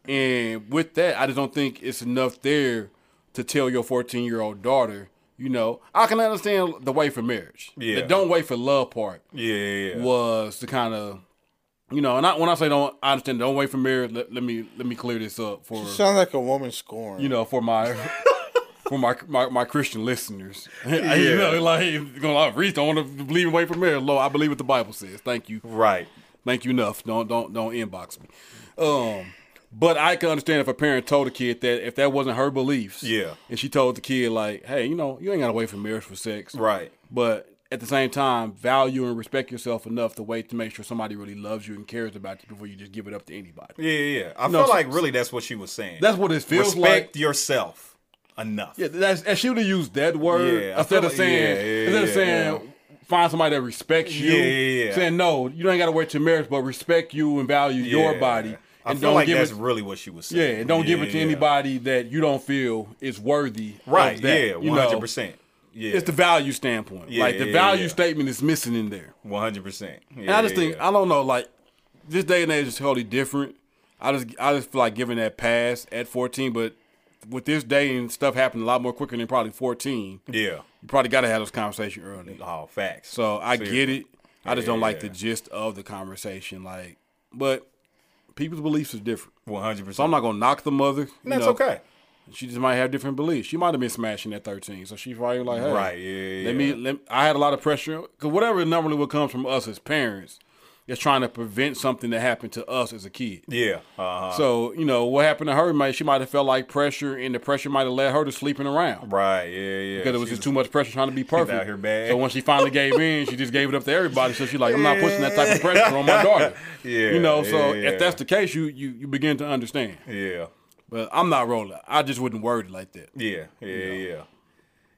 [SPEAKER 1] And with that, I just don't think it's enough there to tell your 14 year old daughter. You know, I can understand the wait for marriage.
[SPEAKER 3] Yeah.
[SPEAKER 1] The don't wait for love part
[SPEAKER 3] Yeah. Yeah. yeah.
[SPEAKER 1] was to kind of, you know, and I, when I say don't, I understand. Don't wait for marriage. Let, let me let me clear this up for
[SPEAKER 2] Sounds like a woman scoring.
[SPEAKER 1] you know for my for my my, my Christian listeners. you know, like you know, I really don't want to believe in wait for marriage. Lord, I believe what the Bible says. Thank you,
[SPEAKER 3] Right.
[SPEAKER 1] thank you enough. Don't don't don't inbox me. Um, but I can understand if a parent told a kid that if that wasn't her beliefs,
[SPEAKER 3] Yeah.
[SPEAKER 1] and she told the kid like, hey, you know, you ain't gotta wait for marriage for sex,
[SPEAKER 3] Right.
[SPEAKER 1] but at the same time, value and respect yourself enough to wait to make sure somebody really loves you and cares about you before you just give it up to anybody.
[SPEAKER 3] Yeah. Yeah. yeah. I
[SPEAKER 1] No,
[SPEAKER 3] feel
[SPEAKER 1] so-
[SPEAKER 3] like really that's what she was saying.
[SPEAKER 1] That's what it feels
[SPEAKER 3] Respect
[SPEAKER 1] like.
[SPEAKER 3] yourself enough.
[SPEAKER 1] Yeah, that's, and she would have used that word
[SPEAKER 3] Yeah, I
[SPEAKER 1] instead
[SPEAKER 3] feel
[SPEAKER 1] of
[SPEAKER 3] like-
[SPEAKER 1] saying
[SPEAKER 3] yeah, yeah,
[SPEAKER 1] instead of
[SPEAKER 3] yeah,
[SPEAKER 1] saying find somebody that respects you.
[SPEAKER 3] Yeah, yeah, yeah.
[SPEAKER 1] Saying no, you ain't got to wait till marriage, but respect you and value your
[SPEAKER 3] Yeah.
[SPEAKER 1] body and
[SPEAKER 3] I feel
[SPEAKER 1] don't
[SPEAKER 3] like
[SPEAKER 1] give
[SPEAKER 3] that's
[SPEAKER 1] it.
[SPEAKER 3] really what she was
[SPEAKER 1] yeah,
[SPEAKER 3] saying.
[SPEAKER 1] and don't give it to
[SPEAKER 3] Yeah.
[SPEAKER 1] anybody that you don't feel is worthy. of
[SPEAKER 3] Right.
[SPEAKER 1] that,
[SPEAKER 3] yeah.
[SPEAKER 1] you
[SPEAKER 3] One
[SPEAKER 1] know?
[SPEAKER 3] hundred percent. Yeah.
[SPEAKER 1] It's the value standpoint.
[SPEAKER 3] Yeah,
[SPEAKER 1] like the
[SPEAKER 3] yeah,
[SPEAKER 1] value
[SPEAKER 3] yeah.
[SPEAKER 1] statement is missing in there.
[SPEAKER 3] One hundred percent.
[SPEAKER 1] And I just think I don't know, like this day and age is totally different. I just I just feel like giving that pass at fourteen, but with this day and stuff happening a lot more quicker than probably fourteen,
[SPEAKER 3] Yeah.
[SPEAKER 1] you probably gotta have this conversation early.
[SPEAKER 3] Oh, facts.
[SPEAKER 1] So I get
[SPEAKER 3] Seriously.
[SPEAKER 1] it. I just don't like the
[SPEAKER 3] Yeah.
[SPEAKER 1] gist of the conversation. Like but people's beliefs is different.
[SPEAKER 3] One hundred percent.
[SPEAKER 1] So I'm not gonna knock the mother. you
[SPEAKER 3] That's
[SPEAKER 1] know.
[SPEAKER 3] okay.
[SPEAKER 1] She just might have different beliefs. She might have been smashing at 13, so she's probably like, hey,
[SPEAKER 3] Right, yeah,
[SPEAKER 1] Let
[SPEAKER 3] yeah.
[SPEAKER 1] me. Let, I had a lot of pressure because whatever normally would comes from us as parents, is trying to prevent something that happened to us as a kid.
[SPEAKER 3] Yeah. Uh huh.
[SPEAKER 1] So you know what happened to her? Might she might have felt like pressure, and the pressure might have led her to sleeping around.
[SPEAKER 3] Right. Yeah. Yeah.
[SPEAKER 1] Because it was
[SPEAKER 3] She
[SPEAKER 1] just too much pressure trying to be perfect.
[SPEAKER 3] out here bad.
[SPEAKER 1] So when she finally gave in, she just gave it up to everybody. So she's like, I'm not pushing that type of pressure on my daughter.
[SPEAKER 3] Yeah,
[SPEAKER 1] You know, so
[SPEAKER 3] yeah, yeah.
[SPEAKER 1] if that's the case, you, you you begin to understand.
[SPEAKER 3] Yeah.
[SPEAKER 1] But I'm not rolling. I just wouldn't word it like that.
[SPEAKER 3] Yeah. Yeah. Yeah.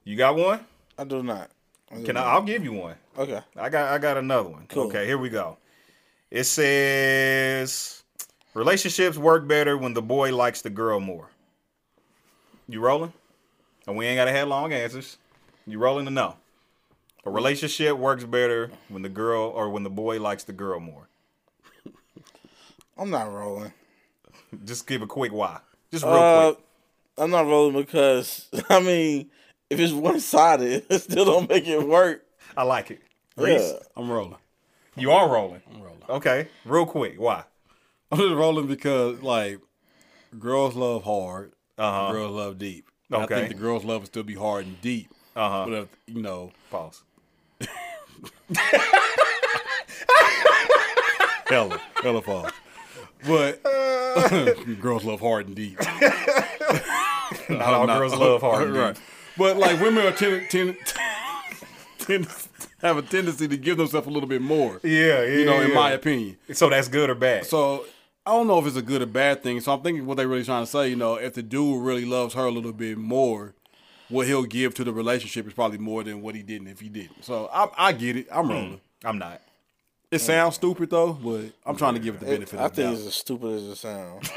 [SPEAKER 3] You got one?
[SPEAKER 2] I do not. do
[SPEAKER 3] Can I?
[SPEAKER 2] not.
[SPEAKER 3] I'll give you one.
[SPEAKER 2] Okay.
[SPEAKER 3] I got I got another one.
[SPEAKER 2] Cool.
[SPEAKER 3] Okay, here we go. It says relationships work better when the boy likes the girl more. You rolling? And we ain't gotta have long answers. You rolling or no? A relationship works better when the girl or when the boy likes the girl more.
[SPEAKER 2] I'm not rolling.
[SPEAKER 3] Just give a quick why. Just real
[SPEAKER 2] Uh,
[SPEAKER 3] quick.
[SPEAKER 2] I'm not rolling because I mean, if it's one sided, it still don't make it work.
[SPEAKER 3] I like it. Reese,
[SPEAKER 2] Yeah.
[SPEAKER 1] I'm rolling.
[SPEAKER 3] you are rolling.
[SPEAKER 1] I'm rolling.
[SPEAKER 3] Okay, real quick. Why?
[SPEAKER 1] I'm just rolling because like girls love hard, girls love deep. I
[SPEAKER 3] Uh-huh. Okay.
[SPEAKER 1] think the girls love will still be hard and deep. Uh-huh. But if, you know,
[SPEAKER 3] Pause.
[SPEAKER 1] hella, hella false. But girls love hard and deep.
[SPEAKER 3] Not all girls love hard.
[SPEAKER 1] right?
[SPEAKER 3] dude.
[SPEAKER 1] But like women are tend, tend, tend, have a tendency to give themselves a little bit more.
[SPEAKER 3] Yeah, yeah.
[SPEAKER 1] You know, in
[SPEAKER 3] yeah.
[SPEAKER 1] my opinion.
[SPEAKER 3] So that's good or bad.
[SPEAKER 1] So I don't know if it's a good or bad thing. So I'm thinking what they really trying to say. You know, if the dude really loves her a little bit more, what he'll give to the relationship is probably more than what he didn't if he didn't. So I, I get it. I'm rolling.
[SPEAKER 3] I'm not.
[SPEAKER 1] It sounds stupid though, but I'm trying to give it the
[SPEAKER 2] I
[SPEAKER 1] benefit of
[SPEAKER 2] think
[SPEAKER 1] the doubt.
[SPEAKER 2] it's as stupid as it sounds.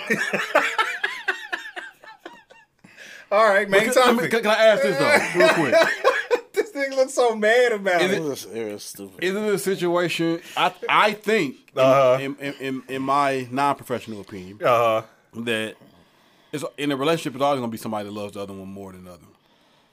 [SPEAKER 3] All right, main
[SPEAKER 1] Can, let me-
[SPEAKER 3] topic.
[SPEAKER 1] can- can I ask this though, real quick?
[SPEAKER 3] this thing looks so mad about
[SPEAKER 2] it
[SPEAKER 3] it.
[SPEAKER 2] was just it was stupid.
[SPEAKER 1] Is it a situation? I I think
[SPEAKER 3] Uh-huh.
[SPEAKER 1] in, in, in, in my non-professional opinion
[SPEAKER 3] Uh,
[SPEAKER 1] that it's, in a relationship, it's always gonna be somebody that loves the other one more than the other.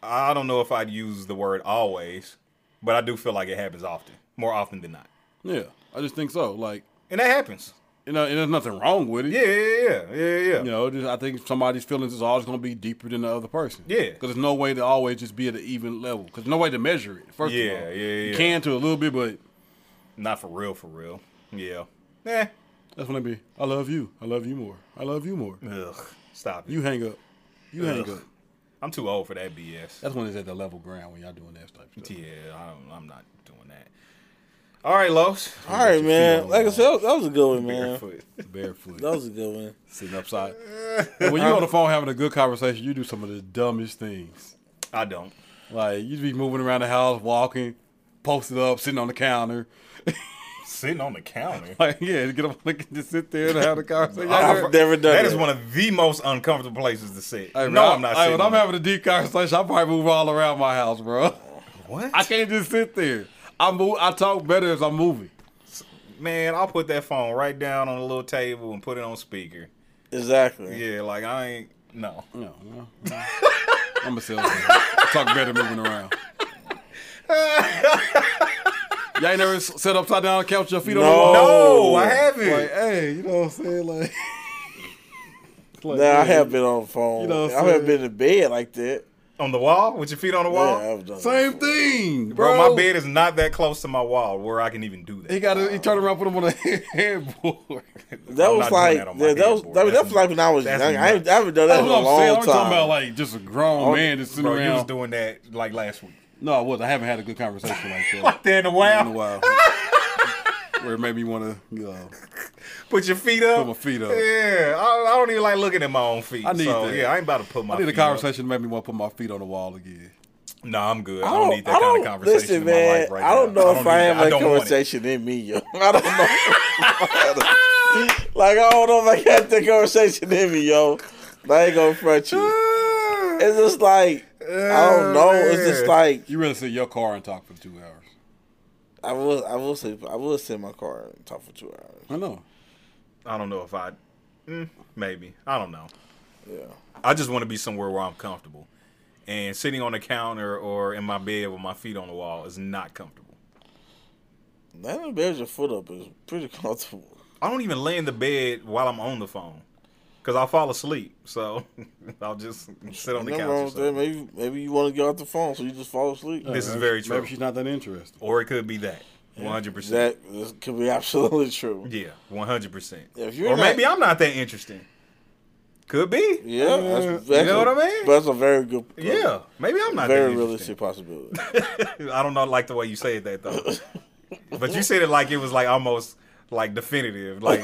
[SPEAKER 3] I don't know if I'd use the word always, but I do feel like it happens often, more often than not,
[SPEAKER 1] Yeah, I just think so. Like,
[SPEAKER 3] and that happens.
[SPEAKER 1] you know, and there's nothing wrong with it.
[SPEAKER 3] Yeah, yeah, yeah, yeah, yeah.
[SPEAKER 1] You know, just, I think somebody's feelings is always going to be deeper than the other person.
[SPEAKER 3] Yeah.
[SPEAKER 1] Because there's no way to always just be at an even level. Because no way to measure it. First
[SPEAKER 3] Yeah,
[SPEAKER 1] of all,
[SPEAKER 3] yeah,
[SPEAKER 1] You
[SPEAKER 3] yeah.
[SPEAKER 1] can to a little bit, but
[SPEAKER 3] Not for real, for real. Yeah. Eh.
[SPEAKER 1] that's when it be. I love you. I love you more. I love you more.
[SPEAKER 3] Ugh. Stop it.
[SPEAKER 1] You hang up. You hang up.
[SPEAKER 3] I'm too old for that BS.
[SPEAKER 1] That's when it's at the level ground when y'all doing that type stuff.
[SPEAKER 3] Yeah, I don't, I'm not doing that. All right, Los.
[SPEAKER 2] All right, man. Like I said, that was- that was a good one, man.
[SPEAKER 3] Barefoot.
[SPEAKER 1] Barefoot,
[SPEAKER 2] That was a good one.
[SPEAKER 1] sitting upside. And when you on the phone having a good conversation, you do some of the dumbest things.
[SPEAKER 3] I don't.
[SPEAKER 1] Like you be moving around the house, walking, posted up, sitting on the counter.
[SPEAKER 3] Sitting on the counter.
[SPEAKER 1] Like yeah, get up, like, just sit there and have a conversation.
[SPEAKER 2] I've never done
[SPEAKER 3] That is
[SPEAKER 2] that.
[SPEAKER 3] one of the most uncomfortable places to sit.
[SPEAKER 1] Hey, bro,
[SPEAKER 3] no, I'm not
[SPEAKER 1] Hey,
[SPEAKER 3] sitting.
[SPEAKER 1] when I'm
[SPEAKER 3] on
[SPEAKER 1] having a deep conversation, I probably move all around my house, bro.
[SPEAKER 3] it. what?
[SPEAKER 1] I can't just sit there. I move. I talk better as I'm moving.
[SPEAKER 3] Man, I'll put that phone right down on a little table and put it on speaker.
[SPEAKER 2] Exactly.
[SPEAKER 3] Yeah, like I ain't. No.
[SPEAKER 1] No, no, no. I'm a salesman. I talk better moving around. Y'all ain't never set upside down on the couch, with your feet on the
[SPEAKER 2] No.
[SPEAKER 1] wall.
[SPEAKER 3] No, Oh, I haven't.
[SPEAKER 1] Like, hey, you know what I'm saying? Like, It's like,
[SPEAKER 2] Nah,
[SPEAKER 1] yeah,
[SPEAKER 2] I have been on the phone.
[SPEAKER 1] You know what
[SPEAKER 2] I
[SPEAKER 1] I'm
[SPEAKER 2] haven't
[SPEAKER 1] saying?
[SPEAKER 2] been in bed like that.
[SPEAKER 3] on the wall with your feet on the wall.
[SPEAKER 2] Yeah, I've done that.
[SPEAKER 1] Same thing,
[SPEAKER 3] bro,
[SPEAKER 1] bro.
[SPEAKER 3] my bed is not that close to my wall where I can even do
[SPEAKER 1] He
[SPEAKER 3] that.
[SPEAKER 1] got. He turned around, put him on a headboard.
[SPEAKER 2] That
[SPEAKER 3] I'm not doing that
[SPEAKER 2] was like that,
[SPEAKER 3] on my
[SPEAKER 2] that was
[SPEAKER 3] headboard.
[SPEAKER 2] that, was- that
[SPEAKER 3] That's-
[SPEAKER 2] was like when I was young.
[SPEAKER 3] that's
[SPEAKER 2] I ain't-
[SPEAKER 3] nuts.
[SPEAKER 2] I haven't done that
[SPEAKER 1] That's
[SPEAKER 2] in a
[SPEAKER 1] what I'm
[SPEAKER 2] long
[SPEAKER 1] saying. I'm
[SPEAKER 2] time.
[SPEAKER 1] talking about like just a grown man that's sitting
[SPEAKER 3] Bro, you
[SPEAKER 1] around.
[SPEAKER 3] was doing that like last week.
[SPEAKER 1] no, I was. I haven't had a good conversation like that.
[SPEAKER 3] Like that in a
[SPEAKER 1] in a
[SPEAKER 3] while.
[SPEAKER 1] while. Where it made me want to, you know,
[SPEAKER 3] Put your feet up.
[SPEAKER 1] Put my feet up.
[SPEAKER 3] Yeah, I, I don't even like looking at my own feet.
[SPEAKER 1] I need
[SPEAKER 3] so,
[SPEAKER 1] that.
[SPEAKER 3] Yeah, I ain't about to put my.
[SPEAKER 1] I need a
[SPEAKER 3] feet up.
[SPEAKER 1] conversation to make me want to put my feet on the wall again.
[SPEAKER 3] No, I'm good. I
[SPEAKER 2] I
[SPEAKER 3] don't,
[SPEAKER 2] don't,
[SPEAKER 3] need that
[SPEAKER 2] Oh, I
[SPEAKER 3] kind of
[SPEAKER 2] don't-
[SPEAKER 3] conversation
[SPEAKER 2] listen,
[SPEAKER 3] in my
[SPEAKER 2] man,
[SPEAKER 3] life right
[SPEAKER 2] I don't
[SPEAKER 3] now.
[SPEAKER 2] know if I
[SPEAKER 3] need
[SPEAKER 2] have
[SPEAKER 3] that.
[SPEAKER 2] a
[SPEAKER 3] don't want it.
[SPEAKER 2] conversation in me, yo. I don't know. like I don't know if I got the conversation in me, yo. I ain't gonna front you. It's just like I don't know. It's just
[SPEAKER 3] Oh, man.
[SPEAKER 2] like
[SPEAKER 1] You really sit in your car and talk for two hours.
[SPEAKER 2] I will. I will say. I will sit in my car and talk for two hours.
[SPEAKER 1] I know.
[SPEAKER 3] I don't know if I. mm, maybe I don't know.
[SPEAKER 2] Yeah.
[SPEAKER 3] I just want to be somewhere where I'm comfortable, and sitting on the counter or in my bed with my feet on the wall is not comfortable.
[SPEAKER 2] Laying in bed with your foot up is pretty comfortable.
[SPEAKER 3] I don't even lay in the bed while I'm on the phone, cause I'll fall asleep. So I'll just sit on the
[SPEAKER 2] Nothing
[SPEAKER 3] couch.
[SPEAKER 2] wrong
[SPEAKER 3] Or,
[SPEAKER 2] with that.
[SPEAKER 3] something.
[SPEAKER 2] Maybe maybe you want to get off the phone so you just fall asleep.
[SPEAKER 3] This is very true.
[SPEAKER 1] Maybe she's not that interested.
[SPEAKER 3] or it could be that. One hundred percent.
[SPEAKER 2] That this could be absolutely true.
[SPEAKER 3] Yeah, one hundred percent.
[SPEAKER 2] If you're
[SPEAKER 3] Or
[SPEAKER 2] not-
[SPEAKER 3] maybe I'm not that interesting. Could be. Yeah.
[SPEAKER 2] Yeah, that's, that's
[SPEAKER 3] know
[SPEAKER 2] a,
[SPEAKER 3] what I mean?
[SPEAKER 2] That's a very good,
[SPEAKER 3] Maybe I'm not
[SPEAKER 2] very
[SPEAKER 3] that interesting.
[SPEAKER 2] realistic possibility.
[SPEAKER 3] I don't know, like the way you said that though. but you said it like it was like almost like definitive, like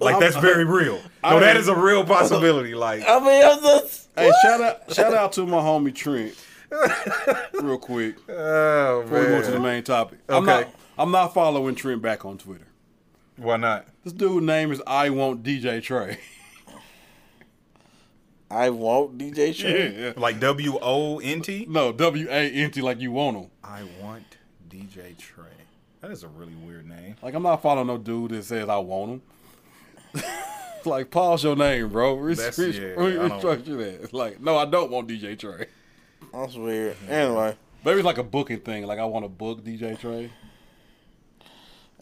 [SPEAKER 3] like that's very real. No, that is a real possibility. Like
[SPEAKER 2] I mean, I'm just
[SPEAKER 1] Hey, shout out, shout out to my homie Trent, real quick before
[SPEAKER 3] oh
[SPEAKER 1] we go to the
[SPEAKER 3] man,
[SPEAKER 1] main topic. I'm not,
[SPEAKER 3] Okay.
[SPEAKER 1] I'm not following Trent back on Twitter.
[SPEAKER 3] why not?
[SPEAKER 1] This dude name is I want DJ Trey.
[SPEAKER 2] I won't DJ Trey.
[SPEAKER 3] Like W O N T.
[SPEAKER 1] No, W A N T like you want him.
[SPEAKER 3] I want DJ Trey. That is a really weird name.
[SPEAKER 1] Like I'm not following no dude that says I want him. like pause your name, bro. Re-
[SPEAKER 3] That's-
[SPEAKER 1] re-
[SPEAKER 3] yeah,
[SPEAKER 1] re-
[SPEAKER 3] I don't-
[SPEAKER 1] restructure that. It's like no, I don't want DJ Trey.
[SPEAKER 2] That's weird. Anyway,
[SPEAKER 1] Maybe it's like a booking thing. Like I want to book DJ Trey.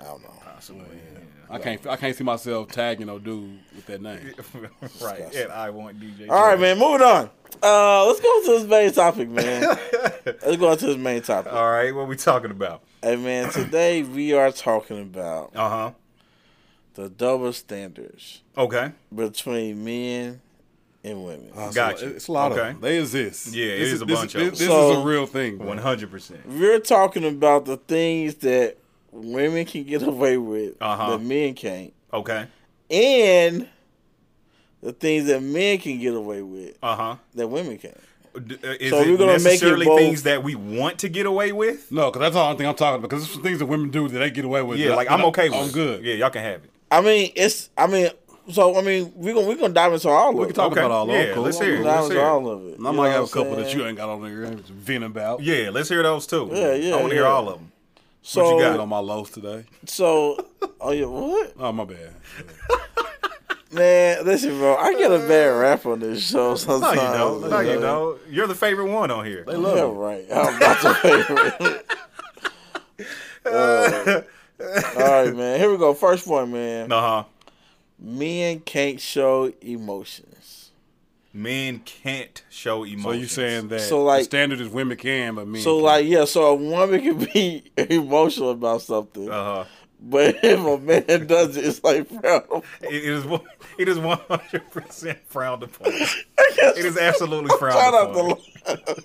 [SPEAKER 2] I don't know.
[SPEAKER 3] Possibly. yeah.
[SPEAKER 1] I can't. I can't see myself tagging no dude with that name.
[SPEAKER 3] right. And I want DJ.
[SPEAKER 2] All right, man. Moving on. Uh, let's go to this main topic, man. let's go to this main topic.
[SPEAKER 3] All right. What we talking about?
[SPEAKER 2] Hey, man. Today we are talking about
[SPEAKER 3] Uh huh.
[SPEAKER 2] the double standards
[SPEAKER 3] Okay.
[SPEAKER 2] between men and women.
[SPEAKER 3] Gotcha.
[SPEAKER 1] It's a lot
[SPEAKER 3] Okay.
[SPEAKER 1] of them. They exist.
[SPEAKER 3] Yeah, it
[SPEAKER 1] this
[SPEAKER 3] is a
[SPEAKER 1] this
[SPEAKER 3] bunch of
[SPEAKER 1] This,
[SPEAKER 3] them.
[SPEAKER 1] this is
[SPEAKER 2] So-
[SPEAKER 1] a real thing. bro.
[SPEAKER 3] One hundred percent.
[SPEAKER 2] We're talking about the things that women can get away with
[SPEAKER 3] Uh-huh.
[SPEAKER 2] that men can't,
[SPEAKER 3] Okay.
[SPEAKER 2] and the things that men can get away with
[SPEAKER 3] Uh huh.
[SPEAKER 2] that women can't.
[SPEAKER 3] D- uh, Is
[SPEAKER 2] So
[SPEAKER 3] it
[SPEAKER 2] we're gonna make it
[SPEAKER 3] necessarily
[SPEAKER 2] both-
[SPEAKER 3] things that we want to get away with?
[SPEAKER 1] No, because that's the only thing I'm talking about. Because it's things that women do that they get away with.
[SPEAKER 3] Yeah,
[SPEAKER 1] that-
[SPEAKER 3] like
[SPEAKER 1] that
[SPEAKER 3] I'm okay with.
[SPEAKER 1] I'm
[SPEAKER 3] it.
[SPEAKER 1] good.
[SPEAKER 3] Yeah, y'all can have it.
[SPEAKER 2] I mean, it's. I mean, so I mean, we're gonna we're gonna dive into all of
[SPEAKER 1] We
[SPEAKER 2] it.
[SPEAKER 1] can talk
[SPEAKER 3] Okay.
[SPEAKER 1] about all of them.
[SPEAKER 3] Yeah,
[SPEAKER 1] Cool.
[SPEAKER 3] let's hear it.
[SPEAKER 1] I'm
[SPEAKER 2] Dive
[SPEAKER 3] Let's
[SPEAKER 2] into
[SPEAKER 3] hear it.
[SPEAKER 2] all of it.
[SPEAKER 1] I
[SPEAKER 2] You
[SPEAKER 1] might
[SPEAKER 2] know
[SPEAKER 1] have a
[SPEAKER 2] what
[SPEAKER 1] couple
[SPEAKER 2] I'm
[SPEAKER 1] that
[SPEAKER 2] saying?
[SPEAKER 1] you ain't got on there to vent about.
[SPEAKER 3] Yeah, let's hear those too.
[SPEAKER 2] Yeah, yeah,
[SPEAKER 3] I want to hear
[SPEAKER 2] yeah.
[SPEAKER 3] all of them.
[SPEAKER 2] So
[SPEAKER 3] you
[SPEAKER 1] Got on my lows today.
[SPEAKER 2] so. Oh yeah, what
[SPEAKER 1] Oh my bad.
[SPEAKER 2] man? Listen, bro, I get a bad rap on this show
[SPEAKER 3] No,
[SPEAKER 2] sometimes.
[SPEAKER 3] you don't. No, you
[SPEAKER 2] man.
[SPEAKER 3] don't. You're the favorite one on here.
[SPEAKER 1] They
[SPEAKER 2] Yeah,
[SPEAKER 1] love
[SPEAKER 2] right. I'm about to favorite. all right, man. Here we go. First one, man.
[SPEAKER 3] Uh huh.
[SPEAKER 2] Men can't show emotions.
[SPEAKER 3] Men can't show emotions.
[SPEAKER 1] So Oh, you saying that
[SPEAKER 2] So, like-
[SPEAKER 1] the standard is women can, but men
[SPEAKER 2] So,
[SPEAKER 1] can't.
[SPEAKER 2] like, yeah, so a woman can be emotional about something,
[SPEAKER 3] Uh huh.
[SPEAKER 2] but if a man does it, it's like, bro,
[SPEAKER 3] It, it is. one- It is 100 percent frowned upon. It is absolutely frowned
[SPEAKER 2] Shout out
[SPEAKER 3] upon.
[SPEAKER 2] the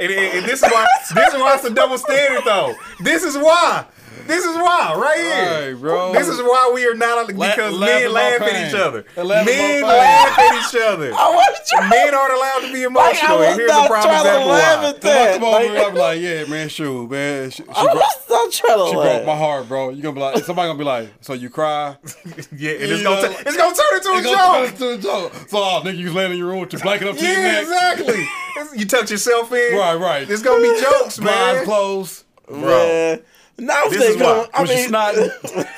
[SPEAKER 3] And, and- and this is why this is why it's a double standard though. This is why. This is why right here.
[SPEAKER 1] Right, bro.
[SPEAKER 3] This is why we are not
[SPEAKER 1] La-
[SPEAKER 3] because
[SPEAKER 1] laugh
[SPEAKER 3] men
[SPEAKER 1] about
[SPEAKER 3] laugh at
[SPEAKER 1] pain.
[SPEAKER 3] each other.
[SPEAKER 1] They laugh
[SPEAKER 3] Men
[SPEAKER 1] about pain.
[SPEAKER 3] laugh at each other.
[SPEAKER 2] I was trying.
[SPEAKER 3] Men aren't allowed to be
[SPEAKER 2] Like, I
[SPEAKER 3] emotional.
[SPEAKER 2] was
[SPEAKER 3] and here's the
[SPEAKER 2] not
[SPEAKER 3] problem
[SPEAKER 2] trying to
[SPEAKER 3] example
[SPEAKER 2] laugh
[SPEAKER 3] why.
[SPEAKER 2] at
[SPEAKER 1] If I
[SPEAKER 2] that.
[SPEAKER 1] come over
[SPEAKER 2] Like,
[SPEAKER 1] here, I'm like, yeah, man, sure, man. She, she,
[SPEAKER 2] I
[SPEAKER 1] broke,
[SPEAKER 2] was not trying
[SPEAKER 1] she
[SPEAKER 2] to
[SPEAKER 1] broke my
[SPEAKER 2] laugh.
[SPEAKER 1] heart, bro. You gonna be like, somebody gonna be like, so you cry?
[SPEAKER 3] Yeah, and it's
[SPEAKER 1] You
[SPEAKER 3] gonna
[SPEAKER 1] know,
[SPEAKER 3] tu- it's gonna turn into a
[SPEAKER 1] It's gonna turn
[SPEAKER 3] joke.
[SPEAKER 1] into a joke. So, oh, nigga, you laying in your room with your blanket up to your
[SPEAKER 3] Yeah,
[SPEAKER 1] neck,
[SPEAKER 3] exactly. It's- You tuck yourself in.
[SPEAKER 1] Right, right.
[SPEAKER 3] It's gonna be jokes,
[SPEAKER 1] eyes
[SPEAKER 3] man.
[SPEAKER 1] closed.
[SPEAKER 2] Man, now I'm
[SPEAKER 3] This is
[SPEAKER 2] thinking.
[SPEAKER 3] why.
[SPEAKER 2] I
[SPEAKER 1] with your
[SPEAKER 2] mean,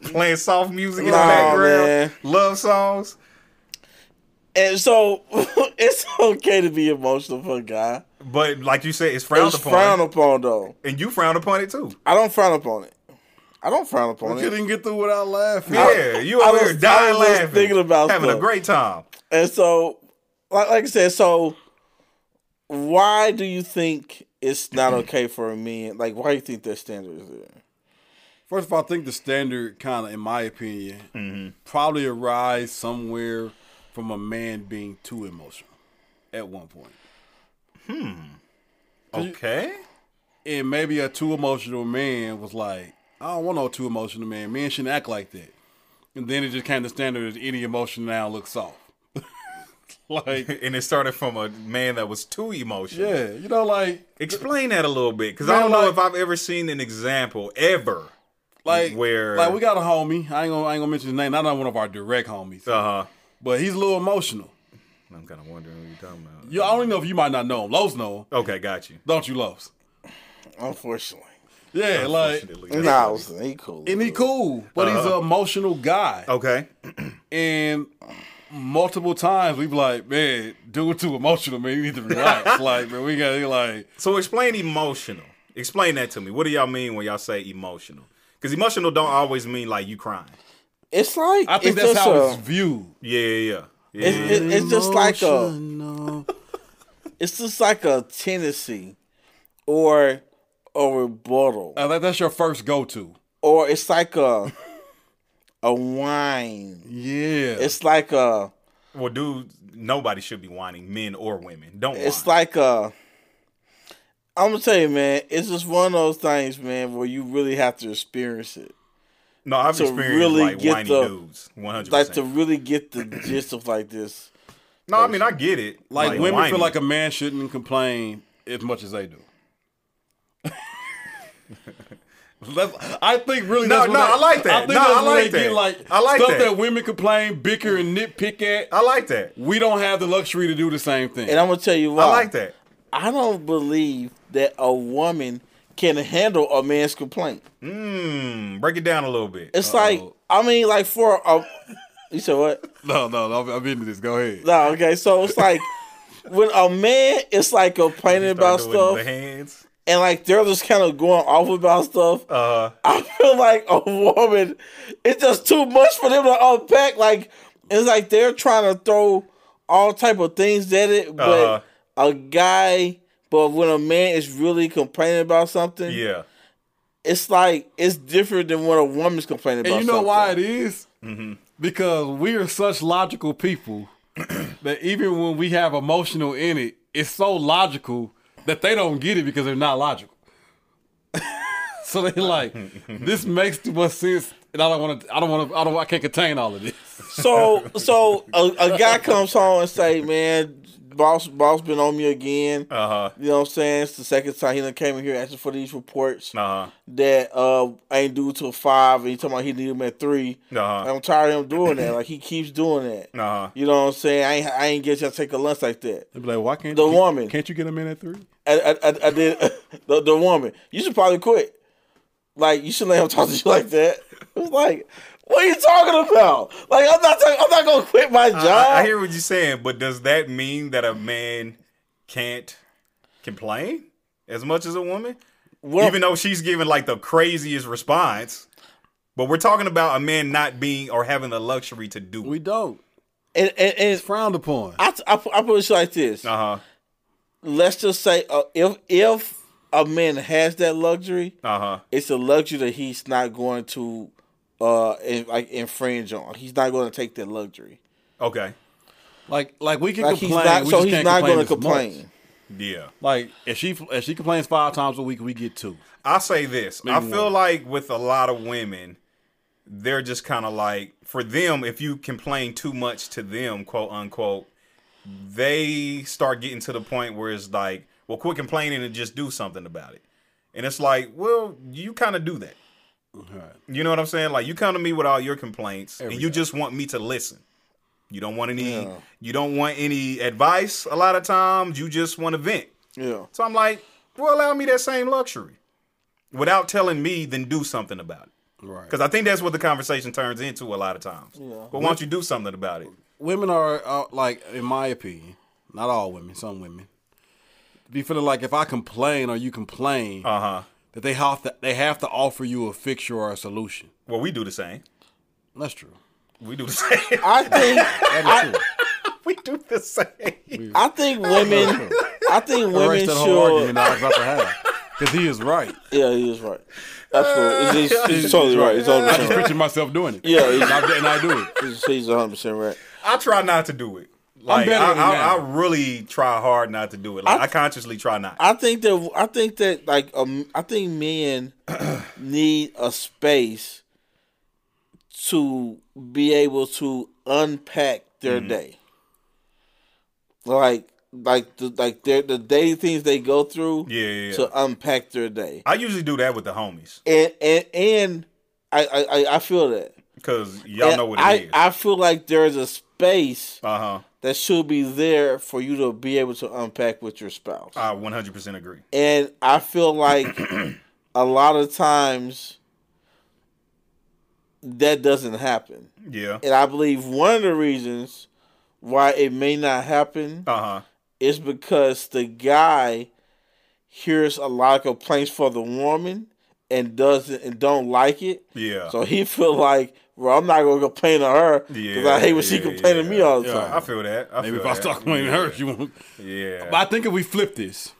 [SPEAKER 1] snot.
[SPEAKER 3] Playing soft music in
[SPEAKER 2] Nah,
[SPEAKER 3] the background.
[SPEAKER 2] man.
[SPEAKER 3] Love songs.
[SPEAKER 2] and so it's okay to be emotional for a guy.
[SPEAKER 3] But like you said, it's frowned
[SPEAKER 2] It's
[SPEAKER 3] upon.
[SPEAKER 2] frowned upon though.
[SPEAKER 3] and you frown upon it too.
[SPEAKER 2] I don't frown upon it. I don't frown upon it.
[SPEAKER 1] Couldn't get through without laughing.
[SPEAKER 3] Yeah, you
[SPEAKER 2] I
[SPEAKER 3] over
[SPEAKER 2] was-
[SPEAKER 3] here dying
[SPEAKER 2] I was
[SPEAKER 3] laughing,
[SPEAKER 2] thinking about
[SPEAKER 3] having a
[SPEAKER 2] stuff.
[SPEAKER 3] great time.
[SPEAKER 2] And so, like, like I said, so why do you think it's not okay for a man? Like, why do you think that standard is there?
[SPEAKER 1] First of all, I think the standard kind of, in my opinion,
[SPEAKER 2] Mm-hmm.
[SPEAKER 1] probably arrives somewhere from a man being too emotional at one point.
[SPEAKER 3] Okay.
[SPEAKER 1] And maybe a too emotional man was like, I don't want no too emotional man. Men shouldn't act like that. And then it just came to standard that any emotion now looks soft. like,
[SPEAKER 3] And it started from a man that was too emotional.
[SPEAKER 1] yeah, you know, like,
[SPEAKER 3] Explain that a little bit, because I
[SPEAKER 1] Man,
[SPEAKER 3] don't know
[SPEAKER 1] like-
[SPEAKER 3] if I've ever seen an example ever.
[SPEAKER 1] like
[SPEAKER 3] Where-
[SPEAKER 1] like we got a homie. I ain't gonna I ain't gonna mention his name. Not one of our direct homies,
[SPEAKER 3] Uh huh.
[SPEAKER 1] but he's a little emotional.
[SPEAKER 3] I'm kind of wondering what you're talking about.
[SPEAKER 1] You, I don't even know if you might not know him. Lowe's know him,
[SPEAKER 3] Okay, got you.
[SPEAKER 1] don't you, Lowe's?
[SPEAKER 2] Unfortunately,
[SPEAKER 1] Yeah,
[SPEAKER 2] Uh,
[SPEAKER 1] like
[SPEAKER 3] Unfortunately, that's
[SPEAKER 2] nah,
[SPEAKER 3] what it is.
[SPEAKER 2] he cool.
[SPEAKER 1] and he cool, but he's an emotional guy.
[SPEAKER 3] Okay.
[SPEAKER 1] And multiple times we be like, man, dude, too emotional, man. You need to relax. like, man, we gotta like,
[SPEAKER 3] So explain emotional. Explain that to me. What do y'all mean when y'all say emotional? Because emotional don't always mean like you crying.
[SPEAKER 2] It's like
[SPEAKER 1] I
[SPEAKER 2] it's
[SPEAKER 1] think that's
[SPEAKER 2] just
[SPEAKER 1] how
[SPEAKER 2] a-
[SPEAKER 1] it's viewed.
[SPEAKER 3] Yeah, yeah, yeah. yeah.
[SPEAKER 2] It's, it- it's just like a,
[SPEAKER 1] Emotional.
[SPEAKER 2] it's just like a tendency, or a rebuttal,
[SPEAKER 1] I think that's your first go to.
[SPEAKER 2] or it's like a, a whine.
[SPEAKER 1] Yeah,
[SPEAKER 2] It's like a,
[SPEAKER 3] well, dude, nobody should be whining, men or women. Don't.
[SPEAKER 2] it's
[SPEAKER 3] whine.
[SPEAKER 2] like a. I'm gonna tell you, man. It's just one of those things, man, where you really have to experience it.
[SPEAKER 3] no, I've
[SPEAKER 2] to
[SPEAKER 3] experienced
[SPEAKER 2] really
[SPEAKER 3] like
[SPEAKER 2] get
[SPEAKER 3] whiny
[SPEAKER 2] the-
[SPEAKER 3] dudes. One hundred
[SPEAKER 2] like to
[SPEAKER 3] percent.
[SPEAKER 2] really get the gist of like this.
[SPEAKER 3] No, I mean I get it.
[SPEAKER 1] like, women
[SPEAKER 3] whiny.
[SPEAKER 1] feel like a man shouldn't complain as much as they do. That's, I think really
[SPEAKER 3] No,
[SPEAKER 1] that's
[SPEAKER 3] no,
[SPEAKER 1] what they-
[SPEAKER 3] I like that.
[SPEAKER 1] I think
[SPEAKER 3] No,
[SPEAKER 1] that's
[SPEAKER 3] I
[SPEAKER 1] what
[SPEAKER 3] like
[SPEAKER 1] they get,
[SPEAKER 3] that.
[SPEAKER 1] like
[SPEAKER 3] I like
[SPEAKER 1] stuff
[SPEAKER 3] that.
[SPEAKER 1] that. women complain, bicker, and nitpick at.
[SPEAKER 3] I like that.
[SPEAKER 1] we don't have the luxury to do the same thing.
[SPEAKER 2] And I'm gonna tell you why.
[SPEAKER 3] I like that.
[SPEAKER 2] I don't believe that a woman can handle a man's complaint.
[SPEAKER 3] Mm, break it down a little bit.
[SPEAKER 2] It's like I mean, like for a, you said what?
[SPEAKER 1] no, no, no, I'm, I'm into this. Go ahead.
[SPEAKER 2] No, okay. So it's like when a man is like complaining about
[SPEAKER 3] Start doing
[SPEAKER 2] stuff
[SPEAKER 3] The hands.
[SPEAKER 2] and like they're just kind of going off about stuff.
[SPEAKER 3] Uh,
[SPEAKER 2] I feel like a woman, it's just too much for them to unpack. Like it's like they're trying to throw all type of things at it, but a guy. But when a man is really complaining about something,
[SPEAKER 3] yeah.
[SPEAKER 2] it's like it's different than when a woman's complaining
[SPEAKER 1] And
[SPEAKER 2] about.
[SPEAKER 1] you know why it
[SPEAKER 2] something.
[SPEAKER 1] is? Because we are such logical people that even when we have emotional in it, it's so logical that they don't get it because they're not logical. so they're like, this makes too much sense, and I don't want to. I don't want to. I don't. I can't contain all of this.
[SPEAKER 2] So, so a, a guy comes home and say, "Man, boss, boss been on me again."
[SPEAKER 3] Uh
[SPEAKER 2] You know what I'm saying? It's the second time he done came in here asking for these reports.
[SPEAKER 3] huh. Uh
[SPEAKER 2] that uh ain't due till five and he talking about he need him at 3
[SPEAKER 3] Uh-huh.
[SPEAKER 2] I'm tired of him doing that. Like he keeps doing that.
[SPEAKER 3] huh. Uh huh.
[SPEAKER 2] You know what I'm saying? I ain't I ain't get y'all to take a lunch like that.
[SPEAKER 1] They'd be like, why can't
[SPEAKER 2] The
[SPEAKER 1] you,
[SPEAKER 2] woman.
[SPEAKER 1] Can't you get a man at three?
[SPEAKER 2] I I, I, I did the, the woman. You should probably quit. Like you should let him talk to you like that. It's like, what are you talking about? Like I'm not talking, I'm not gonna quit my job.
[SPEAKER 3] I, I hear what you're saying, but does that mean that a man can't complain as much as a woman?
[SPEAKER 2] Well-
[SPEAKER 3] Even though she's giving like the craziest response. But we're talking about a man not being or having the luxury to do.
[SPEAKER 1] We don't.
[SPEAKER 2] and and, and
[SPEAKER 1] It's frowned upon.
[SPEAKER 2] I, I, I put it like this.
[SPEAKER 3] Uh huh.
[SPEAKER 2] Let's just say uh, if if a man has that luxury,
[SPEAKER 3] Uh huh.
[SPEAKER 2] it's a luxury that he's not going to uh in, like infringe on. He's not going to take that luxury.
[SPEAKER 3] Okay.
[SPEAKER 1] Like like we can
[SPEAKER 2] Like he's
[SPEAKER 1] complain.
[SPEAKER 2] not,
[SPEAKER 1] we
[SPEAKER 2] so
[SPEAKER 1] just
[SPEAKER 2] he's
[SPEAKER 1] can't
[SPEAKER 2] not going
[SPEAKER 1] complain
[SPEAKER 2] to
[SPEAKER 1] as much.
[SPEAKER 2] complain.
[SPEAKER 3] Yeah.
[SPEAKER 1] Like if she if she complains five times a week, we get two.
[SPEAKER 3] I say this. I
[SPEAKER 1] Maybe
[SPEAKER 3] feel
[SPEAKER 1] one.
[SPEAKER 3] like with a lot of women, they're just kind of like for them. If you complain too much to them, quote unquote, they start getting to the point where it's like, well, quit complaining and just do something about it. And it's like, well, you kind of do that. You know what I'm saying? Like you come to me with all your complaints, and you just want me to listen. You don't want any. You don't want any advice. A lot of times, you just want to vent.
[SPEAKER 2] Yeah.
[SPEAKER 3] So I'm like, well, allow me that same luxury without telling me, then do something about it.
[SPEAKER 1] Right.
[SPEAKER 3] Because I think that's what the conversation turns into a lot of times. But why don't you do something about it?
[SPEAKER 1] women are, are like, in my opinion, not all women, some women, be feeling like if I complain or you complain,
[SPEAKER 3] Uh huh.
[SPEAKER 1] that they have to they have to offer you a fixture or a solution.
[SPEAKER 3] Well, we do the same.
[SPEAKER 1] That's true.
[SPEAKER 3] We do the same.
[SPEAKER 2] I think
[SPEAKER 1] That is true.
[SPEAKER 3] we do the same.
[SPEAKER 2] I think women I think
[SPEAKER 1] Erase
[SPEAKER 2] women
[SPEAKER 1] that whole
[SPEAKER 2] should
[SPEAKER 1] argument I was about to have because he is right.
[SPEAKER 2] Yeah, he is right. Absolutely. He's, he's, totally right. He's
[SPEAKER 1] I just
[SPEAKER 2] 100% right.
[SPEAKER 1] picture myself doing it.
[SPEAKER 2] Yeah,
[SPEAKER 1] and
[SPEAKER 2] he's-
[SPEAKER 1] I, and I do it.
[SPEAKER 2] He's, he's 100% right.
[SPEAKER 3] I try not to do it. Like,
[SPEAKER 1] better
[SPEAKER 3] I,
[SPEAKER 1] than
[SPEAKER 3] I,
[SPEAKER 1] that.
[SPEAKER 3] I really try hard not to do it. Like, I,
[SPEAKER 2] I-
[SPEAKER 3] consciously try not.
[SPEAKER 2] I think that I think that like um, I think men need a space to be able to unpack their
[SPEAKER 3] Mm-hmm.
[SPEAKER 2] day. Like like the like their the day things they go through
[SPEAKER 3] Yeah, yeah, yeah.
[SPEAKER 2] to unpack their day.
[SPEAKER 3] I usually do that with the homies
[SPEAKER 2] And and and I I, I- I feel that.
[SPEAKER 3] because y'all
[SPEAKER 2] And
[SPEAKER 3] know what
[SPEAKER 2] I,
[SPEAKER 3] it is.
[SPEAKER 2] I feel like there's a space
[SPEAKER 3] Uh huh.
[SPEAKER 2] that should be there for you to be able to unpack with your spouse.
[SPEAKER 3] I 100% agree.
[SPEAKER 2] And I feel like a lot of times that doesn't happen.
[SPEAKER 3] Yeah.
[SPEAKER 2] And I believe one of the reasons why it may not happen
[SPEAKER 3] Uh huh.
[SPEAKER 2] is because the guy hears a lot of complaints for the woman and doesn't and don't like it.
[SPEAKER 3] Yeah.
[SPEAKER 2] So he feel like, well, I'm not gonna complain to her because I hate when she
[SPEAKER 3] yeah,
[SPEAKER 2] complain to me
[SPEAKER 3] yeah.
[SPEAKER 2] all the
[SPEAKER 3] Yeah,
[SPEAKER 2] time.
[SPEAKER 3] I feel that. I
[SPEAKER 1] Maybe if
[SPEAKER 3] feel
[SPEAKER 1] I
[SPEAKER 3] that.
[SPEAKER 1] start complaining to her, she won't.
[SPEAKER 3] Yeah.
[SPEAKER 1] But I think if we flip this,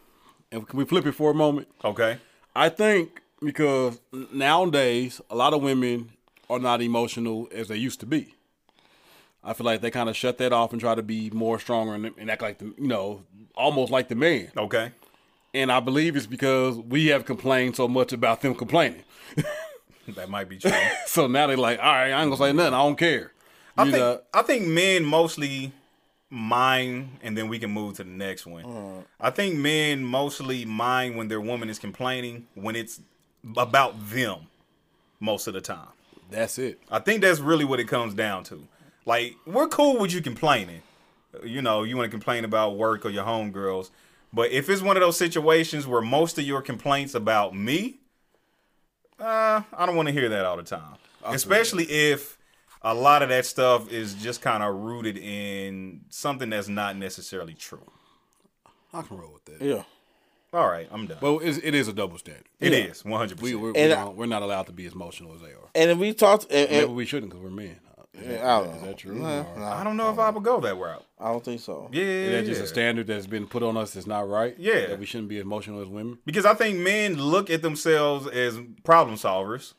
[SPEAKER 1] and can we flip it for a moment?
[SPEAKER 3] Okay.
[SPEAKER 1] I think because nowadays a lot of women are not emotional as they used to be. I feel like they kind of shut that off and try to be more stronger and, and act like the you know almost like the man.
[SPEAKER 3] Okay.
[SPEAKER 1] And I believe it's because we have complained so much about them complaining.
[SPEAKER 3] That might be true.
[SPEAKER 1] So now they're like, all right, I ain't gonna say nothing. I don't care.
[SPEAKER 3] I
[SPEAKER 1] You
[SPEAKER 3] think
[SPEAKER 1] know,
[SPEAKER 3] I think men mostly mine, and then we can move to the next one. I think men mostly mine when their woman is complaining when it's about them most of the time.
[SPEAKER 1] that's it.
[SPEAKER 3] I think that's really what it comes down to. Like, we're cool with you complaining. You know, you want to complain about work or your homegirls. But if it's one of those situations where most of your complaints about me, uh, I don't want to hear that all the time. Especially if a lot of that stuff is just kind of rooted in something that's not necessarily true.
[SPEAKER 1] I can roll with that.
[SPEAKER 2] yeah.
[SPEAKER 3] All right, I'm done.
[SPEAKER 1] But it's, it is a double standard.
[SPEAKER 3] It
[SPEAKER 2] yeah.
[SPEAKER 3] is 100%.
[SPEAKER 1] We, we're,
[SPEAKER 2] And
[SPEAKER 1] we
[SPEAKER 2] I-
[SPEAKER 1] don't, we're not allowed to be as emotional as they are.
[SPEAKER 2] And if we talked, and,
[SPEAKER 1] Maybe
[SPEAKER 2] and,
[SPEAKER 1] we shouldn't because we're men. Is that,
[SPEAKER 2] I don't
[SPEAKER 1] is
[SPEAKER 2] know.
[SPEAKER 1] that true?
[SPEAKER 2] Nah,
[SPEAKER 1] Or-
[SPEAKER 2] nah,
[SPEAKER 3] I don't know if I would go that route.
[SPEAKER 2] I don't think so.
[SPEAKER 3] Yeah,
[SPEAKER 1] Is
[SPEAKER 3] yeah,
[SPEAKER 1] that just a
[SPEAKER 3] yeah.
[SPEAKER 1] standard that's been put on us that's not right?
[SPEAKER 3] Yeah.
[SPEAKER 1] That we shouldn't be as emotional as women?
[SPEAKER 3] Because I think men look at themselves as problem solvers.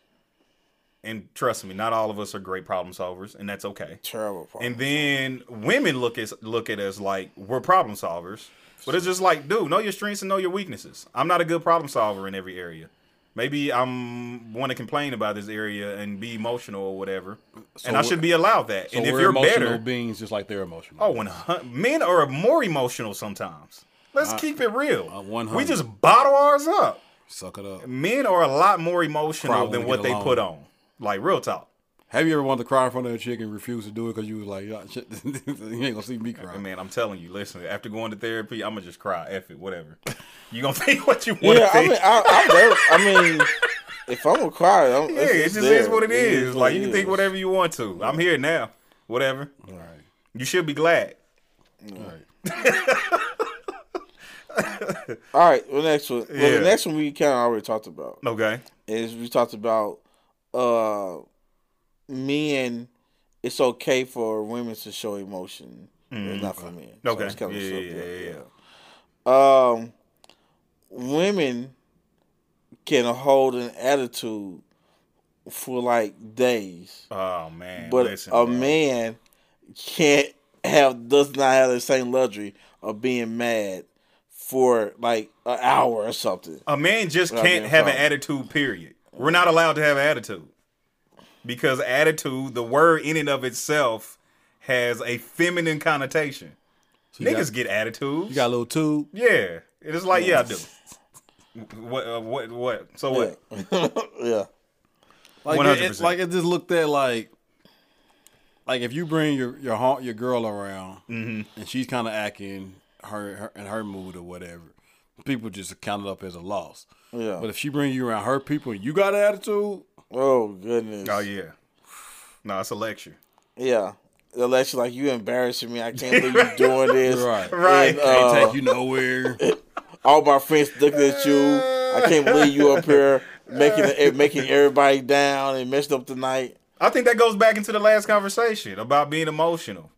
[SPEAKER 3] And trust me, not all of us are great problem solvers, and that's okay.
[SPEAKER 2] Terrible part.
[SPEAKER 3] And then women look at look at us like we're problem solvers. But it's just like, dude, know your strengths and know your weaknesses. I'm not a good problem solver in every area. Maybe I'm want to complain about this area and be emotional or whatever. and I
[SPEAKER 1] we're-
[SPEAKER 3] should be allowed that.
[SPEAKER 1] So
[SPEAKER 3] and if
[SPEAKER 1] we're
[SPEAKER 3] you're
[SPEAKER 1] emotional
[SPEAKER 3] better,
[SPEAKER 1] beings just like they're emotional.
[SPEAKER 3] Oh, when hun- men are more emotional sometimes. Let's keep it real.
[SPEAKER 1] uh, 100.
[SPEAKER 3] we just bottle ours up.
[SPEAKER 1] Suck it up.
[SPEAKER 3] Men are a lot more emotional
[SPEAKER 1] Cry when
[SPEAKER 3] than
[SPEAKER 1] we
[SPEAKER 3] what
[SPEAKER 1] get
[SPEAKER 3] they
[SPEAKER 1] along.
[SPEAKER 3] put on. Like real talk.
[SPEAKER 1] Have you ever wanted to cry in front of a chick and refused to do it because you was like, "Yeah, shit, you ain't gonna see me cry?
[SPEAKER 3] Man, I'm telling you, listen, after going to therapy, I'ma just cry. F it, whatever. You gonna think what you want to
[SPEAKER 2] yeah, I
[SPEAKER 3] think.
[SPEAKER 2] mean, I, I, never, I mean, if I'm gonna cry, I'm,
[SPEAKER 3] yeah, it just is what it is. Like you can think whatever you want to. I'm here now. Whatever.
[SPEAKER 1] All right.
[SPEAKER 3] You should be glad.
[SPEAKER 1] All right.
[SPEAKER 2] All right, well, next one. Well,
[SPEAKER 3] Yeah.
[SPEAKER 2] the next one we kind of already talked about
[SPEAKER 3] Okay.
[SPEAKER 2] is we talked about uh men. It's okay for women to show emotion, but not for men. So
[SPEAKER 3] Mm, Okay.
[SPEAKER 2] it's kinda
[SPEAKER 3] Yeah,
[SPEAKER 2] so-
[SPEAKER 3] yeah, yeah, yeah.
[SPEAKER 2] um, women can hold an attitude for like days,
[SPEAKER 3] Oh man.
[SPEAKER 2] but
[SPEAKER 3] listen,
[SPEAKER 2] a
[SPEAKER 3] bro.
[SPEAKER 2] man can't have does not have the same luxury of being mad for like an hour or something.
[SPEAKER 3] A man just
[SPEAKER 2] Without
[SPEAKER 3] can't
[SPEAKER 2] being
[SPEAKER 3] have an
[SPEAKER 2] proud.
[SPEAKER 3] attitude, period. We're not allowed to have an attitude. Because attitude, the word in and of itself, has a feminine connotation.
[SPEAKER 1] you
[SPEAKER 3] Niggas
[SPEAKER 1] got-
[SPEAKER 3] get attitudes.
[SPEAKER 1] You got a little tube.
[SPEAKER 3] yeah. It is like, yeah, I do. What, uh, what, what? So what?
[SPEAKER 2] yeah.
[SPEAKER 1] Like it, it,
[SPEAKER 3] 100%.
[SPEAKER 1] like it just looked at like like if you bring your your haunt, your girl around
[SPEAKER 3] Mm-hmm.
[SPEAKER 1] and she's kind of acting her, her in her mood or whatever, people just count it up as a loss.
[SPEAKER 2] Yeah.
[SPEAKER 3] Oh.
[SPEAKER 1] But if she bring you around her people and you got an attitude,
[SPEAKER 2] Oh goodness.
[SPEAKER 3] Oh, yeah. No, it's a lecture.
[SPEAKER 2] Yeah. The lecture like you embarrassing me. I can't believe you doing this.
[SPEAKER 1] Right.
[SPEAKER 3] Right.
[SPEAKER 2] And,
[SPEAKER 1] can't
[SPEAKER 2] uh,
[SPEAKER 1] take you nowhere.
[SPEAKER 2] all my friends looking at you. I can't believe you up here making eh, making everybody down and messed up tonight.
[SPEAKER 3] I think that goes back into the last conversation about being emotional.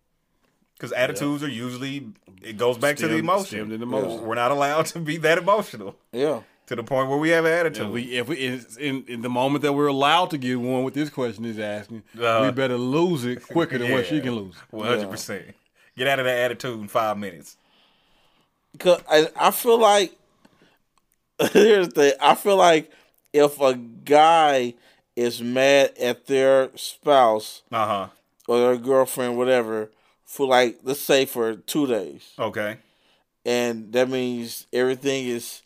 [SPEAKER 3] Because attitudes are usually, it goes back to the
[SPEAKER 1] Stemmed-
[SPEAKER 3] emotion.
[SPEAKER 1] stemmed in emotion.
[SPEAKER 3] We're not allowed to be that emotional
[SPEAKER 2] Yeah.
[SPEAKER 3] to the point where we have an attitude.
[SPEAKER 1] If we if we it's in, in the moment that we're allowed to get one with this question is asking,
[SPEAKER 3] Uh,
[SPEAKER 1] we better lose it quicker than what she
[SPEAKER 3] yeah.
[SPEAKER 1] can lose. it.
[SPEAKER 3] One hundred percent. Get out of that attitude in five minutes.
[SPEAKER 2] Cause I, I feel like here's the thing. I feel like if a guy is mad at their spouse
[SPEAKER 3] Uh huh.
[SPEAKER 2] or their girlfriend, whatever, for like let's say for two days,
[SPEAKER 3] Okay.
[SPEAKER 2] and that means everything is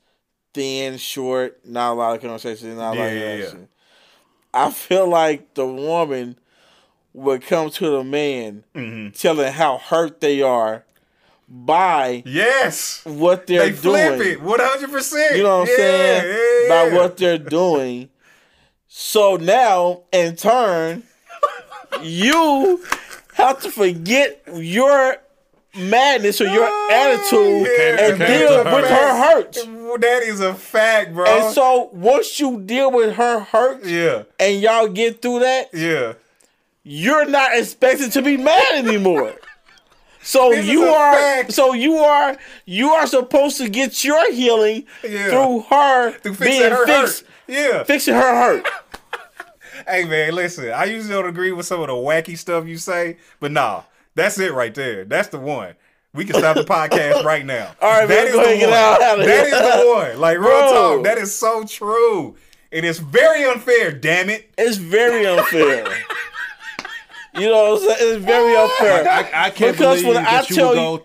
[SPEAKER 2] thin, short, not a lot of conversation, not a lot
[SPEAKER 3] Yeah,
[SPEAKER 2] of
[SPEAKER 3] yeah, yeah.
[SPEAKER 2] action. I feel like the woman would come to the man
[SPEAKER 3] Mm-hmm.
[SPEAKER 2] telling how hurt they are by
[SPEAKER 3] Yes.
[SPEAKER 2] what they're
[SPEAKER 3] They flip
[SPEAKER 2] doing.
[SPEAKER 3] it. One hundred percent.
[SPEAKER 2] You know what I'm saying? By what they're doing. So now, in turn, you have to forget your madness or your attitude
[SPEAKER 3] yeah.
[SPEAKER 2] and
[SPEAKER 1] You can't
[SPEAKER 2] deal
[SPEAKER 1] do her
[SPEAKER 2] with her hurts.
[SPEAKER 3] That is a fact, bro.
[SPEAKER 2] And so once you deal with her hurts
[SPEAKER 3] yeah.
[SPEAKER 2] and y'all get through that,
[SPEAKER 3] Yeah.
[SPEAKER 2] you're not expected to be mad anymore. So
[SPEAKER 3] is
[SPEAKER 2] you
[SPEAKER 3] a
[SPEAKER 2] are
[SPEAKER 3] fact.
[SPEAKER 2] so you are you are supposed to get your healing
[SPEAKER 3] Yeah.
[SPEAKER 2] through her
[SPEAKER 3] To fix
[SPEAKER 2] being
[SPEAKER 3] that her
[SPEAKER 2] fixed
[SPEAKER 3] hurt. Yeah.
[SPEAKER 2] fixing her hurt.
[SPEAKER 3] Hey man, listen. I usually don't agree with some of the wacky stuff you say, but nah, that's it right there. That's the one. We can stop the podcast right now. All
[SPEAKER 2] right, man, go ahead and get out- out of
[SPEAKER 3] That
[SPEAKER 2] here.
[SPEAKER 3] is the one. Like real
[SPEAKER 2] Bro.
[SPEAKER 3] talk, that is so true. It is very unfair. Damn it.
[SPEAKER 2] It's very unfair. you know what I'm saying? It's very unfair.
[SPEAKER 1] I, I can't
[SPEAKER 2] Because
[SPEAKER 1] believe
[SPEAKER 2] when
[SPEAKER 1] that
[SPEAKER 2] I
[SPEAKER 1] you
[SPEAKER 2] tell
[SPEAKER 1] will
[SPEAKER 2] you-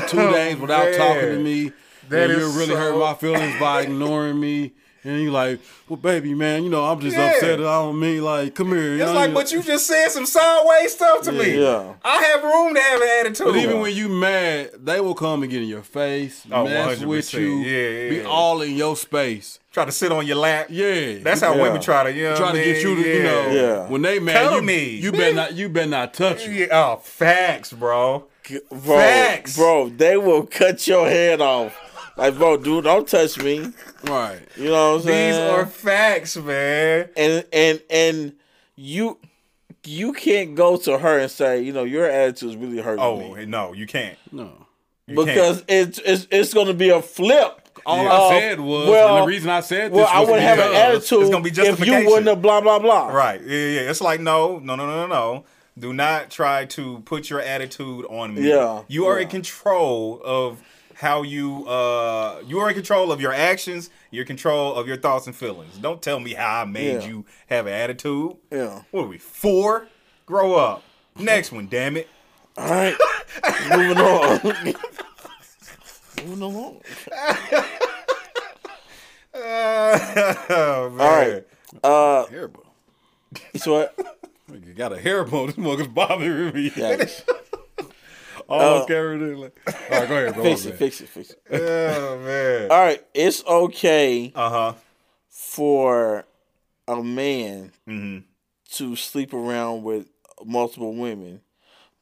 [SPEAKER 1] go two days without
[SPEAKER 3] Oh, man.
[SPEAKER 1] talking to me.
[SPEAKER 3] That
[SPEAKER 1] and you
[SPEAKER 3] is
[SPEAKER 1] really
[SPEAKER 3] so-
[SPEAKER 1] hurt my feelings by ignoring me. And you like, well, baby, man, you know, I'm just
[SPEAKER 3] Yeah.
[SPEAKER 1] upset. I don't mean like, come here. You
[SPEAKER 3] It's
[SPEAKER 1] know,
[SPEAKER 3] like,
[SPEAKER 1] you-
[SPEAKER 3] but you just said some sideways stuff to me.
[SPEAKER 2] Yeah.
[SPEAKER 3] I have room to have an attitude.
[SPEAKER 1] But even when you mad, they will come and get in your face,
[SPEAKER 3] Oh,
[SPEAKER 1] mess with
[SPEAKER 3] 100%.
[SPEAKER 1] you,
[SPEAKER 3] Yeah, yeah,
[SPEAKER 1] be
[SPEAKER 3] yeah.
[SPEAKER 1] all in your space.
[SPEAKER 3] try to sit on your lap.
[SPEAKER 1] Yeah,
[SPEAKER 3] That's how
[SPEAKER 2] Yeah.
[SPEAKER 3] women try to, you know,
[SPEAKER 1] trying
[SPEAKER 3] what
[SPEAKER 1] to
[SPEAKER 3] I
[SPEAKER 1] get you
[SPEAKER 3] mean?
[SPEAKER 1] to, you know,
[SPEAKER 2] Yeah.
[SPEAKER 1] when they mad,
[SPEAKER 3] Tell
[SPEAKER 1] you,
[SPEAKER 3] me.
[SPEAKER 1] you better not, you better not touch
[SPEAKER 3] Yeah. Yeah,
[SPEAKER 1] you.
[SPEAKER 3] Oh, facts, bro.
[SPEAKER 2] Bro,
[SPEAKER 3] Facts.
[SPEAKER 2] bro, they will cut your head off. Like, bro, dude, don't touch me. You
[SPEAKER 1] Right.
[SPEAKER 2] know what I'm saying?
[SPEAKER 3] These are facts, man.
[SPEAKER 2] and and and you you can't go to her and say, you know, your attitude is really hurting
[SPEAKER 3] Oh
[SPEAKER 2] me
[SPEAKER 3] no, you can't.
[SPEAKER 1] No.
[SPEAKER 2] because it's it's it's going to be a flip.
[SPEAKER 1] All
[SPEAKER 2] Uh,
[SPEAKER 1] I said was,
[SPEAKER 2] well-
[SPEAKER 1] and the reason I said this
[SPEAKER 2] Well, I
[SPEAKER 1] was
[SPEAKER 2] wouldn't have an
[SPEAKER 1] because-
[SPEAKER 2] attitude
[SPEAKER 3] it's gonna be
[SPEAKER 2] if you
[SPEAKER 3] justification.
[SPEAKER 2] wouldn't have blah blah blah.
[SPEAKER 3] Right. Yeah, yeah. It's like no, no, no, no, no, no. Do not try to put your attitude on me.
[SPEAKER 2] Yeah,
[SPEAKER 3] You are
[SPEAKER 2] yeah.
[SPEAKER 3] in control of how you uh you are in control of your actions, your control of your thoughts and feelings. Don't tell me how I made
[SPEAKER 2] Yeah.
[SPEAKER 3] you have an attitude.
[SPEAKER 2] Yeah.
[SPEAKER 3] What are we? Four? Grow up. Next one, damn it.
[SPEAKER 2] All right, moving on. moving along.
[SPEAKER 3] Oh, man.
[SPEAKER 2] All right.
[SPEAKER 1] hair bone.
[SPEAKER 2] So what?
[SPEAKER 1] Nigga got a hair bone. This motherfucker's bothering me.
[SPEAKER 2] Yikes.
[SPEAKER 1] All carried in. Like, all right, go ahead, bro.
[SPEAKER 2] fix
[SPEAKER 1] My
[SPEAKER 2] uh, it,
[SPEAKER 1] bad.
[SPEAKER 2] fix it, fix it.
[SPEAKER 3] Oh man.
[SPEAKER 2] All right, it's okay
[SPEAKER 3] Uh-huh.
[SPEAKER 2] for a man
[SPEAKER 3] mm-hmm.
[SPEAKER 2] to sleep around with multiple women,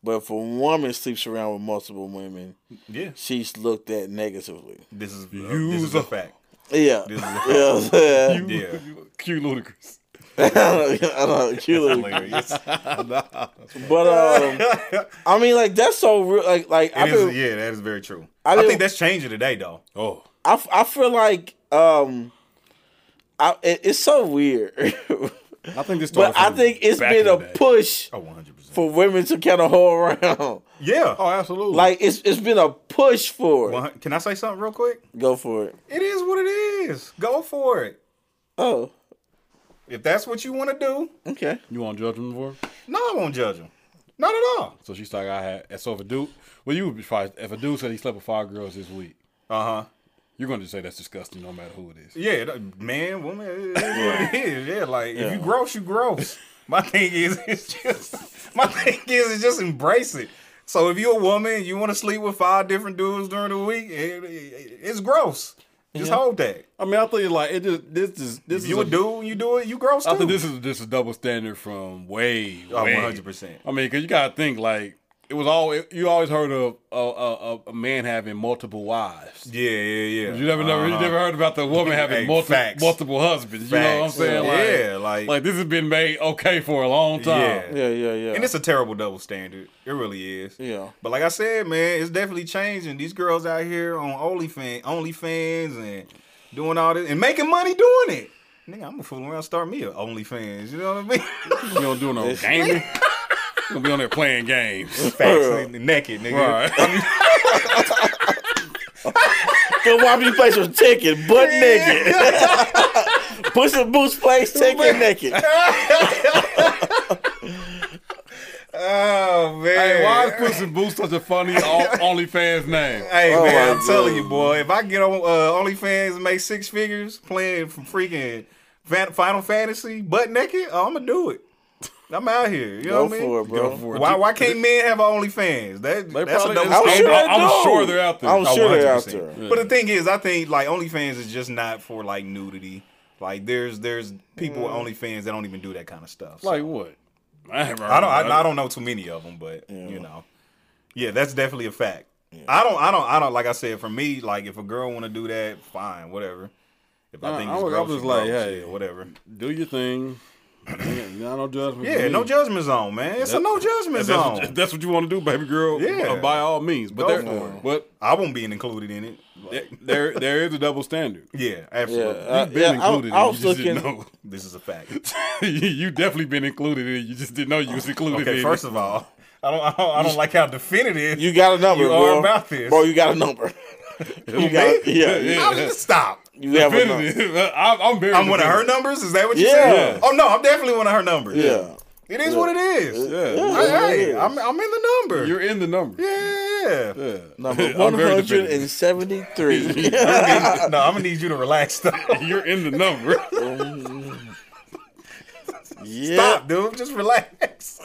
[SPEAKER 2] but if a woman sleeps around with multiple women,
[SPEAKER 3] Yeah.
[SPEAKER 2] she's looked at negatively.
[SPEAKER 3] This is
[SPEAKER 1] You
[SPEAKER 3] this is
[SPEAKER 1] the-
[SPEAKER 3] a fact.
[SPEAKER 2] Yeah.
[SPEAKER 3] This is a
[SPEAKER 2] You know what I'm saying?
[SPEAKER 3] Yeah.
[SPEAKER 1] Cute ludicrous.
[SPEAKER 2] I know, cute little-
[SPEAKER 3] Hilarious. uh,
[SPEAKER 2] But um, I mean, like that's so real. Like, like I,
[SPEAKER 3] It is-
[SPEAKER 2] feel,
[SPEAKER 3] yeah, that is very true.
[SPEAKER 2] I
[SPEAKER 3] I,
[SPEAKER 2] mean-
[SPEAKER 3] think that's changing today, though.
[SPEAKER 1] Oh,
[SPEAKER 2] I, f- I feel like um, I it, it's so weird.
[SPEAKER 1] I think this.
[SPEAKER 2] but I think it's
[SPEAKER 1] back in
[SPEAKER 2] been a
[SPEAKER 1] the day.
[SPEAKER 2] push
[SPEAKER 3] Oh, 100%.
[SPEAKER 2] for women to kind of hold around.
[SPEAKER 3] Yeah.
[SPEAKER 1] Oh, absolutely.
[SPEAKER 2] Like it's it's been a push for it.
[SPEAKER 3] One hun- Can I say something real quick?
[SPEAKER 2] Go for it.
[SPEAKER 3] It is what it is. Go for it.
[SPEAKER 2] Oh,
[SPEAKER 3] If that's what you want to do,
[SPEAKER 2] okay.
[SPEAKER 1] you want judgment for? her?
[SPEAKER 3] no, I won't judge him. Not at all.
[SPEAKER 1] So she's like, I had. and So if a dude, well, you would be surprised if a dude said he slept with five girls this week.
[SPEAKER 3] Uh huh.
[SPEAKER 1] You're going to say that's disgusting, no matter who it is.
[SPEAKER 3] Yeah, th- man, woman, it is what it is. Yeah, like if you gross, you gross. My thing is, it's just my thing is, it's just embrace it. So if you're a woman, you want to sleep with five different dudes during the week, it, it- it's gross. Just hold that.
[SPEAKER 1] I mean, I think like it just this is this
[SPEAKER 3] If
[SPEAKER 1] is
[SPEAKER 3] you a
[SPEAKER 1] a-
[SPEAKER 3] dude, you do it, you gross too.
[SPEAKER 1] I think this is this is double standard from way,
[SPEAKER 3] Oh,
[SPEAKER 1] way.
[SPEAKER 3] 100%.
[SPEAKER 1] I mean, because you gotta think like it was always you always heard of a a, a, a man having multiple wives.
[SPEAKER 3] yeah, yeah, yeah.
[SPEAKER 1] You never never you never heard about the woman having
[SPEAKER 3] Uh-huh. Hey,
[SPEAKER 1] multiple
[SPEAKER 3] facts.
[SPEAKER 1] multiple husbands. You know what I'm
[SPEAKER 3] Facts.
[SPEAKER 1] saying? Like,
[SPEAKER 3] Yeah, like-
[SPEAKER 1] like this has been made okay for a long time.
[SPEAKER 3] Yeah.
[SPEAKER 2] Yeah, yeah, yeah.
[SPEAKER 3] And it's a terrible double standard. It really is.
[SPEAKER 2] Yeah.
[SPEAKER 3] But like I said, man, it's definitely changing. These girls out here on OnlyFans, OnlyFans, and doing all this and making money doing it. Nigga, I'm gonna fool around, start me a OnlyFans. You know what I mean?
[SPEAKER 1] You don't do no gaming. You gonna be on there playing games.
[SPEAKER 3] Facts, nigga, naked, nigga.
[SPEAKER 1] Right.
[SPEAKER 2] But why would you play some ticket butt naked? Put some boots place ticket naked.
[SPEAKER 3] Oh man.
[SPEAKER 1] hey, why is Puss in Boots such a funny o- OnlyFans name?
[SPEAKER 3] Hey
[SPEAKER 2] Oh,
[SPEAKER 3] man,
[SPEAKER 2] my
[SPEAKER 3] I'm telling you,
[SPEAKER 2] God.
[SPEAKER 3] boy. If I get on uh, OnlyFans and make six figures playing from freaking Fan- Final Fantasy butt naked, oh, I'm gonna do it. I'm out here. You know
[SPEAKER 2] Go
[SPEAKER 3] what I mean?
[SPEAKER 2] for it,
[SPEAKER 1] Go
[SPEAKER 2] bro.
[SPEAKER 1] for it.
[SPEAKER 3] Why why can't men have OnlyFans? That,
[SPEAKER 1] They
[SPEAKER 3] that's a
[SPEAKER 1] probably-
[SPEAKER 3] double
[SPEAKER 1] I'm
[SPEAKER 2] I'm
[SPEAKER 3] standard.
[SPEAKER 2] sure, they
[SPEAKER 1] I'm
[SPEAKER 2] do.
[SPEAKER 1] sure they're out there.
[SPEAKER 2] I'm
[SPEAKER 1] Oh,
[SPEAKER 2] sure they're out
[SPEAKER 3] 100%.
[SPEAKER 2] there.
[SPEAKER 3] But the thing is, I think like OnlyFans is just not for like nudity. Like there's there's people
[SPEAKER 2] Mm.
[SPEAKER 3] with OnlyFans that don't even do that kind of stuff. So.
[SPEAKER 1] Like what? I, haven't heard
[SPEAKER 3] I don't
[SPEAKER 1] about
[SPEAKER 3] I, I
[SPEAKER 1] it.
[SPEAKER 3] don't know too many of them, but you know, yeah, that's definitely a fact. I don't I don't I don't like I said for me like if a girl want to do that, fine, whatever. If I
[SPEAKER 1] Nah,
[SPEAKER 3] think
[SPEAKER 1] I
[SPEAKER 3] it's
[SPEAKER 1] was- I
[SPEAKER 3] gross,
[SPEAKER 1] was
[SPEAKER 3] it's
[SPEAKER 1] like,
[SPEAKER 3] gross,
[SPEAKER 1] hey.
[SPEAKER 3] yeah, whatever.
[SPEAKER 1] do your thing. Yeah, no judgment.
[SPEAKER 3] Yeah,
[SPEAKER 1] for
[SPEAKER 3] no
[SPEAKER 1] me.
[SPEAKER 3] judgment zone, man. It's a no judgment
[SPEAKER 1] If that's,
[SPEAKER 3] zone.
[SPEAKER 1] what, if that's what you want to do, baby girl.
[SPEAKER 3] Yeah.
[SPEAKER 1] uh, by all means. But
[SPEAKER 3] Go
[SPEAKER 1] there,
[SPEAKER 3] for it.
[SPEAKER 1] but
[SPEAKER 3] I won't be included in it. Like,
[SPEAKER 1] there, there, there is a double standard.
[SPEAKER 3] yeah,
[SPEAKER 2] Yeah,
[SPEAKER 3] absolutely.
[SPEAKER 2] uh,
[SPEAKER 1] You've
[SPEAKER 2] yeah,
[SPEAKER 1] been
[SPEAKER 2] I,
[SPEAKER 1] included.
[SPEAKER 2] I
[SPEAKER 1] and
[SPEAKER 2] was
[SPEAKER 1] you just
[SPEAKER 2] looking.
[SPEAKER 1] didn't know.
[SPEAKER 3] This is a fact.
[SPEAKER 1] you you definitely been included in it. You just didn't know you was included.
[SPEAKER 3] Okay,
[SPEAKER 1] in
[SPEAKER 3] first
[SPEAKER 1] it.
[SPEAKER 3] of all, I don't I don't, I don't like how definitive
[SPEAKER 2] You got a number,
[SPEAKER 3] You
[SPEAKER 2] bro.
[SPEAKER 3] are about this.
[SPEAKER 2] bro. You got a number. you got, yeah, yeah.
[SPEAKER 3] I'm just stop.
[SPEAKER 2] You have a number.
[SPEAKER 1] Definitive. I'm, I'm very.
[SPEAKER 3] I'm one of her
[SPEAKER 1] definitive.
[SPEAKER 3] numbers. Is that what you
[SPEAKER 2] Yeah.
[SPEAKER 3] said? Oh no, I'm definitely one of her numbers.
[SPEAKER 2] Yeah,
[SPEAKER 3] it is what it is.
[SPEAKER 1] Yeah,
[SPEAKER 3] Hey,
[SPEAKER 2] Yeah,
[SPEAKER 3] hey,
[SPEAKER 2] it is.
[SPEAKER 3] I'm I'm in the number.
[SPEAKER 1] you're in the number.
[SPEAKER 3] yeah. yeah.
[SPEAKER 1] Yeah.
[SPEAKER 2] number
[SPEAKER 1] I'm
[SPEAKER 2] one
[SPEAKER 1] very
[SPEAKER 2] hundred
[SPEAKER 1] definitive.
[SPEAKER 2] and seventy-three.
[SPEAKER 3] no, I'm gonna need you to relax though.
[SPEAKER 1] You're in the number.
[SPEAKER 2] yeah,
[SPEAKER 3] Stop, dude. Just relax.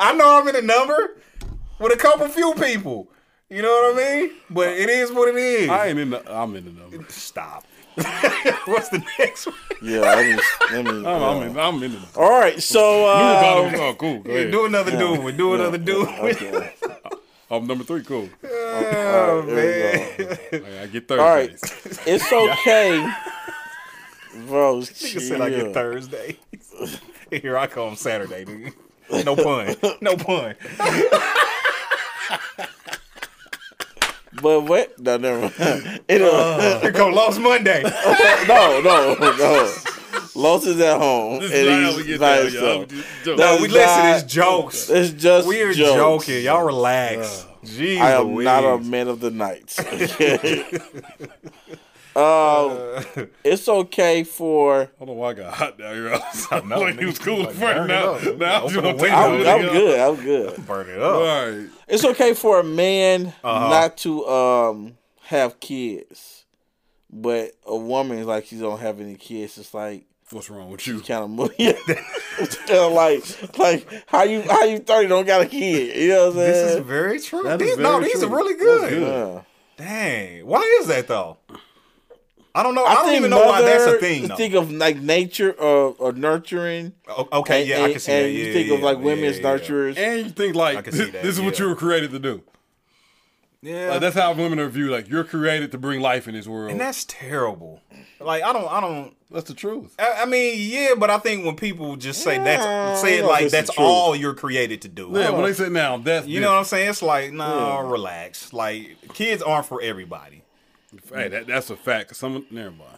[SPEAKER 3] I know I'm in a number with a couple few people. You know what I mean? But it is what it is.
[SPEAKER 1] I ain't in the. I'm in the number.
[SPEAKER 3] Stop. What's the next one?
[SPEAKER 2] yeah. Let me, let me,
[SPEAKER 1] I'm,
[SPEAKER 2] yeah.
[SPEAKER 1] I'm in. I'm in the. number.
[SPEAKER 2] All right, so
[SPEAKER 1] You about
[SPEAKER 2] uh,
[SPEAKER 1] to- oh, cool. Go ahead.
[SPEAKER 3] Do another dude. with- Do another dude. with-
[SPEAKER 2] okay.
[SPEAKER 1] I'm number three. Cool.
[SPEAKER 3] Oh, man.
[SPEAKER 2] There we go.
[SPEAKER 1] I I get third
[SPEAKER 2] All right,
[SPEAKER 1] place.
[SPEAKER 2] it's okay, bro.
[SPEAKER 3] Nigga said I
[SPEAKER 2] chill.
[SPEAKER 3] get Thursday. Here I come Saturday, nigga. No pun. No pun.
[SPEAKER 2] But what? No, never mind. It, uh,
[SPEAKER 3] Here go Lost Monday.
[SPEAKER 2] no, no, no. Los is at home.
[SPEAKER 1] This
[SPEAKER 2] and
[SPEAKER 1] is how
[SPEAKER 2] he's
[SPEAKER 1] we get
[SPEAKER 2] by
[SPEAKER 1] down, y'all.
[SPEAKER 2] himself.
[SPEAKER 1] I'm just joking.
[SPEAKER 2] That
[SPEAKER 3] No,
[SPEAKER 2] is
[SPEAKER 3] we listen
[SPEAKER 2] not-
[SPEAKER 3] it's jokes.
[SPEAKER 2] It's just
[SPEAKER 3] We're
[SPEAKER 2] jokes.
[SPEAKER 3] joking. Y'all relax. Jeez
[SPEAKER 2] I am
[SPEAKER 3] Louise.
[SPEAKER 2] not a man of the night. um, it's okay for.
[SPEAKER 1] I don't know why oh, I got hot down here. I was like,
[SPEAKER 3] know,
[SPEAKER 1] he was
[SPEAKER 3] nigga.
[SPEAKER 1] cool
[SPEAKER 3] Like,
[SPEAKER 1] right
[SPEAKER 3] burn it
[SPEAKER 1] now.
[SPEAKER 3] up. Open
[SPEAKER 1] Now I just
[SPEAKER 3] the
[SPEAKER 1] want to take
[SPEAKER 3] window.
[SPEAKER 2] I'm,
[SPEAKER 1] it
[SPEAKER 2] I'm
[SPEAKER 1] up.
[SPEAKER 2] good. I'm good.
[SPEAKER 3] burn it
[SPEAKER 1] All
[SPEAKER 3] up.
[SPEAKER 1] right.
[SPEAKER 2] It's okay for a man
[SPEAKER 3] Uh-huh.
[SPEAKER 2] not to um have kids, but a woman like she don't have any kids. It's like
[SPEAKER 1] What's wrong with you?
[SPEAKER 2] kind of money. It's kind of like like how you how you thirty don't got a kid. You know what I'm saying?
[SPEAKER 3] This is very true.
[SPEAKER 1] That is
[SPEAKER 3] these, no,
[SPEAKER 1] very
[SPEAKER 3] these
[SPEAKER 1] true.
[SPEAKER 3] are really
[SPEAKER 1] That's
[SPEAKER 3] good.
[SPEAKER 1] good.
[SPEAKER 2] Yeah.
[SPEAKER 3] Dang. Why is that though? I don't know. I, don't
[SPEAKER 2] think
[SPEAKER 3] even know why that's a
[SPEAKER 2] mother-
[SPEAKER 3] thing
[SPEAKER 2] You
[SPEAKER 3] though.
[SPEAKER 2] think of like nature or, or nurturing.
[SPEAKER 3] O- okay, yeah, I
[SPEAKER 2] and-
[SPEAKER 3] can see
[SPEAKER 2] and
[SPEAKER 3] that.
[SPEAKER 2] you
[SPEAKER 3] Yeah,
[SPEAKER 2] think of
[SPEAKER 3] yeah,
[SPEAKER 2] like
[SPEAKER 3] yeah,
[SPEAKER 2] women as
[SPEAKER 3] yeah,
[SPEAKER 2] nurturers.
[SPEAKER 1] And you think
[SPEAKER 3] I
[SPEAKER 1] like
[SPEAKER 3] can
[SPEAKER 1] this,
[SPEAKER 3] see that,
[SPEAKER 1] this is what
[SPEAKER 3] yeah.
[SPEAKER 1] you were created to do.
[SPEAKER 3] Yeah.
[SPEAKER 1] Like, that's how women are viewed. Like you're created to bring life in this world.
[SPEAKER 3] and that's terrible. Like I don't I don't
[SPEAKER 1] that's the truth.
[SPEAKER 3] I, I mean, yeah, but I think when people just say
[SPEAKER 2] Yeah,
[SPEAKER 3] that's say
[SPEAKER 2] I
[SPEAKER 3] it
[SPEAKER 2] know
[SPEAKER 3] like
[SPEAKER 2] this is
[SPEAKER 3] that's
[SPEAKER 2] true.
[SPEAKER 3] all you're created to do.
[SPEAKER 1] Yeah, when they sit down, that's
[SPEAKER 3] Oh. You know what I'm saying? It's like, no, relax. Like kids aren't for everybody.
[SPEAKER 1] Hey, that, that's a fact. 'cause Someone, never mind.